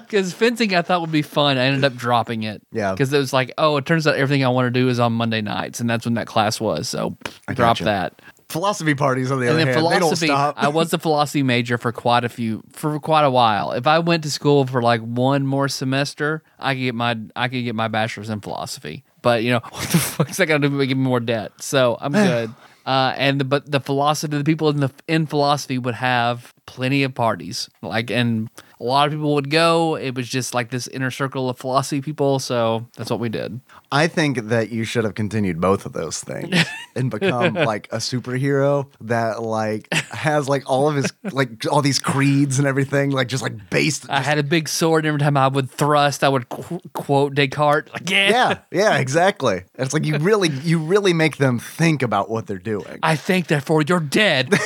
Speaker 1: Because fencing I thought would be fun. I ended up dropping it.
Speaker 2: Yeah.
Speaker 1: Because it was like, oh, it turns out everything I want to do is on Monday nights. And that's when that class was. So drop
Speaker 2: gotcha.
Speaker 1: that.
Speaker 2: Philosophy parties on the
Speaker 1: and
Speaker 2: other
Speaker 1: then
Speaker 2: hand, they don't
Speaker 1: philosophy,
Speaker 2: stop.
Speaker 1: I was a philosophy major for quite a few, for quite a while. If I went to school for like one more semester, I could get my, I could get my bachelor's in philosophy. But you know, *laughs* what the fuck's that going to do? but Give me more debt. So
Speaker 2: *sighs*
Speaker 1: I'm good. Uh, and the, but the philosophy, the people in the in philosophy would have plenty of parties, like, and a lot of people would go. It was just like this inner circle of philosophy people. So that's what we did.
Speaker 2: *laughs* I think that you should have continued both of those things and
Speaker 1: *laughs*
Speaker 2: become like a superhero that like has like all of his like all these creeds and everything like just like based.
Speaker 1: I had a big sword. and Every time I would thrust, I would qu- quote Descartes. Like, yeah.
Speaker 2: Yeah, yeah, exactly. It's like you really you really make them think about what they're doing.
Speaker 1: I think therefore you're dead.
Speaker 2: *laughs*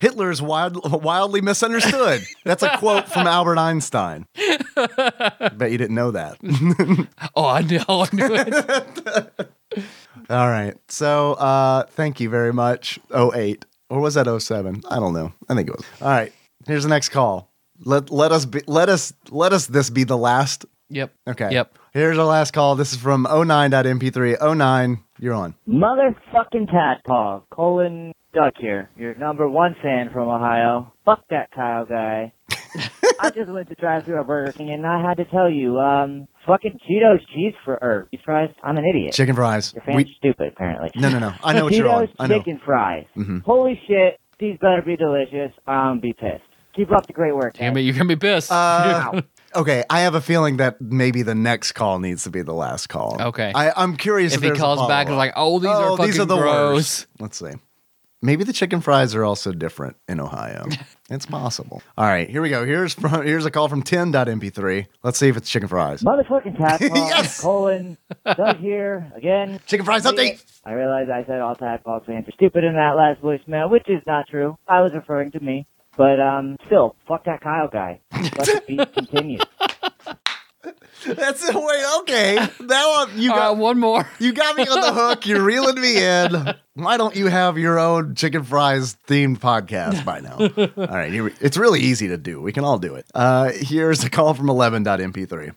Speaker 2: Hitler is wild, wildly misunderstood. That's a quote from Albert
Speaker 1: *laughs*
Speaker 2: Einstein. Bet you didn't know that.
Speaker 1: oh, I know, I knew
Speaker 2: *laughs*
Speaker 1: it.
Speaker 2: All right. So uh thank you very much. 08. Or was that 07? I don't know. I think it was. All right. Here's the next call. Let let us be let us let us this be the last.
Speaker 1: Yep.
Speaker 2: Okay.
Speaker 1: Yep.
Speaker 2: Here's our last call. This is from 09.mp3. 09, you're on.
Speaker 14: Motherfucking tadpog.
Speaker 2: *laughs*
Speaker 14: Colin Duck here, your number one fan from Ohio. Fuck that Kyle guy. I just went to drive through a Burger King and I had to tell you, um, fucking Cheetos cheese for er, cheese fries. I'm an idiot.
Speaker 2: Chicken fries.
Speaker 14: Your fans stupid apparently.
Speaker 2: No, no, no.
Speaker 14: *laughs*
Speaker 2: I know what you're on.
Speaker 14: Cheetos
Speaker 2: I know.
Speaker 14: chicken fries.
Speaker 2: hmm
Speaker 14: Holy shit, these better be delicious. I'm be pissed. Keep up the great work.
Speaker 1: Damn it, you're gonna be pissed. *laughs*
Speaker 2: Uh, okay, I have a feeling that maybe the next call needs to be the last call.
Speaker 1: okay.
Speaker 2: I, I'm curious
Speaker 1: If,
Speaker 2: if
Speaker 1: he
Speaker 2: there's a
Speaker 1: calls back,
Speaker 2: follow-up.
Speaker 1: like, oh, these are
Speaker 2: Oh,
Speaker 1: fucking
Speaker 2: these are the
Speaker 1: gross.
Speaker 2: worst. Let's see. Maybe the chicken fries are also different in
Speaker 1: *laughs*
Speaker 2: Ohio. it's possible. All right, here we go. Here's from here's a call from 10.mp3. Let's see if it's chicken
Speaker 1: *laughs*
Speaker 2: fries.
Speaker 14: Motherfucking
Speaker 2: *laughs*
Speaker 14: tadpole. Colon. Doug here again.
Speaker 2: Chicken fries update.
Speaker 14: I realize I said all tadpole fans are stupid in that last voicemail, which is not true. I was referring to me, but um, still, fuck that Kyle guy. Let the
Speaker 2: *laughs*
Speaker 14: beat continue.
Speaker 2: That's it. Wait, okay. Now I'm- you got
Speaker 1: one more.
Speaker 2: You got me on the hook. You're reeling me in. Why don't you have your own chicken fries themed podcast by
Speaker 1: *laughs*
Speaker 2: now? all right, here we, it's really easy to do. We can all do it. Uh, here's a call from 11.mp3.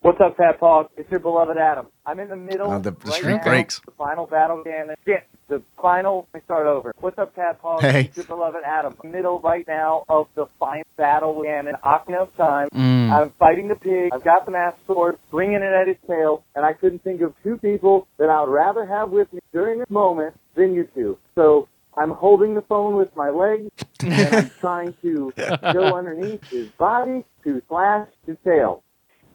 Speaker 13: What's up, Pat Paul? It's your beloved Adam. I'm in the middle.
Speaker 2: Uh, the- the
Speaker 13: right
Speaker 2: shrink
Speaker 13: now.
Speaker 2: breaks.
Speaker 13: The final battle game. Shit. The final. Let me start over. What's up, Pat Paul?
Speaker 2: Hey.
Speaker 13: It's your beloved Adam. Middle right now of the final battle game in Ocarina of Time.
Speaker 15: Mm.
Speaker 13: I'm fighting the pig. I've got the mass sword swinging it at his tail, and I couldn't think of two people that I would rather have with me during this moment than you two. So I'm holding the phone with my legs, and I'm trying to go underneath his body to slash his tail.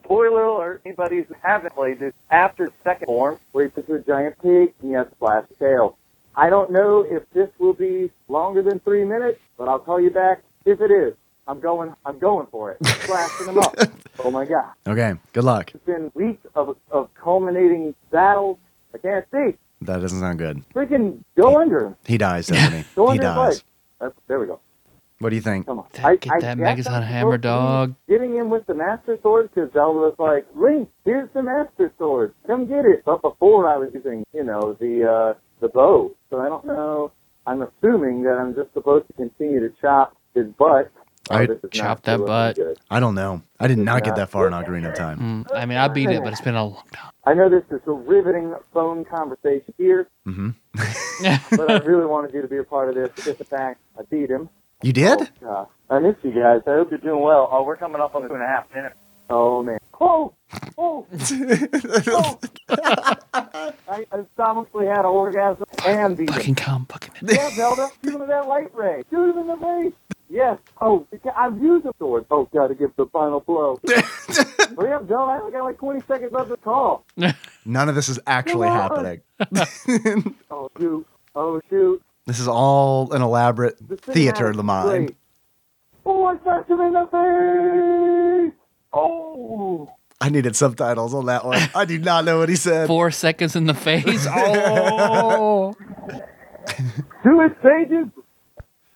Speaker 13: Spoiler alert, anybody who hasn't played this, after the second form, where he puts a giant pig and he has to slash his tail. I don't know if this will be longer than three minutes, but I'll call you back if it is. I'm going, I'm going for it. Slashing him up. Oh my god.
Speaker 2: Okay, good luck.
Speaker 13: It's been weeks of, of culminating battles. I can't see.
Speaker 2: That doesn't sound good.
Speaker 13: Freaking go under him.
Speaker 2: He dies, doesn't he?
Speaker 13: Go
Speaker 2: he
Speaker 13: under his
Speaker 2: dies.
Speaker 13: leg. That's, there we go.
Speaker 2: What do you think? Come
Speaker 13: on. I,
Speaker 1: Get
Speaker 13: I-
Speaker 1: that
Speaker 13: yeah,
Speaker 1: Megazon hammer, dog.
Speaker 13: Getting in with the Master Sword because Zelda was like, Link, here's the Master Sword. Come get it. But before I was using, you know, the uh, the bow. So I don't know. I'm assuming that I'm just supposed to continue to chop his butt.
Speaker 2: I
Speaker 13: this is not
Speaker 1: chopped that
Speaker 13: looking
Speaker 1: butt.
Speaker 13: good.
Speaker 2: I don't know. I did not get
Speaker 13: not
Speaker 2: that far in Ocarina of Time.
Speaker 1: Mm, I mean, I beat it, but it's been a long time.
Speaker 13: I know this is a riveting phone conversation here,
Speaker 2: hmm
Speaker 1: *laughs*
Speaker 13: but I really wanted you to be a part of this. Just the fact I beat him.
Speaker 2: You did?
Speaker 13: Uh, I miss you guys. I hope you're doing well. Oh, we're coming up on two and a half minutes. Oh man. Oh, oh, *laughs* oh. I, I solemnly had an orgasm and beat
Speaker 1: Fucking
Speaker 13: him.
Speaker 1: come, fucking.
Speaker 13: Yeah, Zelda, shoot him in that light ray. Shoot him in the face. Yes. Oh, I've used the sword. Oh, gotta give the final
Speaker 2: *laughs*
Speaker 13: blow. Hurry up, Zelda. I only got like 20 seconds left to call.
Speaker 2: None of this is actually
Speaker 13: Come on.
Speaker 2: happening.
Speaker 13: Oh, shoot. Oh, shoot.
Speaker 2: This is all an elaborate
Speaker 13: The cinematic
Speaker 2: theater of the
Speaker 13: is
Speaker 2: mind.
Speaker 13: great. Oh, I smacked him in the face. Oh.
Speaker 2: I needed subtitles on that one. I do not know what he said.
Speaker 1: Four seconds in
Speaker 2: *laughs*
Speaker 1: the face. Oh.
Speaker 13: Do it, Satan.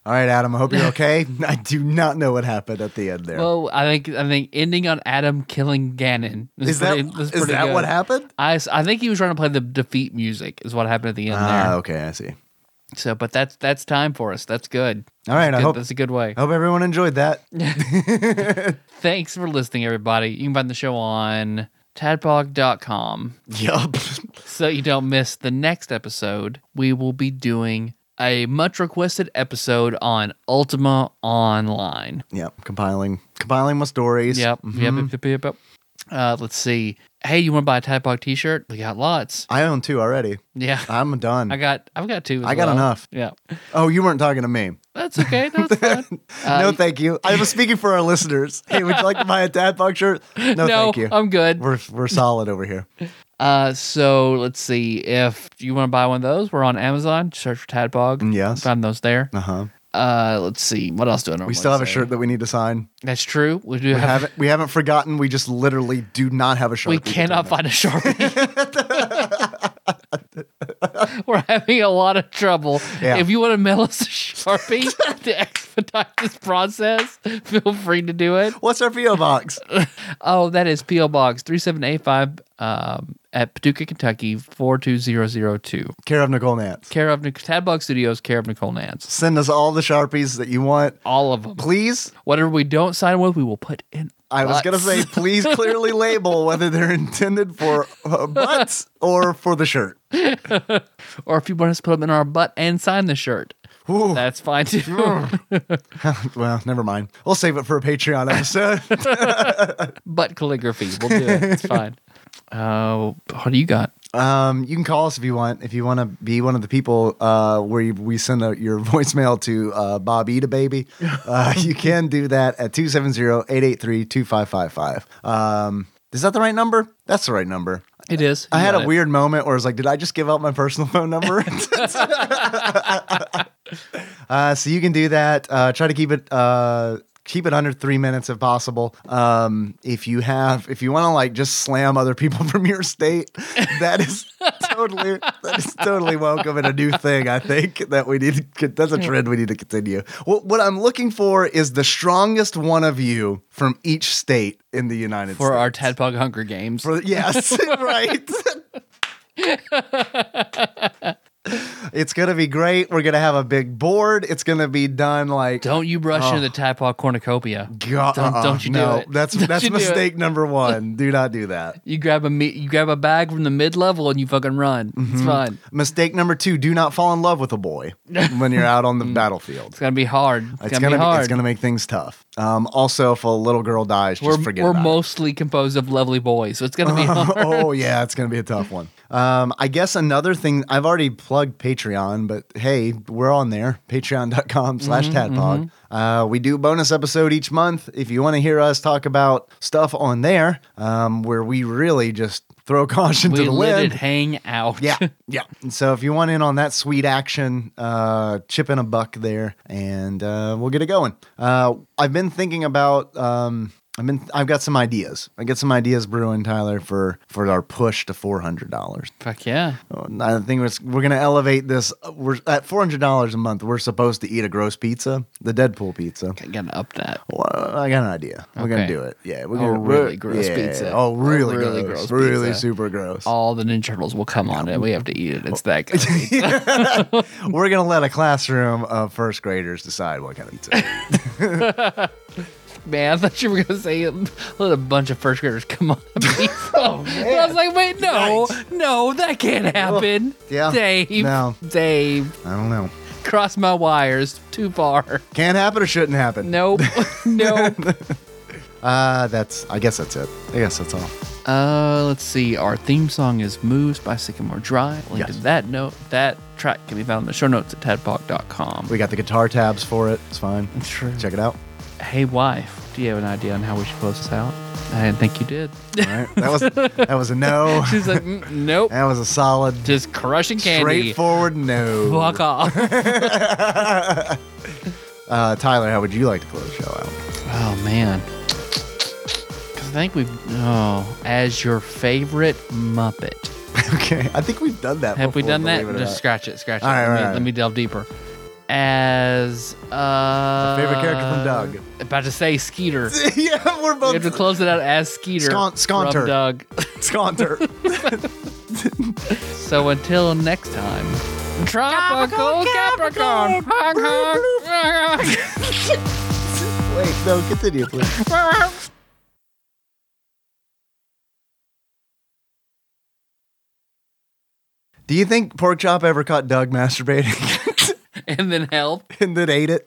Speaker 2: All right, Adam. I hope you're okay. *laughs* I do not know what happened at the end there.
Speaker 1: Well, I think I think ending on Adam killing Ganon is,
Speaker 2: Is that-
Speaker 1: pretty, is
Speaker 2: is
Speaker 1: pretty
Speaker 2: that
Speaker 1: good.
Speaker 2: what happened?
Speaker 1: I, s- I think he was trying to play the defeat music is what happened at the end
Speaker 2: Ah,
Speaker 1: there.
Speaker 2: okay, I see.
Speaker 1: So, but that's that's time for us. That's good.
Speaker 2: All right,
Speaker 1: that's
Speaker 2: I
Speaker 1: good.
Speaker 2: hope-
Speaker 1: that's a good way.
Speaker 2: I hope everyone enjoyed that.
Speaker 1: Thanks for listening, everybody. You can find the show on tadpog.com.
Speaker 2: Yup.
Speaker 1: so you don't miss the next episode. We will be doing a much requested episode on Ultima Online.
Speaker 2: Yep, compiling compiling my stories.
Speaker 1: Yep. Yep.
Speaker 2: Mhm.
Speaker 1: Yep. Yep. yep, yep. Uh, let's see. Hey, you want to buy a Tadpog t-shirt? We got lots.
Speaker 2: I own two already.
Speaker 1: Yeah.
Speaker 2: I'm done.
Speaker 1: I got. I've got two. as
Speaker 2: I got
Speaker 1: well.
Speaker 2: enough.
Speaker 1: Yeah.
Speaker 2: Oh, you weren't talking to me.
Speaker 1: That's
Speaker 2: *laughs*
Speaker 1: okay. That's fine. Um,
Speaker 2: no, thank you. I
Speaker 1: *laughs*
Speaker 2: was speaking for our listeners. Hey, would you like to buy a dad bug shirt? *laughs* No,
Speaker 1: No,
Speaker 2: thank you.
Speaker 1: I'm good.
Speaker 2: We're we're solid over here.
Speaker 1: *laughs* Uh, so let's see if you want to buy one of those. We're on Amazon. Search for Tadpog. Yes, find those there.
Speaker 2: Uh-huh.
Speaker 1: Uh, let's see what else do I normally
Speaker 2: We still have a
Speaker 1: say?
Speaker 2: shirt that we need to sign.
Speaker 1: That's true. We do
Speaker 2: We
Speaker 1: have.
Speaker 2: haven't we haven't forgotten. We just literally do not have a shirt.
Speaker 1: we cannot find a Sharpie.
Speaker 2: *laughs*
Speaker 1: We're having a lot of trouble.
Speaker 2: Yeah.
Speaker 1: If you want to mail us a Sharpie *laughs* to expedite this process, feel free to do it.
Speaker 2: What's our PO box?
Speaker 1: *laughs* oh, that is PO box three seven eight five um, at Paducah, Kentucky four two zero zero two.
Speaker 2: Care of Nicole Nance.
Speaker 1: Care of Nic- Tadbog Studios. Care of Nicole Nance.
Speaker 2: Send us all the sharpies that you want.
Speaker 1: All of them,
Speaker 2: please.
Speaker 1: Whatever we don't sign with, we will put in.
Speaker 2: I was gonna
Speaker 1: butts. *laughs*
Speaker 2: say, please clearly label whether they're intended for uh, butts or for the shirt.
Speaker 1: *laughs* or if you want us to put them in our butt and sign the shirt. That's fine too.
Speaker 2: Mm.
Speaker 1: *laughs*
Speaker 2: *laughs* well, never mind. We'll save it for a Patreon episode.
Speaker 1: Butt calligraphy. We'll do it. It's
Speaker 2: *laughs*
Speaker 1: fine. *laughs* Uh, what do you got?
Speaker 2: Um, you can call us if you want. If you want to be one of the people uh, where you, we send out your *laughs* voicemail to uh, Bob Eat a
Speaker 1: *laughs*
Speaker 2: Baby, uh, you can do that at 270-883-2555. Um, is that the right number? That's the right number.
Speaker 1: It is.
Speaker 2: I
Speaker 1: You
Speaker 2: had
Speaker 1: got
Speaker 2: a
Speaker 1: it.
Speaker 2: weird moment where I was like, did I just give out my personal phone
Speaker 1: *laughs*
Speaker 2: number? uh, so you can do that. Uh, try to keep it. Uh, Keep it under three minutes if possible. Um, if you have, if you want to like just slam other people *laughs* from your state, that is
Speaker 1: *laughs*
Speaker 2: totally, that is totally welcome and a new thing. I think that we need. To, get- that's a trend we need to continue. What, what I'm looking for is the strongest one of you from each state in the United
Speaker 1: For
Speaker 2: States.
Speaker 1: our Tadpog Hunger Games. *laughs*
Speaker 2: yes, *laughs* right. It's gonna be great. We're gonna have a big board. It's gonna be done like. oh,
Speaker 1: Don't you brush into the Tadpog cornucopia.
Speaker 2: God,
Speaker 1: don't,
Speaker 2: uh-uh,
Speaker 1: don't you
Speaker 2: no.
Speaker 1: do it.
Speaker 2: That's
Speaker 1: *laughs* Don't
Speaker 2: that's
Speaker 1: you do it.
Speaker 2: mistake number one. Do not do that.
Speaker 1: You grab a me- you grab a bag from the mid level and you fucking run. *laughs* It's
Speaker 2: Mhm.
Speaker 1: fine.
Speaker 2: Mistake number two: Do not fall in love with a boy when you're out
Speaker 1: *laughs*
Speaker 2: on the battlefield. It's
Speaker 1: gonna be hard. It's, Mm. gonna, be hard.
Speaker 2: It's gonna make things tough. Um, also, if a little girl dies, just
Speaker 1: we're
Speaker 2: forget
Speaker 1: we're
Speaker 2: about it.
Speaker 1: mostly composed of lovely boys, so it's gonna be hard.
Speaker 2: *laughs* oh yeah, it's gonna be a tough one. Um, I guess another thing I've already plugged Patreon, but hey, we're on there. Patreon.com slash
Speaker 1: Mhm,
Speaker 2: tadpog. Uh, we do a bonus episode each month. If you want to hear us talk about stuff on there, um, where we really just throw *laughs* caution
Speaker 1: we
Speaker 2: to the
Speaker 1: let
Speaker 2: wind.
Speaker 1: it hang out. *laughs*
Speaker 2: Yeah, yeah. And so if you want in on that sweet action, uh, chip in a buck there, and uh, we'll get it going. Uh, I've been thinking about. Um, I've been. I've got some ideas. I got some ideas brewing, Tyler, for for our push to four hundred dollars. Uh,
Speaker 1: Fuck yeah.
Speaker 2: I think we're, we're gonna elevate this. uh, We're at four hundred dollars a month. We're supposed to eat a gross pizza, the Deadpool pizza.
Speaker 1: gotta up that.
Speaker 2: Well, I got an idea. We're gonna
Speaker 1: Okay.
Speaker 2: do it. Yeah, we're
Speaker 1: Oh,
Speaker 2: gonna
Speaker 1: really gross
Speaker 2: yeah.
Speaker 1: pizza.
Speaker 2: Oh, really,
Speaker 1: Really
Speaker 2: gross,
Speaker 1: gross
Speaker 2: really
Speaker 1: pizza.
Speaker 2: super gross.
Speaker 1: All the Ninja Turtles will
Speaker 2: *laughs*
Speaker 1: come on it. We have to eat it. It's that good.
Speaker 2: We're gonna let a classroom of first graders decide what kind of pizza.
Speaker 1: *laughs* Man, I thought you were gonna say let a bunch of first graders come on *laughs* a pizza.
Speaker 2: Oh,
Speaker 1: And I was like, wait, no, no, that can't happen.
Speaker 2: yeah.
Speaker 1: Dave,
Speaker 2: No.
Speaker 1: Dave,
Speaker 2: I don't know.
Speaker 1: cross my wires too far.
Speaker 2: Can't happen or shouldn't happen. *laughs*
Speaker 1: Nope, *laughs* nope.
Speaker 2: Uh, that's. I guess that's it. I guess that's all.
Speaker 1: Uh, let's see. Our theme song is "Moves" by Sycamore Dry. Link to that note. That track can be found in the show notes at tadpog.com.
Speaker 2: We got the guitar tabs for it. It's fine.
Speaker 1: Sure.
Speaker 2: Check it out.
Speaker 1: Hey, wife, do you have an idea on how we should close this out? I didn't think you did.
Speaker 2: All right. That was that was a no.
Speaker 1: *laughs* She's like, "Mm, nope.
Speaker 2: That was a solid,
Speaker 1: just crushing candy.
Speaker 2: straightforward no.
Speaker 1: Fuck off.
Speaker 2: Uh, Tyler, how would you like to close the show out?
Speaker 1: *laughs*
Speaker 2: *laughs*
Speaker 1: Oh man. 'Cause I think we've oh as your favorite Muppet.
Speaker 2: *laughs* okay, I think we've done that.
Speaker 1: Have we
Speaker 2: before,
Speaker 1: done that?
Speaker 2: believe it or
Speaker 1: Just
Speaker 2: not.
Speaker 1: scratch it, scratch it.
Speaker 2: All right,
Speaker 1: let, me,
Speaker 2: all right.
Speaker 1: let me delve deeper. As uh,
Speaker 2: favorite character from Doug.
Speaker 1: About to
Speaker 2: *laughs*
Speaker 1: say Skeeter.
Speaker 2: yeah, we're
Speaker 1: we
Speaker 2: both
Speaker 1: have to close it out as Skeeter.
Speaker 2: Scaunt- Scaunter.
Speaker 1: From *laughs* Doug.
Speaker 2: Scaunter.
Speaker 1: so until next time. Tropical Capricorn. Hong *laughs*
Speaker 2: Wait, no, continue, please.
Speaker 1: Kong. *laughs*
Speaker 2: *laughs* Do you think Porkchop ever caught Doug masturbating *laughs*
Speaker 1: and then help. *laughs*
Speaker 2: and then ate it?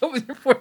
Speaker 1: Come with your